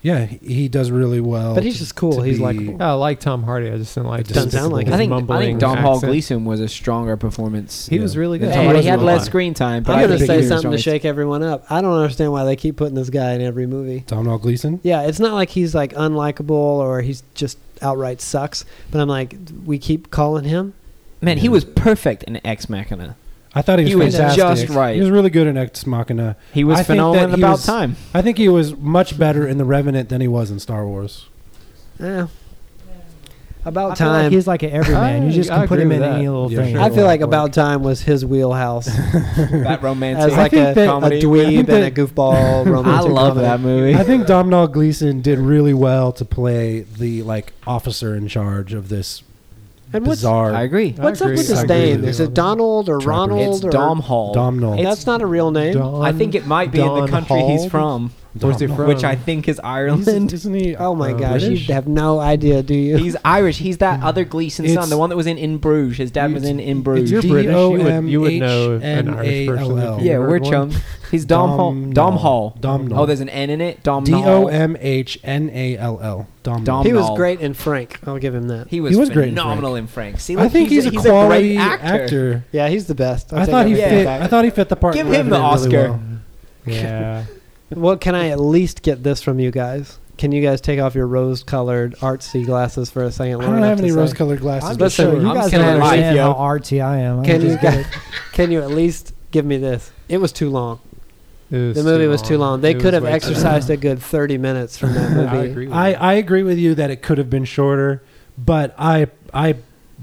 [SPEAKER 3] Yeah, he he does really well.
[SPEAKER 1] But he's just cool.
[SPEAKER 3] to
[SPEAKER 1] He's
[SPEAKER 3] be-
[SPEAKER 1] likable.
[SPEAKER 2] I like Tom Hardy. I just didn't like.
[SPEAKER 3] It doesn't
[SPEAKER 2] his-
[SPEAKER 1] sound like him.
[SPEAKER 2] his
[SPEAKER 4] I think I
[SPEAKER 2] mumbling
[SPEAKER 4] think Dom Hall
[SPEAKER 2] accent.
[SPEAKER 4] Gleason was a stronger performance.
[SPEAKER 2] He was really good.
[SPEAKER 4] Yeah.
[SPEAKER 3] Yeah. Tom
[SPEAKER 4] he
[SPEAKER 3] Hardy's
[SPEAKER 4] had
[SPEAKER 3] a
[SPEAKER 4] less
[SPEAKER 3] lot.
[SPEAKER 4] screen time, but
[SPEAKER 1] I'm
[SPEAKER 4] I
[SPEAKER 1] gonna
[SPEAKER 4] think
[SPEAKER 1] say
[SPEAKER 4] he was
[SPEAKER 1] something to
[SPEAKER 4] strongest.
[SPEAKER 1] shake everyone up. I don't understand why they keep putting this guy in every movie.
[SPEAKER 3] Tom Hall Gleason.
[SPEAKER 1] Yeah, it's not like he's like unlikable or he's just outright sucks. But I'm like, we keep calling him.
[SPEAKER 4] Man, he was perfect in Ex Machina.
[SPEAKER 3] I thought he was,
[SPEAKER 4] He was
[SPEAKER 3] fantastic.
[SPEAKER 4] just right.
[SPEAKER 3] He was really good in Ex Machina.
[SPEAKER 4] He was
[SPEAKER 3] I think
[SPEAKER 4] phenomenal
[SPEAKER 3] that
[SPEAKER 4] in
[SPEAKER 3] he
[SPEAKER 4] About
[SPEAKER 3] was-
[SPEAKER 4] Time.
[SPEAKER 3] I think he was much better in The Revenant than he was in Star Wars.
[SPEAKER 1] Eh.
[SPEAKER 6] I
[SPEAKER 1] About
[SPEAKER 6] feel like
[SPEAKER 1] time.
[SPEAKER 6] he's like an everyman. you
[SPEAKER 2] I-
[SPEAKER 6] just
[SPEAKER 2] I
[SPEAKER 6] can put
[SPEAKER 2] agree
[SPEAKER 6] him
[SPEAKER 2] with
[SPEAKER 6] in
[SPEAKER 2] that.
[SPEAKER 6] any little
[SPEAKER 3] Yeah,
[SPEAKER 6] thing.
[SPEAKER 3] sure.
[SPEAKER 1] I feel like
[SPEAKER 6] Work.
[SPEAKER 1] about time was his wheelhouse
[SPEAKER 4] That romantic
[SPEAKER 1] as like a, a
[SPEAKER 4] comedy.
[SPEAKER 1] dweeb and a
[SPEAKER 3] that-
[SPEAKER 1] goofball.
[SPEAKER 4] [laughs] I
[SPEAKER 1] romantic
[SPEAKER 4] love
[SPEAKER 1] comedy.
[SPEAKER 4] that movie.
[SPEAKER 3] I think Domhnall Gleeson did really well to play the like officer in charge of this
[SPEAKER 1] And what's,
[SPEAKER 3] bizarre
[SPEAKER 4] I agree.
[SPEAKER 2] I
[SPEAKER 1] what's up
[SPEAKER 2] agree.
[SPEAKER 1] with
[SPEAKER 3] I
[SPEAKER 1] his
[SPEAKER 3] agree
[SPEAKER 1] name?
[SPEAKER 3] with you
[SPEAKER 1] Is
[SPEAKER 2] on
[SPEAKER 1] it
[SPEAKER 2] that.
[SPEAKER 1] Donald or
[SPEAKER 3] Trapper.
[SPEAKER 1] Ronald
[SPEAKER 4] It's
[SPEAKER 1] or
[SPEAKER 4] Dom Hall.
[SPEAKER 3] Domhnall.
[SPEAKER 1] That's not a real name.
[SPEAKER 2] Don-
[SPEAKER 4] I think it might be in
[SPEAKER 2] Don
[SPEAKER 4] the country
[SPEAKER 2] Hall?
[SPEAKER 4] he's from,
[SPEAKER 2] Where's he
[SPEAKER 3] Domhnall.
[SPEAKER 2] from?
[SPEAKER 4] which I think is
[SPEAKER 3] Isn't, [laughs]
[SPEAKER 4] Ireland.
[SPEAKER 3] isn't he?
[SPEAKER 1] Oh my
[SPEAKER 3] uh,
[SPEAKER 1] gosh,
[SPEAKER 3] British?
[SPEAKER 1] you have no idea, do you?
[SPEAKER 4] He's Irish. He's that other Gleason son,
[SPEAKER 3] It's-
[SPEAKER 4] the one that was in In Bruges. His dad was in In Bruges.
[SPEAKER 3] You're British. You would,
[SPEAKER 2] you would know an Irish person
[SPEAKER 3] Oh,
[SPEAKER 2] if you-
[SPEAKER 4] yeah, we're chums. He's Dom Hall. Dom Hall.
[SPEAKER 3] Domhnall.
[SPEAKER 4] Oh, there's an N in it. Dom.
[SPEAKER 3] D O M H N A L L. Domhnall.
[SPEAKER 4] Dom-
[SPEAKER 1] [laughs] he was
[SPEAKER 4] Donald.
[SPEAKER 1] great in Frank. I'll give him that.
[SPEAKER 4] He was,
[SPEAKER 3] He was great in
[SPEAKER 4] phenomenal in Frank. See,
[SPEAKER 3] I
[SPEAKER 4] look,
[SPEAKER 3] think he's, a,
[SPEAKER 4] he's
[SPEAKER 3] quality
[SPEAKER 4] great
[SPEAKER 3] actor.
[SPEAKER 4] actor.
[SPEAKER 1] Yeah, he's the best. I'll
[SPEAKER 3] I
[SPEAKER 1] take
[SPEAKER 3] thought he
[SPEAKER 1] everything
[SPEAKER 3] fit.
[SPEAKER 1] back.
[SPEAKER 3] I thought he fit the part.
[SPEAKER 4] Give
[SPEAKER 3] in
[SPEAKER 4] him the
[SPEAKER 3] Revenant
[SPEAKER 4] Oscar.
[SPEAKER 2] Yeah.
[SPEAKER 1] Well, can I at least get this from you guys? Can you guys take off your rose-colored artsy glasses for a second?
[SPEAKER 3] Really well. I
[SPEAKER 1] Lauren,
[SPEAKER 3] don't have
[SPEAKER 1] to
[SPEAKER 3] any
[SPEAKER 1] say?
[SPEAKER 3] rose-colored glasses.
[SPEAKER 6] I'm
[SPEAKER 3] but
[SPEAKER 6] just sure
[SPEAKER 1] sure.
[SPEAKER 6] you
[SPEAKER 4] I'm
[SPEAKER 6] guys
[SPEAKER 4] scared
[SPEAKER 6] don't
[SPEAKER 4] of life,
[SPEAKER 6] understand
[SPEAKER 4] yo.
[SPEAKER 6] how artsy I am. I
[SPEAKER 1] Can you
[SPEAKER 6] just get
[SPEAKER 1] guys, [laughs] Can you at least give me this? It was too long. The movie was too long. They could have exercised a good thirty minutes from [laughs] that movie.
[SPEAKER 2] I agree. With
[SPEAKER 3] I
[SPEAKER 2] that.
[SPEAKER 3] I agree with you that it could have been shorter, but I I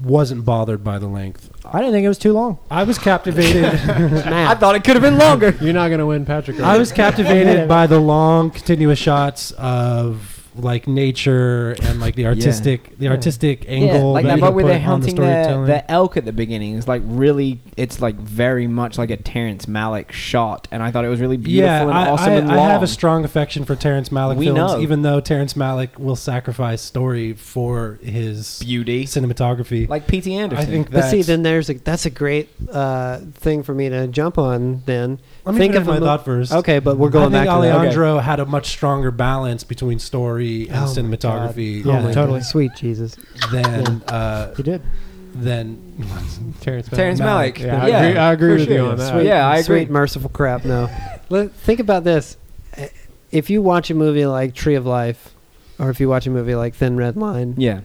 [SPEAKER 3] wasn't bothered by the length.
[SPEAKER 6] I didn't think it was too long.
[SPEAKER 3] I was captivated.
[SPEAKER 4] I thought it could have been longer.
[SPEAKER 2] You're not gonna win, Patrick.
[SPEAKER 3] I was captivated by the long continuous shots of like nature and like the artistic the
[SPEAKER 2] Yeah.
[SPEAKER 3] artistic
[SPEAKER 4] Yeah,
[SPEAKER 3] angle
[SPEAKER 4] like
[SPEAKER 3] that
[SPEAKER 4] that
[SPEAKER 3] you
[SPEAKER 4] part where
[SPEAKER 3] put
[SPEAKER 4] they're
[SPEAKER 3] on the
[SPEAKER 4] hunting the,
[SPEAKER 3] storytelling.
[SPEAKER 4] the elk at the beginning is like really, it's like very much like a Terrence Malick shot, and I thought it was really beautiful
[SPEAKER 3] yeah,
[SPEAKER 4] and
[SPEAKER 3] I,
[SPEAKER 4] awesome
[SPEAKER 3] I,
[SPEAKER 4] and long.
[SPEAKER 3] I have a strong affection for Terrence Malick
[SPEAKER 4] We
[SPEAKER 3] films,
[SPEAKER 4] know.
[SPEAKER 3] even though Terrence Malick will sacrifice story for his
[SPEAKER 4] beauty,
[SPEAKER 3] cinematography.
[SPEAKER 4] like P.T.
[SPEAKER 3] I
[SPEAKER 4] Anderson.
[SPEAKER 3] think
[SPEAKER 1] But
[SPEAKER 3] that's.
[SPEAKER 1] see, then there's a, that's a great uh, thing for me to jump on. Then
[SPEAKER 3] let me
[SPEAKER 1] think
[SPEAKER 3] finish
[SPEAKER 1] of
[SPEAKER 3] my
[SPEAKER 1] a mo-
[SPEAKER 3] thought first.
[SPEAKER 1] okay, but we're going
[SPEAKER 3] I
[SPEAKER 1] back
[SPEAKER 3] think
[SPEAKER 1] to that. Okay.
[SPEAKER 3] Alejandro had a much stronger balance between story and
[SPEAKER 1] Oh my
[SPEAKER 3] cinematography
[SPEAKER 1] God.
[SPEAKER 6] Yeah,
[SPEAKER 3] than,
[SPEAKER 6] totally.
[SPEAKER 1] Sweet Jesus.
[SPEAKER 3] than uh,
[SPEAKER 6] You did.
[SPEAKER 3] than
[SPEAKER 2] Terrence.
[SPEAKER 4] Terrence
[SPEAKER 3] Malick.
[SPEAKER 4] Malick.
[SPEAKER 2] Yeah, I
[SPEAKER 4] Yeah,
[SPEAKER 2] agree, I agree
[SPEAKER 4] for
[SPEAKER 2] with you
[SPEAKER 4] sure.
[SPEAKER 2] on that.
[SPEAKER 4] Sweet. Yeah, I
[SPEAKER 1] Sweet
[SPEAKER 4] agree.
[SPEAKER 1] merciful crap. No, [laughs] Let, think about this. If you watch a movie like Tree of Life, or if you watch a movie like Thin Red Line,
[SPEAKER 4] yeah,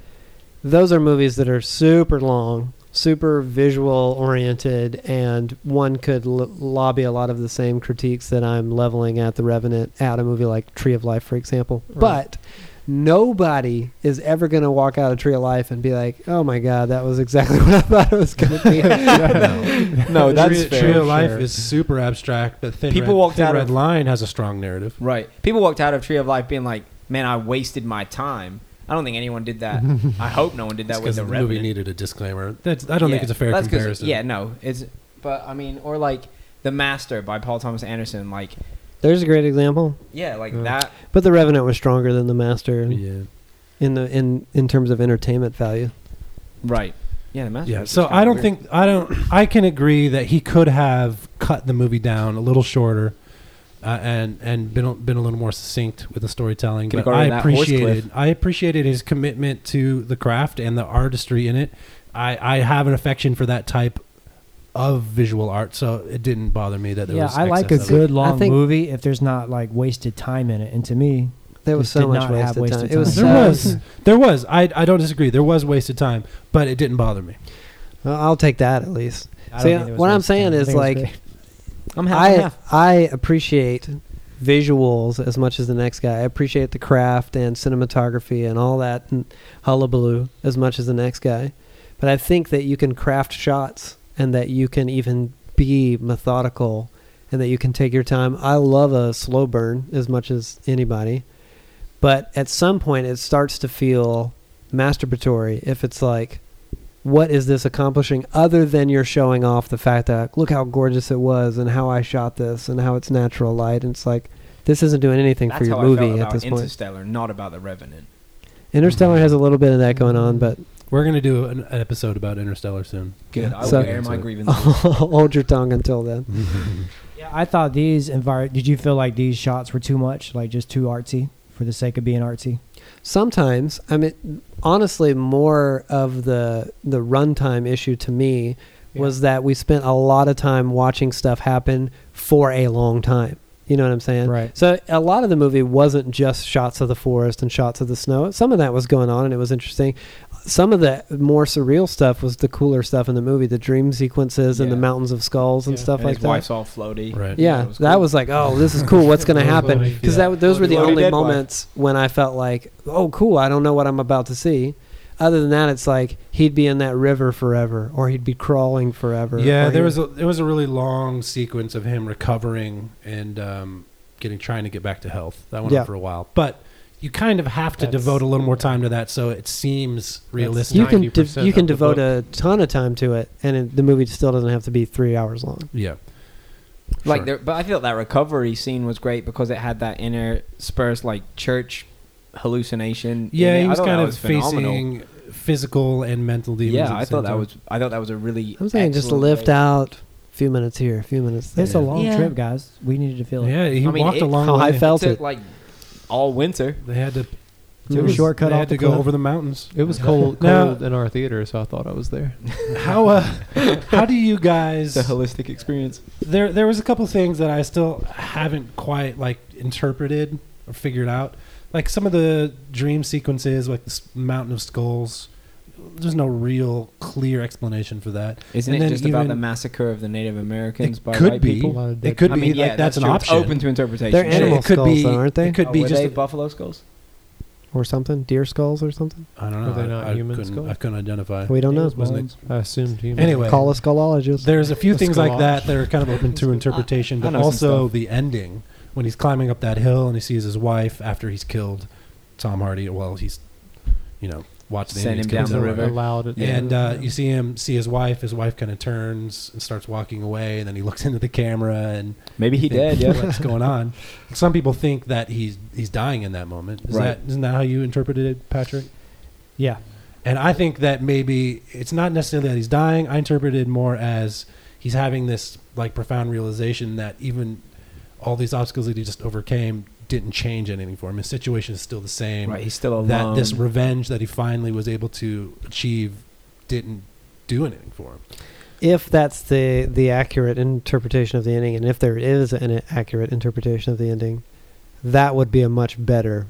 [SPEAKER 1] those are movies that are super long super visual oriented, and one could l- lobby a lot of the same critiques that I'm leveling at The Revenant at a movie like Tree of Life, for example.
[SPEAKER 2] Right.
[SPEAKER 1] But nobody is ever going to walk out of Tree of Life and be like, "Oh my God, that was exactly [laughs] what I thought it was going to be."
[SPEAKER 4] [laughs]
[SPEAKER 3] [laughs]
[SPEAKER 4] no, that's
[SPEAKER 3] Tree,
[SPEAKER 4] fair.
[SPEAKER 3] Tree of Life
[SPEAKER 1] Sure.
[SPEAKER 3] is super abstract, but Thin
[SPEAKER 4] People
[SPEAKER 3] Red,
[SPEAKER 4] walked
[SPEAKER 3] Thin
[SPEAKER 4] out
[SPEAKER 3] Red
[SPEAKER 4] of-
[SPEAKER 3] Line has a strong narrative.
[SPEAKER 4] Right. People walked out of Tree of Life being like, "Man, I wasted my time." I don't think anyone did that. I hope no one did
[SPEAKER 3] That's
[SPEAKER 4] that with
[SPEAKER 3] because
[SPEAKER 4] the,
[SPEAKER 3] the,
[SPEAKER 4] Revenant.
[SPEAKER 3] movie needed a disclaimer. That's, I don't
[SPEAKER 4] Yeah,
[SPEAKER 3] think it's a fair
[SPEAKER 4] that's 'cause-
[SPEAKER 3] comparison.
[SPEAKER 4] Yeah, no, it's. But I mean, or like The Master by Paul Thomas Anderson, like
[SPEAKER 1] There's a great example,
[SPEAKER 4] yeah, like
[SPEAKER 2] Mm.
[SPEAKER 4] that.
[SPEAKER 1] but The Revenant was stronger than The Master
[SPEAKER 3] yeah.
[SPEAKER 1] in the in in terms of entertainment value.
[SPEAKER 4] Right. Yeah, The Master.
[SPEAKER 3] Yeah,
[SPEAKER 4] was
[SPEAKER 3] so
[SPEAKER 4] just kinda
[SPEAKER 3] I don't
[SPEAKER 4] weird.
[SPEAKER 3] think I don't. I can agree that he could have cut the movie down a little shorter, uh, and and been a- been a little more succinct with the storytelling.
[SPEAKER 4] Could've
[SPEAKER 3] But
[SPEAKER 4] got
[SPEAKER 3] I
[SPEAKER 4] rid of that horse
[SPEAKER 3] appreciated I appreciated his commitment to the craft and the artistry in it. I I have an affection for that type of visual art, so it didn't bother me that there
[SPEAKER 6] yeah,
[SPEAKER 3] was.
[SPEAKER 6] I like a
[SPEAKER 3] excess of it.
[SPEAKER 6] good long
[SPEAKER 1] think-
[SPEAKER 6] movie if there's not like wasted time in it. And to me,
[SPEAKER 1] There was
[SPEAKER 6] Just
[SPEAKER 1] so
[SPEAKER 6] did
[SPEAKER 1] much
[SPEAKER 6] not have
[SPEAKER 1] wasted,
[SPEAKER 6] wasted
[SPEAKER 1] time. It
[SPEAKER 6] time.
[SPEAKER 1] was
[SPEAKER 3] There
[SPEAKER 1] so-
[SPEAKER 3] was there was I I don't disagree. There was wasted time, but it didn't bother me.
[SPEAKER 1] Well, I'll take that at
[SPEAKER 6] [laughs]
[SPEAKER 1] least.
[SPEAKER 6] I
[SPEAKER 1] See,
[SPEAKER 6] don't think it was
[SPEAKER 1] what I'm
[SPEAKER 6] wasted
[SPEAKER 1] saying
[SPEAKER 6] time. I
[SPEAKER 1] is,
[SPEAKER 6] think it was
[SPEAKER 1] like,
[SPEAKER 6] great.
[SPEAKER 4] I'm happy.
[SPEAKER 1] I I appreciate visuals as much as the next guy. I appreciate the craft and cinematography and all that and hullabaloo as much as the next guy. But I think that you can craft shots and that you can even be methodical and that you can take your time. I love a slow burn as much as anybody. But at some point it starts to feel masturbatory if it's like what is this accomplishing other than you're showing off the fact that look how gorgeous it was and how I shot this and how it's natural light and it's like this isn't doing anything
[SPEAKER 4] That's
[SPEAKER 1] for your
[SPEAKER 4] how I felt
[SPEAKER 1] movie at
[SPEAKER 4] about
[SPEAKER 1] this point.
[SPEAKER 4] Interstellar, not about The Revenant.
[SPEAKER 1] Interstellar has a little bit of that going on, but
[SPEAKER 3] We're gonna do an episode about Interstellar soon. [laughs]
[SPEAKER 4] Good. I
[SPEAKER 1] So-
[SPEAKER 4] will air
[SPEAKER 1] [laughs]
[SPEAKER 4] my grievances.
[SPEAKER 1] hold your tongue until then.
[SPEAKER 6] Yeah, I thought these envir. Did you feel like these shots were too much, like just too artsy for the sake of being artsy?
[SPEAKER 1] Sometimes, I mean, honestly, more of the the runtime issue to me was that we spent a lot of time watching stuff happen for a long time. You know what I'm saying?
[SPEAKER 6] Right.
[SPEAKER 1] So a lot of the movie wasn't just shots of the forest and shots of the snow. Some of that was going on and it was interesting. Some of the more surreal stuff was the cooler stuff in the movie, the dream sequences and the
[SPEAKER 4] Yeah.
[SPEAKER 1] mountains of skulls and
[SPEAKER 2] Yeah.
[SPEAKER 1] stuff
[SPEAKER 4] and
[SPEAKER 1] like
[SPEAKER 4] his
[SPEAKER 1] that.
[SPEAKER 4] wife's all floaty.
[SPEAKER 3] Right.
[SPEAKER 1] Yeah,
[SPEAKER 4] That was
[SPEAKER 1] that
[SPEAKER 4] cool.
[SPEAKER 1] was like, oh, this is cool. What's going to
[SPEAKER 2] That was
[SPEAKER 1] happen?
[SPEAKER 2] like-
[SPEAKER 1] Because
[SPEAKER 2] yeah.
[SPEAKER 1] that those were the
[SPEAKER 4] Loaded
[SPEAKER 1] only
[SPEAKER 4] Dead
[SPEAKER 1] moments when I felt like, oh, cool. I don't know what I'm about to see. Other than that, it's like he'd be in that river forever, or he'd be crawling forever.
[SPEAKER 3] Yeah,
[SPEAKER 1] or
[SPEAKER 3] there
[SPEAKER 1] he-
[SPEAKER 3] was a there was a really long sequence of him recovering and um, getting trying to get back to health. That went
[SPEAKER 1] Yeah.
[SPEAKER 3] on for a while, but you kind of have to
[SPEAKER 2] That's-
[SPEAKER 3] devote a little more time to that, so it seems realistic.
[SPEAKER 1] you can de-
[SPEAKER 2] 90%
[SPEAKER 1] you can
[SPEAKER 2] of the
[SPEAKER 1] devote a ton of time to it, and it, the movie still doesn't have to be three hours long.
[SPEAKER 3] yeah,
[SPEAKER 4] Like,
[SPEAKER 3] Sure.
[SPEAKER 4] there, but I felt that recovery scene was great because it had that interspersed like church hallucination. in
[SPEAKER 3] yeah.
[SPEAKER 4] it.
[SPEAKER 3] He
[SPEAKER 4] I
[SPEAKER 3] was
[SPEAKER 4] thought that
[SPEAKER 3] kind of
[SPEAKER 4] phenomenal.
[SPEAKER 3] facing physical and mental demons. at
[SPEAKER 4] Yeah,
[SPEAKER 3] the
[SPEAKER 4] I
[SPEAKER 3] same
[SPEAKER 4] thought that
[SPEAKER 3] time.
[SPEAKER 4] was. I thought that was a really.
[SPEAKER 1] I'm saying just
[SPEAKER 4] excellent
[SPEAKER 1] lift
[SPEAKER 4] way.
[SPEAKER 1] out a few minutes here, a few minutes there.
[SPEAKER 6] It's a long
[SPEAKER 4] Yeah.
[SPEAKER 6] trip, guys. We needed to feel it.
[SPEAKER 3] Yeah, he
[SPEAKER 4] I mean,
[SPEAKER 3] walked
[SPEAKER 4] it-
[SPEAKER 3] a long
[SPEAKER 1] how I
[SPEAKER 3] way.
[SPEAKER 1] felt
[SPEAKER 4] took
[SPEAKER 1] it.
[SPEAKER 4] like all winter.
[SPEAKER 3] they had to it
[SPEAKER 6] Took a
[SPEAKER 3] was-
[SPEAKER 6] shortcut
[SPEAKER 3] They
[SPEAKER 6] off
[SPEAKER 3] had
[SPEAKER 6] the
[SPEAKER 3] to go
[SPEAKER 6] cliff.
[SPEAKER 3] over the mountains.
[SPEAKER 2] It was cold,
[SPEAKER 3] Now-
[SPEAKER 2] cold in our theater, so I thought I was there.
[SPEAKER 3] How uh, how do you guys?
[SPEAKER 4] It's a holistic experience.
[SPEAKER 3] there there was a couple things that I still haven't quite like interpreted or figured out. Like some of the dream sequences, like the s- Mountain of Skulls. There's no real clear explanation for that.
[SPEAKER 4] Isn't
[SPEAKER 3] And
[SPEAKER 4] it
[SPEAKER 3] then
[SPEAKER 4] just about the
[SPEAKER 3] even-
[SPEAKER 4] massacre of the Native Americans
[SPEAKER 3] It
[SPEAKER 4] by
[SPEAKER 3] could
[SPEAKER 4] white
[SPEAKER 3] be.
[SPEAKER 2] A
[SPEAKER 4] people?
[SPEAKER 2] lot of
[SPEAKER 3] It
[SPEAKER 2] dead
[SPEAKER 3] could
[SPEAKER 4] I
[SPEAKER 3] be
[SPEAKER 4] mean, yeah,
[SPEAKER 3] like that's, an
[SPEAKER 4] true.
[SPEAKER 3] option.
[SPEAKER 4] It's open to interpretation.
[SPEAKER 1] They're
[SPEAKER 4] Sure.
[SPEAKER 1] animal
[SPEAKER 3] it could
[SPEAKER 1] skulls,
[SPEAKER 3] be,
[SPEAKER 1] though, aren't they?
[SPEAKER 3] It could
[SPEAKER 4] Oh,
[SPEAKER 3] be
[SPEAKER 4] were
[SPEAKER 3] just.
[SPEAKER 4] they
[SPEAKER 3] a-
[SPEAKER 4] buffalo skulls.
[SPEAKER 1] or something, deer skulls or something.
[SPEAKER 3] I don't
[SPEAKER 2] Were
[SPEAKER 3] know.
[SPEAKER 2] they not
[SPEAKER 3] I, I,
[SPEAKER 2] human
[SPEAKER 3] couldn't,
[SPEAKER 2] skulls?
[SPEAKER 3] I couldn't identify.
[SPEAKER 1] We don't
[SPEAKER 6] It
[SPEAKER 1] know.
[SPEAKER 6] was
[SPEAKER 3] Wasn't
[SPEAKER 6] bones.
[SPEAKER 2] I assumed human.
[SPEAKER 3] Anyway.
[SPEAKER 1] Call a skolologist.
[SPEAKER 3] There's a few
[SPEAKER 2] The
[SPEAKER 3] things like
[SPEAKER 2] Skolaj.
[SPEAKER 3] that that are kind of
[SPEAKER 1] [laughs]
[SPEAKER 3] open to interpretation,
[SPEAKER 4] I
[SPEAKER 3] but
[SPEAKER 4] know some
[SPEAKER 3] also
[SPEAKER 4] stuff.
[SPEAKER 3] the ending when he's climbing up that hill and he sees his wife after he's killed Tom Hardy. Well, he's you know watching the
[SPEAKER 4] Send
[SPEAKER 3] Indians
[SPEAKER 4] him
[SPEAKER 3] kill
[SPEAKER 4] down the
[SPEAKER 3] Tom
[SPEAKER 2] Wasn't
[SPEAKER 3] Hardy.
[SPEAKER 4] river.
[SPEAKER 2] Allowed it.
[SPEAKER 3] And uh, you see him see his wife. His wife kind of turns and starts walking away, and then he [laughs] looks into the camera and
[SPEAKER 4] Maybe he did.
[SPEAKER 3] think,
[SPEAKER 4] Yeah.
[SPEAKER 3] [laughs] what's going on? Some people think that he's he's dying in that moment. Is
[SPEAKER 4] Right.
[SPEAKER 3] that isn't that how you interpreted it, Patrick?
[SPEAKER 6] Yeah.
[SPEAKER 3] And I think that maybe it's not necessarily that he's dying. I interpreted more as he's having this like profound realization that even all these obstacles that he just overcame didn't change anything for him. His situation is still the same.
[SPEAKER 4] Right. He's still alone.
[SPEAKER 3] That this revenge that he finally was able to achieve didn't do anything for him.
[SPEAKER 1] if that's the the accurate interpretation of the ending, and if there is an accurate interpretation of the ending, that would be a much better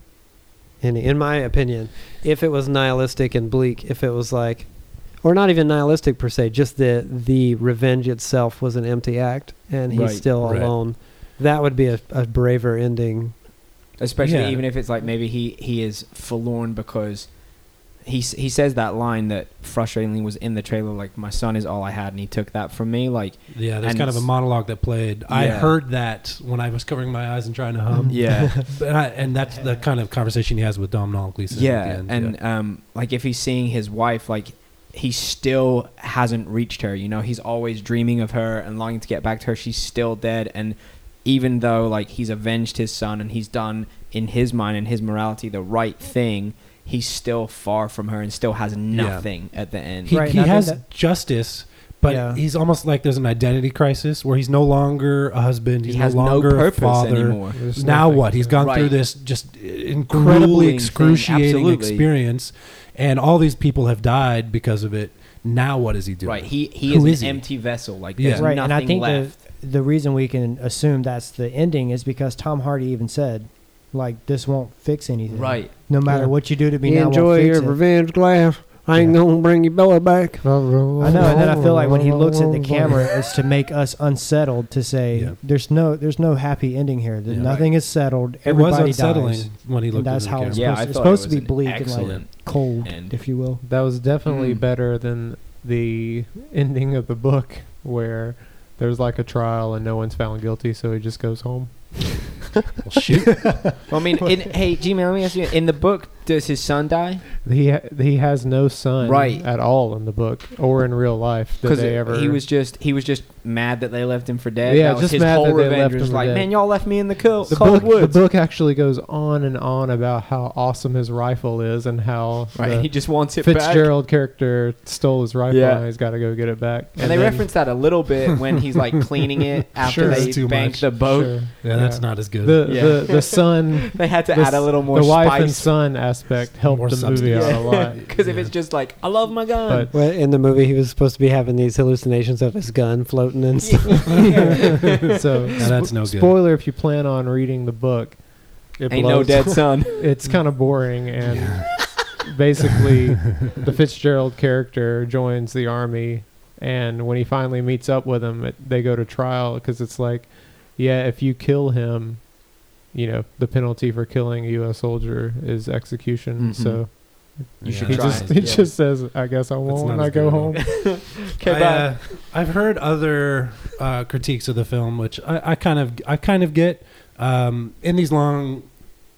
[SPEAKER 1] ending, in my opinion. If it was nihilistic and bleak, if it was like, or not even nihilistic per se. Just the the revenge itself was an empty act, and he's
[SPEAKER 4] Right,
[SPEAKER 1] still
[SPEAKER 3] right.
[SPEAKER 1] alone. That would be a, a braver ending.
[SPEAKER 4] especially
[SPEAKER 3] Yeah.
[SPEAKER 4] even if it's like maybe he he is forlorn because he s- he says that line that frustratingly was in the trailer like my son is all I had and he took that from me like
[SPEAKER 3] Yeah, there's
[SPEAKER 4] And
[SPEAKER 3] kind of a
[SPEAKER 4] it's-
[SPEAKER 3] monologue that played. I
[SPEAKER 4] Yeah. Mm-hmm.
[SPEAKER 3] heard that when I was covering my eyes and trying to hum.
[SPEAKER 4] yeah
[SPEAKER 3] [laughs] and, I, and that's the kind of conversation he has with Domhnall Gleeson. at the
[SPEAKER 4] yeah
[SPEAKER 3] end,
[SPEAKER 4] and um like if he's seeing his wife like he still hasn't reached her you know he's always dreaming of her and longing to get back to her she's still dead and even though like he's avenged his son and he's done in his mind and his morality the right thing he's still far from her and still has nothing at the end
[SPEAKER 3] he,
[SPEAKER 6] Right,
[SPEAKER 3] he
[SPEAKER 6] and I think
[SPEAKER 3] has
[SPEAKER 6] that-
[SPEAKER 3] justice, but
[SPEAKER 6] Yeah.
[SPEAKER 3] he's almost like there's an identity crisis where he's no longer a husband.
[SPEAKER 4] he
[SPEAKER 3] He's
[SPEAKER 4] has
[SPEAKER 3] no
[SPEAKER 4] no
[SPEAKER 3] longer a
[SPEAKER 4] purpose
[SPEAKER 3] father.
[SPEAKER 4] anymore
[SPEAKER 2] There's
[SPEAKER 3] now
[SPEAKER 2] nothing
[SPEAKER 3] what?
[SPEAKER 2] to
[SPEAKER 3] He's
[SPEAKER 2] it.
[SPEAKER 3] gone through
[SPEAKER 4] Right.
[SPEAKER 3] this just incredibly
[SPEAKER 4] Grueling thing,
[SPEAKER 3] excruciating
[SPEAKER 4] absolutely.
[SPEAKER 3] experience, and all these people have died because of it. Now what is he doing?
[SPEAKER 4] right he he
[SPEAKER 3] Who
[SPEAKER 4] is,
[SPEAKER 3] is he?
[SPEAKER 4] an empty vessel like
[SPEAKER 3] Yeah.
[SPEAKER 4] there's
[SPEAKER 6] right,
[SPEAKER 4] nothing
[SPEAKER 6] and I think
[SPEAKER 4] left
[SPEAKER 6] the the reason we can assume that's the ending is because Tom Hardy even said, like, this won't fix anything.
[SPEAKER 4] right
[SPEAKER 6] No matter
[SPEAKER 1] Yeah.
[SPEAKER 6] what you do to me,
[SPEAKER 1] You
[SPEAKER 6] now won't
[SPEAKER 1] enjoy
[SPEAKER 6] fix
[SPEAKER 1] your
[SPEAKER 6] it.
[SPEAKER 1] revenge glass. I ain't
[SPEAKER 6] Yeah.
[SPEAKER 1] gonna bring your boy back.
[SPEAKER 2] I know,
[SPEAKER 6] I know, and then I feel like when he
[SPEAKER 2] [laughs]
[SPEAKER 6] looks at the camera, it's to make us unsettled to say
[SPEAKER 3] Yeah.
[SPEAKER 6] there's no there's no happy ending here. That
[SPEAKER 3] Yeah.
[SPEAKER 6] nothing is settled.
[SPEAKER 3] It was
[SPEAKER 6] Everybody
[SPEAKER 3] unsettling
[SPEAKER 6] dies.
[SPEAKER 3] when he
[SPEAKER 6] And
[SPEAKER 3] looked
[SPEAKER 6] that's
[SPEAKER 3] into
[SPEAKER 6] how
[SPEAKER 3] the
[SPEAKER 6] it's
[SPEAKER 3] camera.
[SPEAKER 4] yeah
[SPEAKER 6] supposed-
[SPEAKER 4] I
[SPEAKER 6] it's
[SPEAKER 4] thought
[SPEAKER 6] supposed
[SPEAKER 4] it
[SPEAKER 6] to be
[SPEAKER 4] was an
[SPEAKER 6] bleak and, like,
[SPEAKER 4] excellent
[SPEAKER 6] Cold, [laughs]
[SPEAKER 4] end.
[SPEAKER 6] if you will.
[SPEAKER 2] That was definitely
[SPEAKER 4] Mm.
[SPEAKER 2] better than the ending of the book where there's like a trial and no one's found guilty, so he just goes home.
[SPEAKER 3] Well,
[SPEAKER 6] [laughs]
[SPEAKER 3] shoot.
[SPEAKER 4] Well, I mean, in, hey, G-Man, let me ask you. In the book, does his son die?
[SPEAKER 2] He ha- he has no son
[SPEAKER 4] Right.
[SPEAKER 2] at all in the book or in real life. Did
[SPEAKER 4] Because
[SPEAKER 2] they ever?
[SPEAKER 4] he was just he was just mad that they left him for dead.
[SPEAKER 2] Yeah,
[SPEAKER 4] that was
[SPEAKER 2] just
[SPEAKER 4] his
[SPEAKER 2] mad
[SPEAKER 4] whole
[SPEAKER 2] that they
[SPEAKER 4] revenge
[SPEAKER 2] left
[SPEAKER 4] was
[SPEAKER 2] him for
[SPEAKER 4] like,
[SPEAKER 2] dead.
[SPEAKER 4] man, y'all left me in the cold,
[SPEAKER 2] the book,
[SPEAKER 4] cold
[SPEAKER 2] the
[SPEAKER 4] woods.
[SPEAKER 2] book actually goes on and on about how awesome his rifle is and how
[SPEAKER 4] right,
[SPEAKER 2] the
[SPEAKER 4] [laughs] he just wants it back.
[SPEAKER 2] Fitzgerald character stole his rifle
[SPEAKER 4] Yeah.
[SPEAKER 2] and he's got to go get it back.
[SPEAKER 4] And, they
[SPEAKER 2] then-
[SPEAKER 4] reference that a
[SPEAKER 2] [laughs]
[SPEAKER 4] little bit when he's like cleaning it after
[SPEAKER 2] Sure.
[SPEAKER 3] That's
[SPEAKER 4] they
[SPEAKER 3] too
[SPEAKER 4] banked the
[SPEAKER 3] much.
[SPEAKER 4] boat.
[SPEAKER 2] Sure.
[SPEAKER 3] yeah, that's
[SPEAKER 2] Yeah.
[SPEAKER 3] not as good.
[SPEAKER 2] The,
[SPEAKER 4] Yeah.
[SPEAKER 2] the
[SPEAKER 4] [laughs]
[SPEAKER 2] the son,
[SPEAKER 4] They had to
[SPEAKER 2] The
[SPEAKER 4] add a
[SPEAKER 2] s-
[SPEAKER 4] little more
[SPEAKER 2] the
[SPEAKER 4] spice.
[SPEAKER 2] wife and son aspect helped
[SPEAKER 3] More
[SPEAKER 2] the movie
[SPEAKER 3] substance.
[SPEAKER 2] out a
[SPEAKER 3] [laughs]
[SPEAKER 2] lot.
[SPEAKER 4] [laughs] Because if
[SPEAKER 3] Yeah.
[SPEAKER 4] it's just like, I love my gun.
[SPEAKER 2] But-
[SPEAKER 1] Well, in the movie, he was supposed to be having these hallucinations of his gun floating and stuff.
[SPEAKER 4] [laughs]
[SPEAKER 3] [laughs]
[SPEAKER 2] so
[SPEAKER 3] Yeah, that's no good.
[SPEAKER 2] spoiler if you plan on reading the book it
[SPEAKER 4] Ain't no
[SPEAKER 2] blows- [laughs]
[SPEAKER 4] dead
[SPEAKER 3] [laughs]
[SPEAKER 4] son.
[SPEAKER 2] it's kind of boring and basically
[SPEAKER 3] [laughs]
[SPEAKER 2] the fitzgerald character joins the army and when he finally meets up with him it, they go to trial because it's like yeah if you kill him you know the penalty for killing a u.s soldier is execution
[SPEAKER 3] Mm-hmm.
[SPEAKER 4] Mhm.
[SPEAKER 2] so
[SPEAKER 4] You should
[SPEAKER 2] he
[SPEAKER 4] try
[SPEAKER 2] just
[SPEAKER 4] it,
[SPEAKER 2] he
[SPEAKER 4] yeah.
[SPEAKER 2] just says i guess i won't
[SPEAKER 3] not
[SPEAKER 2] and i
[SPEAKER 3] as
[SPEAKER 2] go
[SPEAKER 3] good.
[SPEAKER 2] home
[SPEAKER 4] Okay,
[SPEAKER 3] I,
[SPEAKER 4] bye.
[SPEAKER 3] uh, I've heard other uh, critiques of the film, which I, I kind of I kind of get. Um, in these long,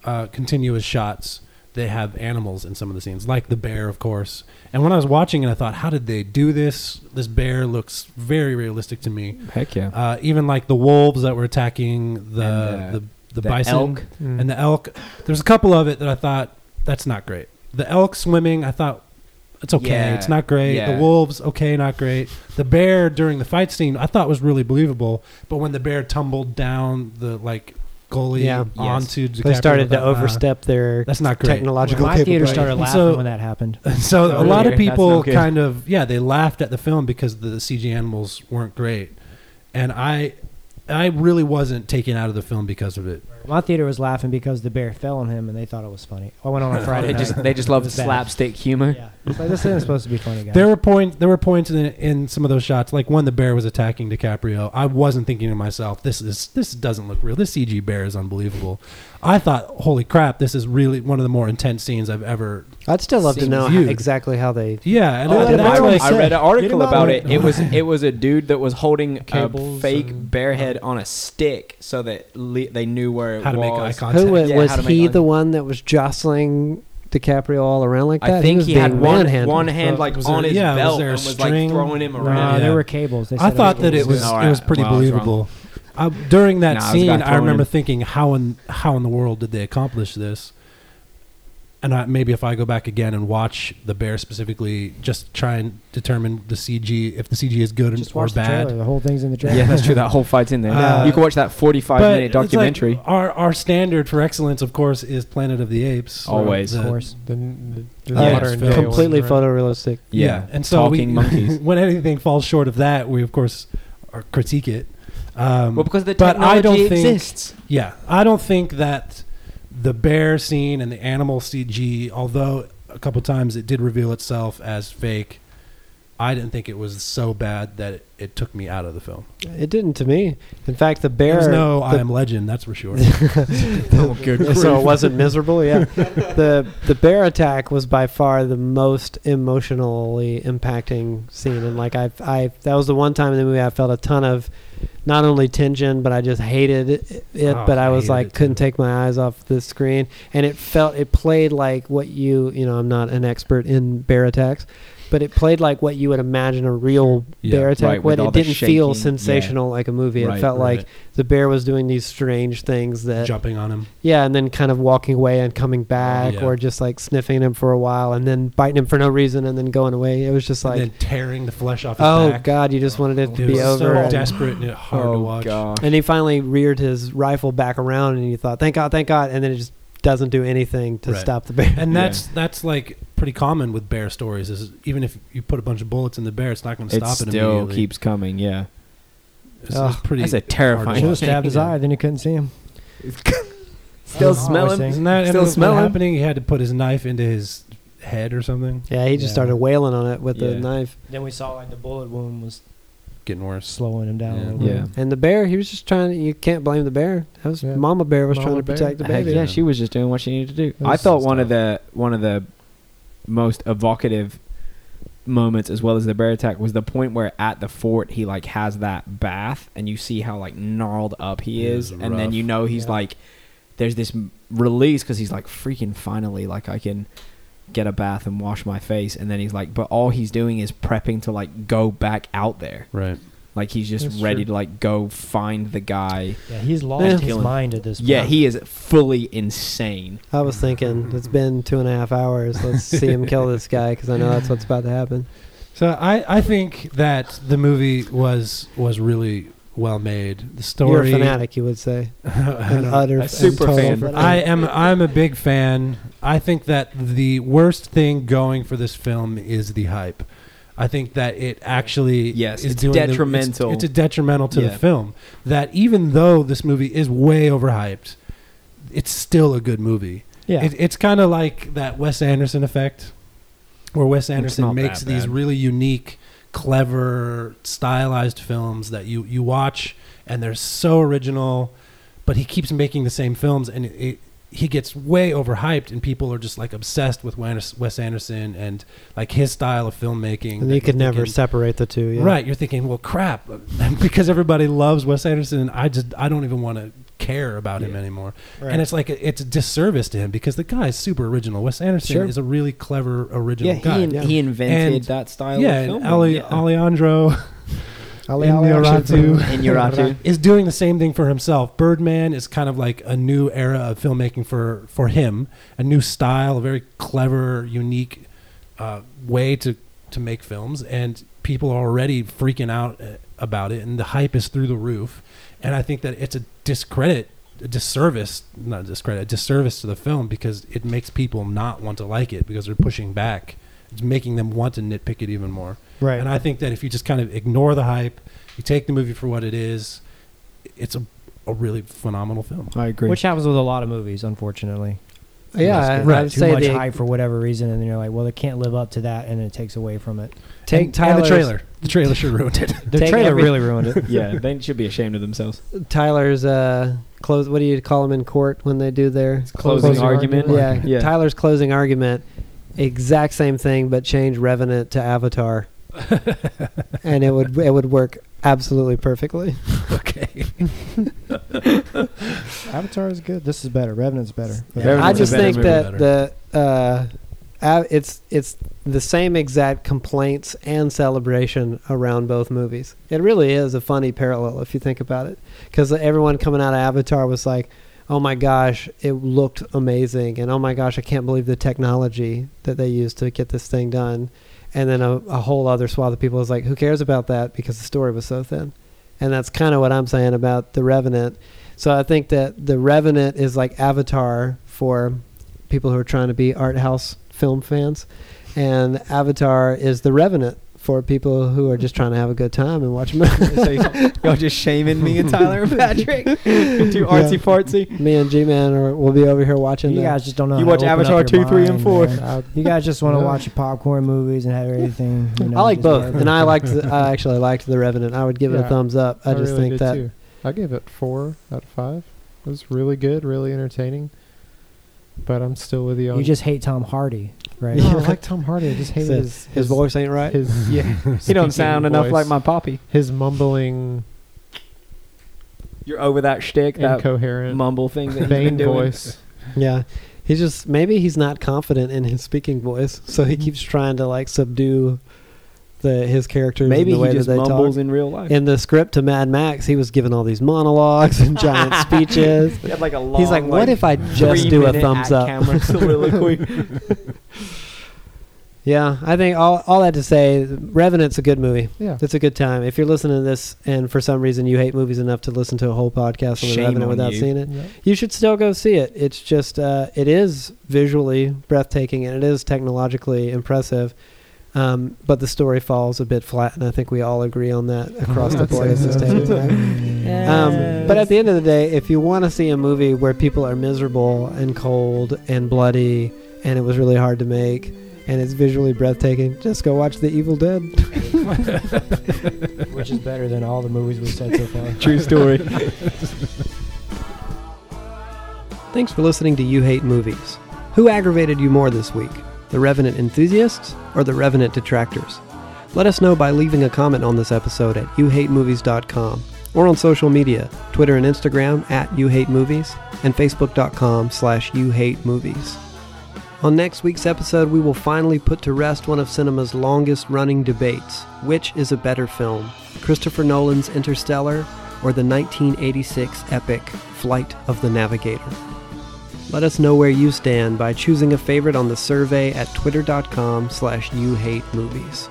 [SPEAKER 3] uh, continuous shots, they have animals in some of the scenes, like the bear, of course. And when I was watching it, I thought, how did they do this? This bear looks very realistic to me.
[SPEAKER 4] Heck yeah.
[SPEAKER 3] Uh, even like the wolves that were attacking the
[SPEAKER 4] And, uh,
[SPEAKER 3] the, the,
[SPEAKER 4] the
[SPEAKER 3] bison
[SPEAKER 4] elk.
[SPEAKER 2] Mm.
[SPEAKER 3] and the elk. There's a couple of it that I thought that's not great. The elk swimming, I thought it's okay,
[SPEAKER 4] Yeah,
[SPEAKER 3] it's not great.
[SPEAKER 4] yeah.
[SPEAKER 3] The wolves, okay, not great. The bear during the fight scene, I thought was really believable, but when the bear tumbled down the like gully
[SPEAKER 1] Yeah.
[SPEAKER 3] onto, DiCaprio,
[SPEAKER 1] They started
[SPEAKER 3] I
[SPEAKER 1] to
[SPEAKER 3] thought, nah,
[SPEAKER 1] overstep their
[SPEAKER 3] that's not great.
[SPEAKER 1] technological
[SPEAKER 6] My theater
[SPEAKER 1] capabilities.
[SPEAKER 6] started
[SPEAKER 3] And
[SPEAKER 6] laughing
[SPEAKER 3] so-
[SPEAKER 6] when that happened.
[SPEAKER 3] And [laughs] so
[SPEAKER 4] Oh,
[SPEAKER 3] a lot of
[SPEAKER 4] really? That's
[SPEAKER 3] people
[SPEAKER 4] not good.
[SPEAKER 3] kind of yeah, they laughed at the film because the CG animals weren't great, and I. I really wasn't taken out of the film because of it.
[SPEAKER 6] My theater was laughing because the bear fell on him, and they thought it was funny. I went
[SPEAKER 4] [laughs]
[SPEAKER 6] on a Friday
[SPEAKER 4] They
[SPEAKER 6] night.
[SPEAKER 4] just they just love
[SPEAKER 6] It was bad.
[SPEAKER 4] slapstick humor.
[SPEAKER 6] [laughs] Yeah, it's like this isn't supposed to be funny, guys.
[SPEAKER 3] There were points. There were points in, in some of those shots, like when the bear was attacking DiCaprio. I wasn't thinking to myself, "This is this doesn't look real. This CG bear is unbelievable." I thought, "Holy crap! This is really one of the more intense scenes I've ever."
[SPEAKER 1] I'd still love to
[SPEAKER 4] Seems
[SPEAKER 1] know
[SPEAKER 3] huge.
[SPEAKER 1] exactly how they.
[SPEAKER 3] Yeah, and
[SPEAKER 1] Oh,
[SPEAKER 3] I,
[SPEAKER 1] did
[SPEAKER 3] that's
[SPEAKER 1] I-
[SPEAKER 3] why-
[SPEAKER 1] what
[SPEAKER 4] I
[SPEAKER 1] said.
[SPEAKER 4] read an article
[SPEAKER 1] Get him
[SPEAKER 4] about
[SPEAKER 1] out.
[SPEAKER 4] it. It was it was a dude that was holding a
[SPEAKER 2] Cables
[SPEAKER 4] fake
[SPEAKER 2] and-
[SPEAKER 4] bear head on a stick so that le- they knew where it
[SPEAKER 3] how to
[SPEAKER 4] was.
[SPEAKER 3] make eye contact.
[SPEAKER 1] Who was,
[SPEAKER 4] Yeah,
[SPEAKER 1] was
[SPEAKER 4] how to make
[SPEAKER 1] he?
[SPEAKER 4] money.
[SPEAKER 1] The one that was jostling DiCaprio all around like that?
[SPEAKER 4] I think
[SPEAKER 1] was
[SPEAKER 4] he, had
[SPEAKER 1] being
[SPEAKER 4] one
[SPEAKER 1] manhandled.
[SPEAKER 4] one hand
[SPEAKER 3] Uh,
[SPEAKER 4] like
[SPEAKER 3] was
[SPEAKER 4] on
[SPEAKER 3] there-
[SPEAKER 4] his
[SPEAKER 3] yeah, was
[SPEAKER 4] belt
[SPEAKER 3] there a
[SPEAKER 4] and was like
[SPEAKER 3] string? Uh,
[SPEAKER 4] throwing him
[SPEAKER 6] no,
[SPEAKER 4] around.
[SPEAKER 6] there
[SPEAKER 3] Yeah.
[SPEAKER 6] were cables. They
[SPEAKER 3] I
[SPEAKER 6] said
[SPEAKER 3] thought
[SPEAKER 6] was
[SPEAKER 3] that it
[SPEAKER 6] cables.
[SPEAKER 3] was
[SPEAKER 4] All
[SPEAKER 3] it
[SPEAKER 4] right.
[SPEAKER 3] was pretty
[SPEAKER 4] Well, I was wrong.
[SPEAKER 3] believable. I, during that
[SPEAKER 4] Nah, I was
[SPEAKER 3] scene,
[SPEAKER 4] got
[SPEAKER 3] I
[SPEAKER 4] thrown
[SPEAKER 3] remember
[SPEAKER 4] in.
[SPEAKER 3] thinking, "How in how in the world did they accomplish this?" And I, maybe if I go back again and watch the bear specifically, just try and determine the CG if the CG is good
[SPEAKER 6] Just
[SPEAKER 3] or
[SPEAKER 6] watch the
[SPEAKER 3] bad.
[SPEAKER 6] trailer. The whole thing's in the trailer.
[SPEAKER 4] Yeah, that's true. That whole fight's in there.
[SPEAKER 3] Uh,
[SPEAKER 4] you can watch that forty-five
[SPEAKER 3] But
[SPEAKER 4] minute
[SPEAKER 3] it's like
[SPEAKER 4] documentary.
[SPEAKER 3] our our standard for excellence, of course, is Planet of the Apes.
[SPEAKER 4] Always.
[SPEAKER 3] The-
[SPEAKER 6] of course.
[SPEAKER 2] the, the, the
[SPEAKER 3] Yeah,
[SPEAKER 2] modern
[SPEAKER 3] it's
[SPEAKER 2] day one,
[SPEAKER 1] completely
[SPEAKER 2] right?
[SPEAKER 1] photorealistic.
[SPEAKER 3] yeah. and so
[SPEAKER 4] talking
[SPEAKER 3] we,
[SPEAKER 4] monkeys.
[SPEAKER 3] [laughs] when anything falls short of that, we of course are critique it. Um,
[SPEAKER 4] well, because the
[SPEAKER 3] But
[SPEAKER 4] technology
[SPEAKER 3] I don't think- [laughs]
[SPEAKER 4] exists.
[SPEAKER 3] yeah, I don't think that the bear scene and the animal CG, although a couple times it did reveal itself as fake, I didn't think it was so bad that it, it took me out of the film.
[SPEAKER 1] It didn't to me. In fact, the bear.
[SPEAKER 3] There's no I
[SPEAKER 1] the-
[SPEAKER 3] Am Legend, that's for sure.
[SPEAKER 4] oh, good
[SPEAKER 3] [laughs]
[SPEAKER 1] so it wasn't miserable. Yeah, [laughs] the the bear attack was by far the most emotionally impacting scene, and like I I that was the one time in the movie I felt a ton of not only tension, but I just hated it.
[SPEAKER 3] Oh,
[SPEAKER 1] but I
[SPEAKER 3] I
[SPEAKER 1] was
[SPEAKER 3] hated
[SPEAKER 1] like
[SPEAKER 3] it
[SPEAKER 1] couldn't
[SPEAKER 3] too.
[SPEAKER 1] take my eyes off the screen, and it felt it played like what you you know I'm not an expert in bear attacks. But it played like what you would imagine a real
[SPEAKER 3] Yeah,
[SPEAKER 1] bear attack
[SPEAKER 4] right,
[SPEAKER 1] would.
[SPEAKER 4] with
[SPEAKER 1] It
[SPEAKER 4] all the
[SPEAKER 1] didn't
[SPEAKER 4] shaking, yeah.
[SPEAKER 1] feel sensational like a movie.
[SPEAKER 4] Right,
[SPEAKER 1] it felt
[SPEAKER 3] right.
[SPEAKER 1] like the bear was doing these strange things that
[SPEAKER 3] Jumping on him.
[SPEAKER 1] yeah, and then kind of walking away and coming back,
[SPEAKER 3] Yeah.
[SPEAKER 1] or just like sniffing him for a while and then biting him for no reason and then going away. It was just like,
[SPEAKER 3] and then tearing the flesh off his
[SPEAKER 1] oh
[SPEAKER 3] back.
[SPEAKER 1] god, you just wanted it to
[SPEAKER 3] It
[SPEAKER 1] be
[SPEAKER 3] was
[SPEAKER 1] over.
[SPEAKER 3] so
[SPEAKER 1] and-
[SPEAKER 3] desperate and hard
[SPEAKER 4] Oh,
[SPEAKER 3] to watch.
[SPEAKER 4] gosh.
[SPEAKER 1] and he finally reared his rifle back around, and you thought, thank God, thank God, and then it just doesn't do anything to
[SPEAKER 3] Right.
[SPEAKER 1] stop the bear.
[SPEAKER 3] And
[SPEAKER 4] Yeah.
[SPEAKER 3] that's that's like pretty common with bear stories. Is even if you put a bunch of bullets in the bear, it's not going to
[SPEAKER 4] It
[SPEAKER 3] stop it
[SPEAKER 4] still
[SPEAKER 3] immediately.
[SPEAKER 4] keeps coming. Yeah.
[SPEAKER 3] It's- it's
[SPEAKER 1] Ugh,
[SPEAKER 3] pretty
[SPEAKER 4] that's a
[SPEAKER 3] hard to
[SPEAKER 4] terrifying-
[SPEAKER 6] Should have
[SPEAKER 3] watch.
[SPEAKER 6] stabbed his eye, then you couldn't see him.
[SPEAKER 4] [laughs] Still
[SPEAKER 6] That's what I was
[SPEAKER 4] smelling.
[SPEAKER 6] thinking.
[SPEAKER 3] Isn't that
[SPEAKER 4] Still
[SPEAKER 3] still
[SPEAKER 4] smell him?
[SPEAKER 3] happening? He had to put his knife into his head or something.
[SPEAKER 1] [laughs] yeah, he just
[SPEAKER 6] Yeah.
[SPEAKER 1] started wailing on it with the
[SPEAKER 4] Yeah.
[SPEAKER 1] knife.
[SPEAKER 6] Then we saw like the bullet wound was
[SPEAKER 3] Getting worse.
[SPEAKER 6] slowing him down
[SPEAKER 3] Yeah.
[SPEAKER 6] a little bit.
[SPEAKER 4] Yeah.
[SPEAKER 1] And the bear, he was just trying. To, you can't blame the bear. That was
[SPEAKER 2] Yeah.
[SPEAKER 1] Mama Bear was
[SPEAKER 2] Mama
[SPEAKER 1] trying to
[SPEAKER 2] Bear.
[SPEAKER 1] protect the
[SPEAKER 4] Heck
[SPEAKER 1] baby.
[SPEAKER 4] yeah, she was just doing what she needed to do.
[SPEAKER 6] That
[SPEAKER 4] I
[SPEAKER 6] was
[SPEAKER 4] thought
[SPEAKER 6] some
[SPEAKER 4] one of the one of the most evocative moments, as well as the bear attack, was the point where at the fort he like has that bath, and you see how like gnarled up he
[SPEAKER 3] It
[SPEAKER 4] is,
[SPEAKER 3] was
[SPEAKER 4] and then
[SPEAKER 3] rough.
[SPEAKER 4] you know he's
[SPEAKER 6] Yeah.
[SPEAKER 4] like, there's this m- release because he's like freaking finally like I can get a bath and wash my face, and then he's like, but all he's doing is prepping to like go back out there,
[SPEAKER 3] Right.
[SPEAKER 4] like he's just
[SPEAKER 6] That's
[SPEAKER 4] ready
[SPEAKER 6] true.
[SPEAKER 4] to like go find the guy.
[SPEAKER 6] Yeah, he's lost
[SPEAKER 1] Yeah.
[SPEAKER 6] his
[SPEAKER 4] Killing.
[SPEAKER 6] mind at this point.
[SPEAKER 4] Yeah, he is fully insane.
[SPEAKER 1] I was thinking, it's been two and a half hours. Let's see him kill this guy because I know that's what's about to
[SPEAKER 3] [laughs]
[SPEAKER 1] happen.
[SPEAKER 3] So I, I think that the movie was was really well made. The
[SPEAKER 1] You're a
[SPEAKER 3] story. [laughs]
[SPEAKER 1] fanatic, you would say.
[SPEAKER 3] I
[SPEAKER 1] An
[SPEAKER 3] don't-
[SPEAKER 1] utter
[SPEAKER 4] a
[SPEAKER 1] and
[SPEAKER 4] super
[SPEAKER 1] total
[SPEAKER 4] fan.
[SPEAKER 1] fanatic.
[SPEAKER 3] I am I'm a big fan. I think that the worst thing going for this film is the hype. I think that it actually
[SPEAKER 4] Yes,
[SPEAKER 3] is
[SPEAKER 4] it's
[SPEAKER 3] doing the-
[SPEAKER 4] detrimental.
[SPEAKER 3] it's, it's a detrimental to
[SPEAKER 4] Yeah.
[SPEAKER 3] the film. That even though this movie is way overhyped, it's still a good movie.
[SPEAKER 6] Yeah.
[SPEAKER 3] It, it's kind of like that Wes Anderson effect, where Wes Anderson
[SPEAKER 4] not
[SPEAKER 3] makes
[SPEAKER 4] that
[SPEAKER 3] these
[SPEAKER 4] bad.
[SPEAKER 3] really unique, clever, stylized films that you you watch and they're so original, but he keeps making the same films and it. it he gets way overhyped, and people are just like obsessed with Wes Wes Anderson and like his style of filmmaking.
[SPEAKER 1] And
[SPEAKER 3] that
[SPEAKER 1] you could
[SPEAKER 3] you're
[SPEAKER 1] never
[SPEAKER 3] thinking-
[SPEAKER 1] separate the two. Yeah.
[SPEAKER 3] Right. You're thinking, well, crap, [laughs] because everybody loves Wes Anderson. I just, I don't even want to care about him
[SPEAKER 4] Yeah.
[SPEAKER 3] anymore.
[SPEAKER 6] Right.
[SPEAKER 3] And it's like, it's a disservice to him because the guy is super original. Wes Anderson
[SPEAKER 1] Sure.
[SPEAKER 3] is a really clever, original
[SPEAKER 4] Yeah, he,
[SPEAKER 3] guy.
[SPEAKER 4] in, he invented
[SPEAKER 3] And-
[SPEAKER 4] that style.
[SPEAKER 3] yeah,
[SPEAKER 4] of
[SPEAKER 3] and
[SPEAKER 4] film.
[SPEAKER 3] Ali,
[SPEAKER 4] yeah.
[SPEAKER 3] Alejandro
[SPEAKER 6] Ali-
[SPEAKER 3] in
[SPEAKER 6] Ali-
[SPEAKER 3] Nosferatu
[SPEAKER 4] [laughs] in Uratu.
[SPEAKER 3] is doing the same thing for himself. Birdman is kind of like a new era of filmmaking for for him, a new style, a very clever, unique uh, way to to make films, and people are already freaking out uh, about it, and the hype is through the roof. And I think that it's a discredit, a disservice, not a discredit, a disservice to the film because it makes people not want to like it because they're pushing back. It's making them want to nitpick it even more.
[SPEAKER 6] Right.
[SPEAKER 3] And I think that if you just kind of ignore the hype, you take the movie for what it is, it's a, a really phenomenal film.
[SPEAKER 4] I agree.
[SPEAKER 6] Which happens with a lot of movies, unfortunately.
[SPEAKER 1] [laughs] Yeah, I, I
[SPEAKER 6] right.
[SPEAKER 1] would
[SPEAKER 6] Too
[SPEAKER 1] say
[SPEAKER 6] much
[SPEAKER 1] the-
[SPEAKER 6] hype for whatever reason, and then you're like, well, it can't live up to that, and it takes away from it.
[SPEAKER 1] take
[SPEAKER 3] and, and
[SPEAKER 1] Tyler's,
[SPEAKER 3] the trailer. The trailer sure ruined
[SPEAKER 4] [laughs]
[SPEAKER 3] it.
[SPEAKER 6] The
[SPEAKER 1] Take
[SPEAKER 6] trailer
[SPEAKER 1] every-
[SPEAKER 6] really
[SPEAKER 3] [laughs]
[SPEAKER 6] ruined it.
[SPEAKER 4] yeah, they should be ashamed of themselves.
[SPEAKER 1] Tyler's uh, close. What do you call them in court when they do their
[SPEAKER 4] Closing,
[SPEAKER 2] Closing
[SPEAKER 4] argument.
[SPEAKER 1] Yeah,
[SPEAKER 4] yeah.
[SPEAKER 1] Tyler's closing argument. Exact same thing, but change Revenant to [laughs] Avatar, and it would it would work absolutely perfectly.
[SPEAKER 3] okay.
[SPEAKER 6] Avatar is good. This is better. Revenant's better.
[SPEAKER 4] Yeah. Revenant's
[SPEAKER 1] I just
[SPEAKER 4] a better
[SPEAKER 1] think
[SPEAKER 3] movie.
[SPEAKER 1] that the uh, av- it's it's the same exact complaints and celebration around both movies. It really is a funny parallel if you think about it, because everyone coming out of Avatar was like, "Oh my gosh, it looked amazing," and "Oh my gosh, I can't believe the technology that they used to get this thing done," and then a, a whole other swath of people is like, "Who cares about that?" because the story was so thin, and that's kind of what I'm saying about the Revenant. So I think that The Revenant is like Avatar for people who are trying to be art house film fans, and Avatar is The Revenant for people who are just trying to have a good time and watch [laughs] a movie.
[SPEAKER 4] so you- [laughs] y'all just shaming me and Tyler [laughs] and Patrick. Too artsy fartsy.
[SPEAKER 1] Me and G Man are will be over here watching.
[SPEAKER 6] You
[SPEAKER 1] the,
[SPEAKER 6] guys just don't know.
[SPEAKER 4] You
[SPEAKER 6] how to
[SPEAKER 4] watch
[SPEAKER 6] open up
[SPEAKER 4] Avatar
[SPEAKER 6] your
[SPEAKER 4] 2, 3, and
[SPEAKER 6] mind,
[SPEAKER 4] 4.
[SPEAKER 6] man. You guys just want to
[SPEAKER 2] No.
[SPEAKER 6] watch your popcorn movies and have everything. You know,
[SPEAKER 1] I like
[SPEAKER 6] just
[SPEAKER 1] both,
[SPEAKER 6] have-
[SPEAKER 1] and I liked. The, I actually liked the Revenant. I would give it a
[SPEAKER 2] Yeah.
[SPEAKER 1] thumbs up. I, just
[SPEAKER 2] really
[SPEAKER 1] think
[SPEAKER 2] did
[SPEAKER 1] that
[SPEAKER 2] too. I gave it four out of five. It was really good, really entertaining. But I'm still with you. On
[SPEAKER 6] You just hate Tom Hardy, right? [laughs]
[SPEAKER 2] no, I like Tom Hardy. I just hate
[SPEAKER 1] Said
[SPEAKER 2] his,
[SPEAKER 1] his voice ain't right.
[SPEAKER 2] His yeah,
[SPEAKER 4] He
[SPEAKER 2] speaking
[SPEAKER 4] don't sound enough like
[SPEAKER 2] voice.
[SPEAKER 4] my poppy.
[SPEAKER 2] his mumbling,
[SPEAKER 4] You're over that shtick, that
[SPEAKER 2] incoherent,
[SPEAKER 4] mumble thing that he's been
[SPEAKER 2] vain
[SPEAKER 4] doing.
[SPEAKER 2] voice.
[SPEAKER 1] [laughs] Yeah, he's just maybe he's not confident in his speaking voice, so he keeps trying to like subdue the his characters. and
[SPEAKER 4] Maybe
[SPEAKER 1] the
[SPEAKER 4] he
[SPEAKER 1] way
[SPEAKER 4] just
[SPEAKER 1] that they
[SPEAKER 4] mumbles
[SPEAKER 1] Talk.
[SPEAKER 4] in real life.
[SPEAKER 1] In the script to Mad Max, he was giving all these monologues and
[SPEAKER 4] [laughs]
[SPEAKER 1] giant speeches.
[SPEAKER 4] He had like a long,
[SPEAKER 1] He's like, "What if I just do a
[SPEAKER 4] three-minute
[SPEAKER 1] thumbs up?"
[SPEAKER 4] at-camera [laughs] soliloquy.
[SPEAKER 1] Yeah, I think all all that to say, Revenant's a good movie.
[SPEAKER 2] Yeah.
[SPEAKER 1] It's a good time. If you're listening to this and for some reason you hate movies enough to listen to a whole podcast on the
[SPEAKER 4] Shame
[SPEAKER 1] Revenant
[SPEAKER 4] on
[SPEAKER 1] without
[SPEAKER 4] you.
[SPEAKER 1] seeing it,
[SPEAKER 2] Yeah.
[SPEAKER 1] you should still go see it. It's just uh, it is visually breathtaking and it is technologically impressive. Um, but the story falls a bit flat, and I think we all agree on that
[SPEAKER 2] [laughs]
[SPEAKER 1] across the
[SPEAKER 2] I'd
[SPEAKER 1] board
[SPEAKER 2] say
[SPEAKER 1] at this
[SPEAKER 2] so,
[SPEAKER 1] table.
[SPEAKER 2] too.
[SPEAKER 1] right?
[SPEAKER 2] [laughs]
[SPEAKER 1] Um, but at the end of the day, if you want to see a movie where people are miserable and cold and bloody and it was really hard to make and it's visually breathtaking, just go watch The Evil Dead.
[SPEAKER 6] Which is better than all the movies we said so far.
[SPEAKER 4] True story.
[SPEAKER 1] Thanks for listening to You Hate Movies. Who aggravated you more this week? The Revenant enthusiasts or the Revenant detractors? Let us know by leaving a comment on this episode at youhatemovies.com or on social media, Twitter and Instagram at youhatemovies and facebook.com slash youhatemovies. On next week's episode, we will finally put to rest one of cinema's longest running debates. Which is a better film, Christopher Nolan's Interstellar or the 1986 epic Flight of the Navigator? Let us know where you stand by choosing a favorite on the survey at twitter.com slash you hate movies.